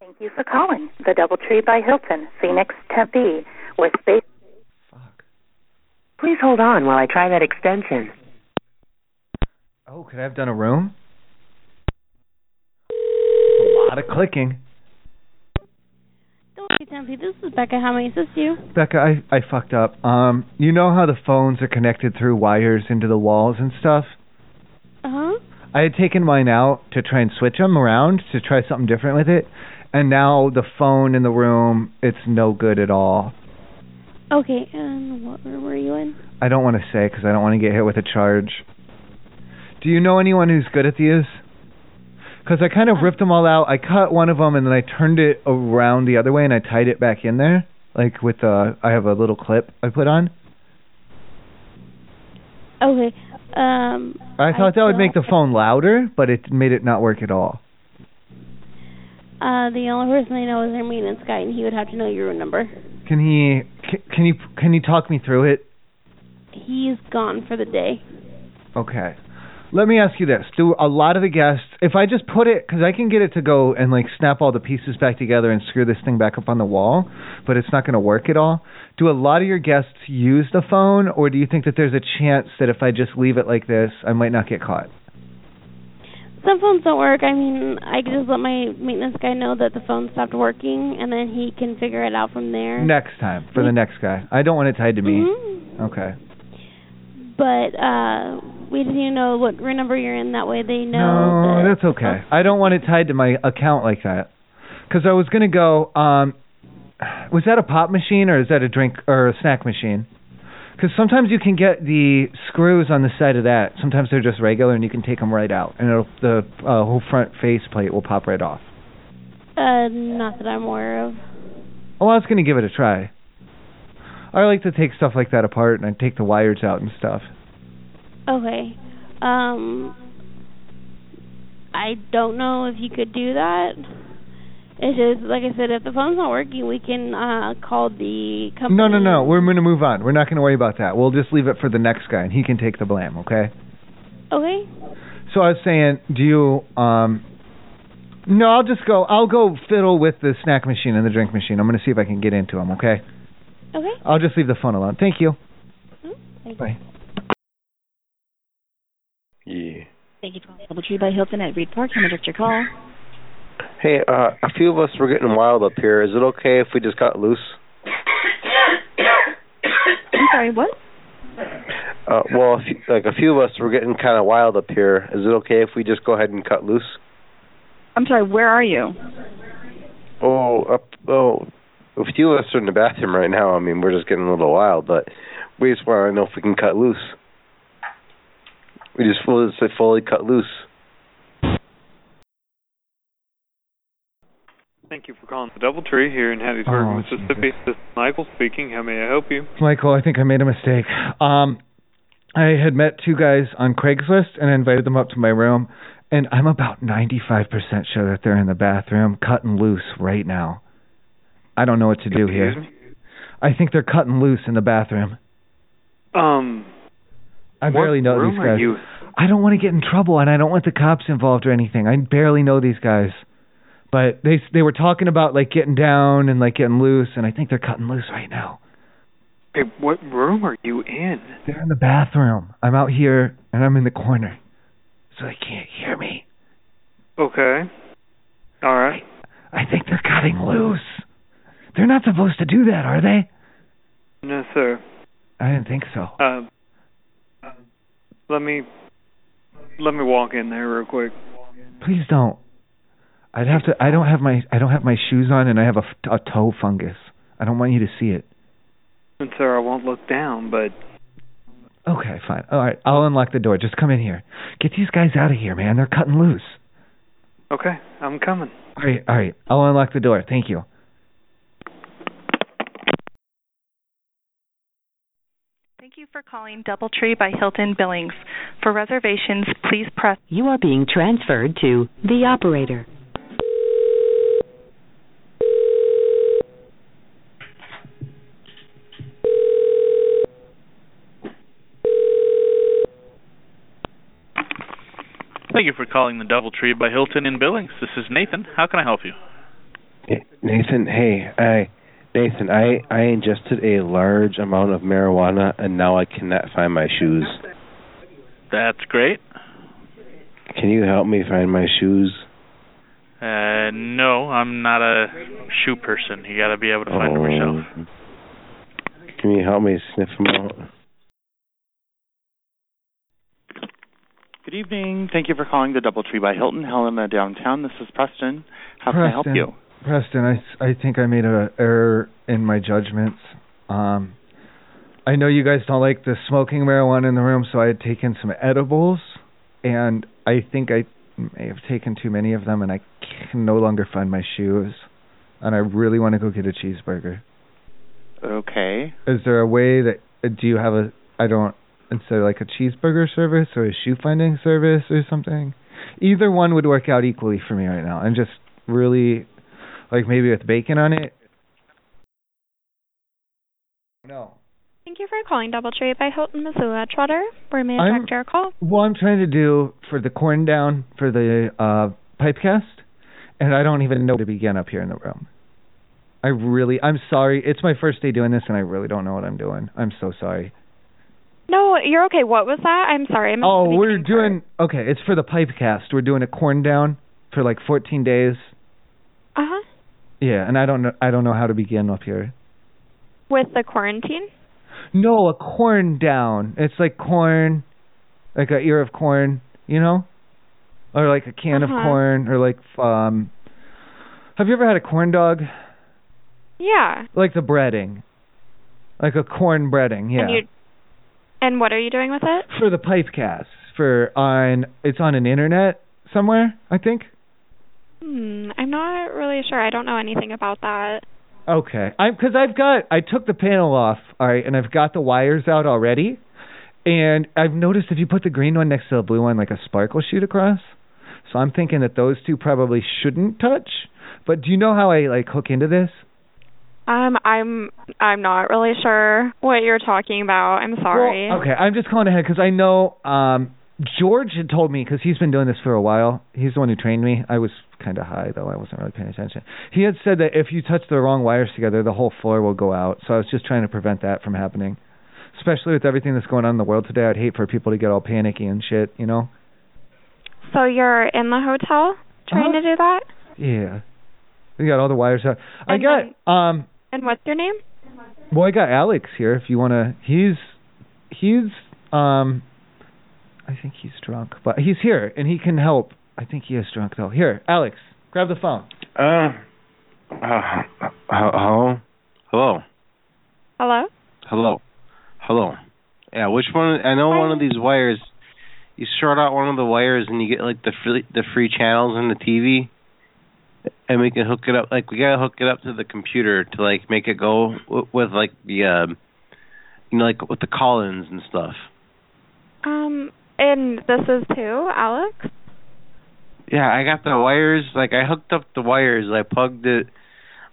S9: Thank you for calling the DoubleTree by Hilton, Phoenix, Tempe, with space.
S6: Please hold on while I try that extension.
S17: Oh, could I have done a room? A lot of clicking.
S16: Don't be Tempe. This is Becca. How may I assist you?
S17: Becca, I, I fucked up. Um, you know how the phones are connected through wires into the walls and stuff?
S16: Uh
S9: Uh-huh.
S16: huh.
S17: I had taken mine out to try and switch them around to try something different with it, and now the phone in the room, it's no good at all.
S16: Okay, and what room were you in?
S17: I don't want to say because I don't want to get hit with a charge. Do you know anyone who's good at these? Because I kind of ripped them all out. I cut one of them and then I turned it around the other way and I tied it back in there, like with uh, I have a little clip I put on.
S16: Okay. Um.
S17: I thought that would make the
S16: don't-
S17: phone louder, but it made it not work at all.
S16: Uh, the only person I know is their maintenance guy, and he would have to know your room number.
S17: Can he? Can, can you? Can you talk me through it?
S16: He's gone for the day.
S17: Okay. Let me ask you this: Do a lot of the guests, if I just put it, because I can get it to go and like snap all the pieces back together and screw this thing back up on the wall, but it's not going to work at all. Do a lot of your guests use the phone, or do you think that there's a chance that if I just leave it like this, I might not get caught?
S16: Some phones don't work. I mean, I could just let my maintenance guy know that the phone stopped working, and then he can figure it out from there.
S17: Next time for the next guy, I don't want it tied to me. Okay.
S16: But uh, we didn't even know what room number you're in. That way, they know.
S17: No,
S16: that
S17: that's okay. I don't want it tied to my account like that. Because I was gonna go. Um, was that a pop machine or is that a drink or a snack machine? Because sometimes you can get the screws on the side of that. Sometimes they're just regular, and you can take them right out, and it'll, the uh, whole front face plate will pop right off.
S16: Uh, not that I'm aware of.
S17: Oh, I was gonna give it a try. I like to take stuff like that apart, and I take the wires out and stuff.
S16: Okay. Um, I don't know if you could do that. It's just like I said, if the phone's not working, we can uh call the company.
S17: No, no, no. We're gonna move on. We're not gonna worry about that. We'll just leave it for the next guy, and he can take the blame. Okay.
S16: Okay.
S17: So I was saying, do you? Um, no, I'll just go. I'll go fiddle with the snack machine and the drink machine. I'm gonna see if I can get into them. Okay.
S16: Okay.
S17: I'll just leave the phone alone. Thank you.
S9: Thank
S17: Bye.
S10: Yeah.
S9: Thank you for calling DoubleTree by Hilton at Reed Park. Can I direct your call?
S10: Hey, uh, a few of us were getting wild up here. Is it okay if we just cut loose?
S9: I'm sorry, what?
S10: Uh, well, if, like a few of us were getting kind of wild up here. Is it okay if we just go ahead and cut loose?
S34: I'm sorry, where are you?
S10: Oh, up, oh, a few of us are in the bathroom right now. I mean, we're just getting a little wild, but we just want to know if we can cut loose. We just fully, just fully cut loose.
S35: Thank you for calling the DoubleTree here in Hattiesburg,
S17: Oh,
S35: Mississippi. This is Michael speaking. How may I help you?
S17: Michael, I think I made a mistake. Um, I had met two guys on Craigslist and I invited them up to my room, and I'm about 95% sure that they're in the bathroom cutting loose right now. I don't know what to do here.
S35: Excuse
S17: I think they're cutting loose in the bathroom.
S35: Um,
S17: I
S35: what
S17: barely know
S35: room
S17: these
S35: are
S17: guys.
S35: you?
S17: I don't want to get in trouble, and I don't want the cops involved or anything. I barely know these guys, but they they were talking about like getting down and like getting loose, and I think they're cutting loose right now.
S35: Hey, what room are you in?
S17: They're in the bathroom. I'm out here, and I'm in the corner, so they can't hear me.
S35: Okay. All right.
S17: I think they're cutting loose. They're not supposed to do that, are they?
S35: No, sir.
S17: I didn't think so.
S35: Um, let me let me walk in there real quick.
S17: Please don't. I'd have to. I don't have my. I don't have my shoes on, and I have a, f- a toe fungus. I don't want you to see it.
S35: And sir, I won't look down, but
S17: Okay, fine. All right, I'll unlock the door. Just come in here. Get these guys out of here, man. They're cutting loose.
S35: okay, I'm coming.
S17: All right, all right. I'll unlock the door. Thank you.
S36: you for calling DoubleTree by Hilton Billings. For reservations, please press.
S6: You are being transferred to the operator.
S20: Thank you for calling the DoubleTree by Hilton in Billings. This is Nathan. How can I help you?
S10: Nathan, hey, I, Nathan, I, I ingested a large amount of marijuana and now I cannot find my shoes.
S20: That's great.
S10: Can you help me find my shoes?
S20: Uh, no, I'm not a shoe person. You got to be able to find them yourself.
S10: Can you help me sniff them out?
S9: Good evening. Thank you for calling the DoubleTree by Hilton, Helena downtown. This is Preston. How can I help
S17: Preston.
S9: you?
S17: Preston, I, s- I think I made an error in my judgments. Um, I know you guys don't like the smoking marijuana in the room, so I had taken some edibles, and I think I may have taken too many of them, and I can no longer find my shoes, and I really want to go get a cheeseburger.
S9: Okay.
S17: Is there a way that uh, do you have a I don't instead of like a cheeseburger service or a shoe finding service or something? Either one would work out equally for me right now. I'm just really like maybe with bacon on it. No.
S25: Thank you for calling DoubleTree by Hilton Missoula Trotter. Where may I
S17: I'm-
S25: direct your call?
S17: Well, I'm trying to do for the corn down for the uh pipecast, and I don't even know where to begin up here in the room. I really, I'm sorry. It's my first day doing this, and I really don't know what I'm doing. I'm so sorry.
S25: No, you're okay. What was that? I'm sorry. I'm
S17: Oh, we're doing okay. It's for the pipecast. We're doing a corn down for like 14 days.
S25: Uh huh.
S17: Yeah, and I don't know. I don't know how to begin up here.
S25: With the quarantine.
S17: No, a corn down. It's like corn, like a ear of corn, you know, or like a can of
S25: Uh-huh.
S17: corn, or like um. Have you ever had a corn dog?
S25: Yeah.
S17: Like the breading, like a corn breading. Yeah.
S25: And, you, and what are you doing with it?
S17: for the pipecast for on it's on an internet somewhere, I think.
S25: Hmm, I'm not really sure. I don't know anything about that.
S17: Okay, I'm because I've got I took the panel off, all right, and I've got the wires out already, and I've noticed if you put the green one next to the blue one, like a spark will shoot across. So I'm thinking that those two probably shouldn't touch. But do you know how I like hook into this?
S25: Um, I'm I'm not really sure what you're talking about. I'm sorry.
S17: Okay, I'm just calling ahead because I know um, George had told me because he's been doing this for a while. He's the one who trained me. I was kind of high though; I wasn't really paying attention. He had said that if you touch the wrong wires together, the whole floor will go out. So I was just trying to prevent that from happening. Especially with everything that's going on in the world today, I'd hate for people to get all panicky and shit. You know?
S25: So you're in the hotel trying
S17: Uh-huh.
S25: to do that?
S17: Yeah. We got all the wires out. I got um
S25: And what's your name?
S17: Well, I got Alex here. If you wanna, he's he's um, I think he's drunk, but he's here and he can help. I think he is drunk though. Here, Alex, grab the phone.
S10: Uh, uh, hello, hello,
S25: Hello?
S10: hello, hello. Yeah, which one? I know one of these wires. You short out one of the wires and you get like the free, the free channels on the TV, and we can hook it up. Like we gotta hook it up to the computer to like make it go with, with like the, um, you know, like with the Collins and stuff.
S25: Um, and this is too, Alex.
S10: Yeah, I got the wires. Like I hooked up the wires. I plugged it,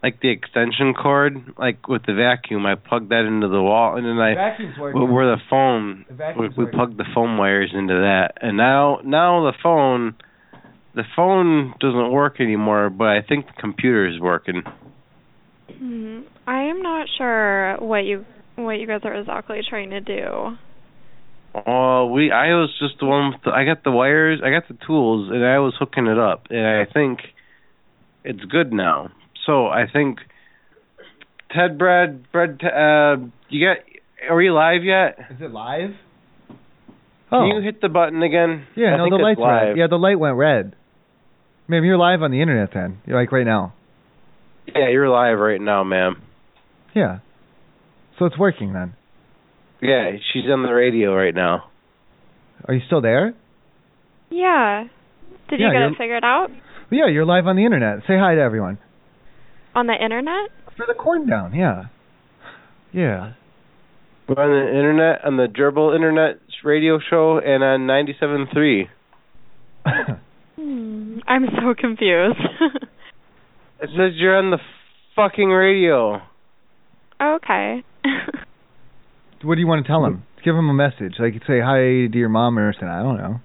S10: like the extension cord, like with the vacuum. I plugged that into the wall, and then I
S17: Vacuum's
S10: where where the phone
S17: The
S10: we,
S17: vacuum's
S10: we plugged the phone wires into that, and now now the phone, the phone doesn't work anymore. But I think the computer is working.
S25: Hmm. I am not sure what you what you guys are exactly trying to do.
S10: Oh, we I was just the one. With the, I got the wires. I got the tools, and I was hooking it up, and I think it's good now. So I think Ted, Brad, Brad, uh, you got? Are we live yet?
S17: Is it live?
S10: Can
S17: Oh.
S10: you hit the button again?
S17: Yeah,
S10: I
S17: no,
S10: think
S17: the lights
S10: it's
S17: went-
S10: live.
S17: Yeah, the light went red. Ma'am, you're live on the internet then. You're like right now.
S10: Yeah, you're live right now, ma'am.
S17: Yeah. So it's working then.
S10: Yeah, she's on the radio right now.
S17: Are you still there?
S25: Yeah. Did
S17: Yeah,
S25: you get
S17: you're-
S25: it figured out
S17: Yeah, you're live on the internet. Say hi to everyone.
S25: on the internet?
S17: For the corn down, yeah. Yeah.
S10: We're on the internet, on the Gerbil Internet Radio Show, and on 97.3.
S25: Hmm, I'm so confused.
S10: It says you're on the fucking radio.
S25: okay.
S2: What do you want to tell him? Give him a message. Like say hi to your mom or something. I don't know.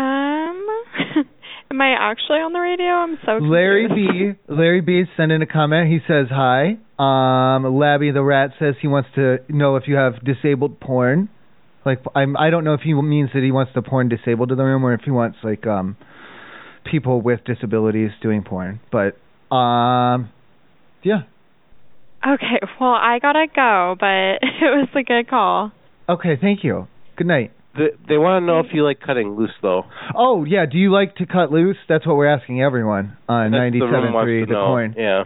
S25: Um, am I actually on the radio? I'm so confused.
S2: Larry B. Larry B. is sending a comment. He says hi. Um, Labby the rat says he wants to know if you have disabled porn. Like I'm, I don't know if he means that he wants the porn disabled in the room or if he wants like um people with disabilities doing porn. But um, yeah.
S25: Okay, well, I gotta go, but it was a good call.
S2: Okay, thank you. Good night.
S10: They, they want to know if you like cutting loose, though.
S2: Oh yeah, do you like to cut loose? That's what we're asking everyone on
S10: That's the room wants
S2: 97.3
S10: to
S2: The
S10: know.
S2: Coin.
S10: Yeah.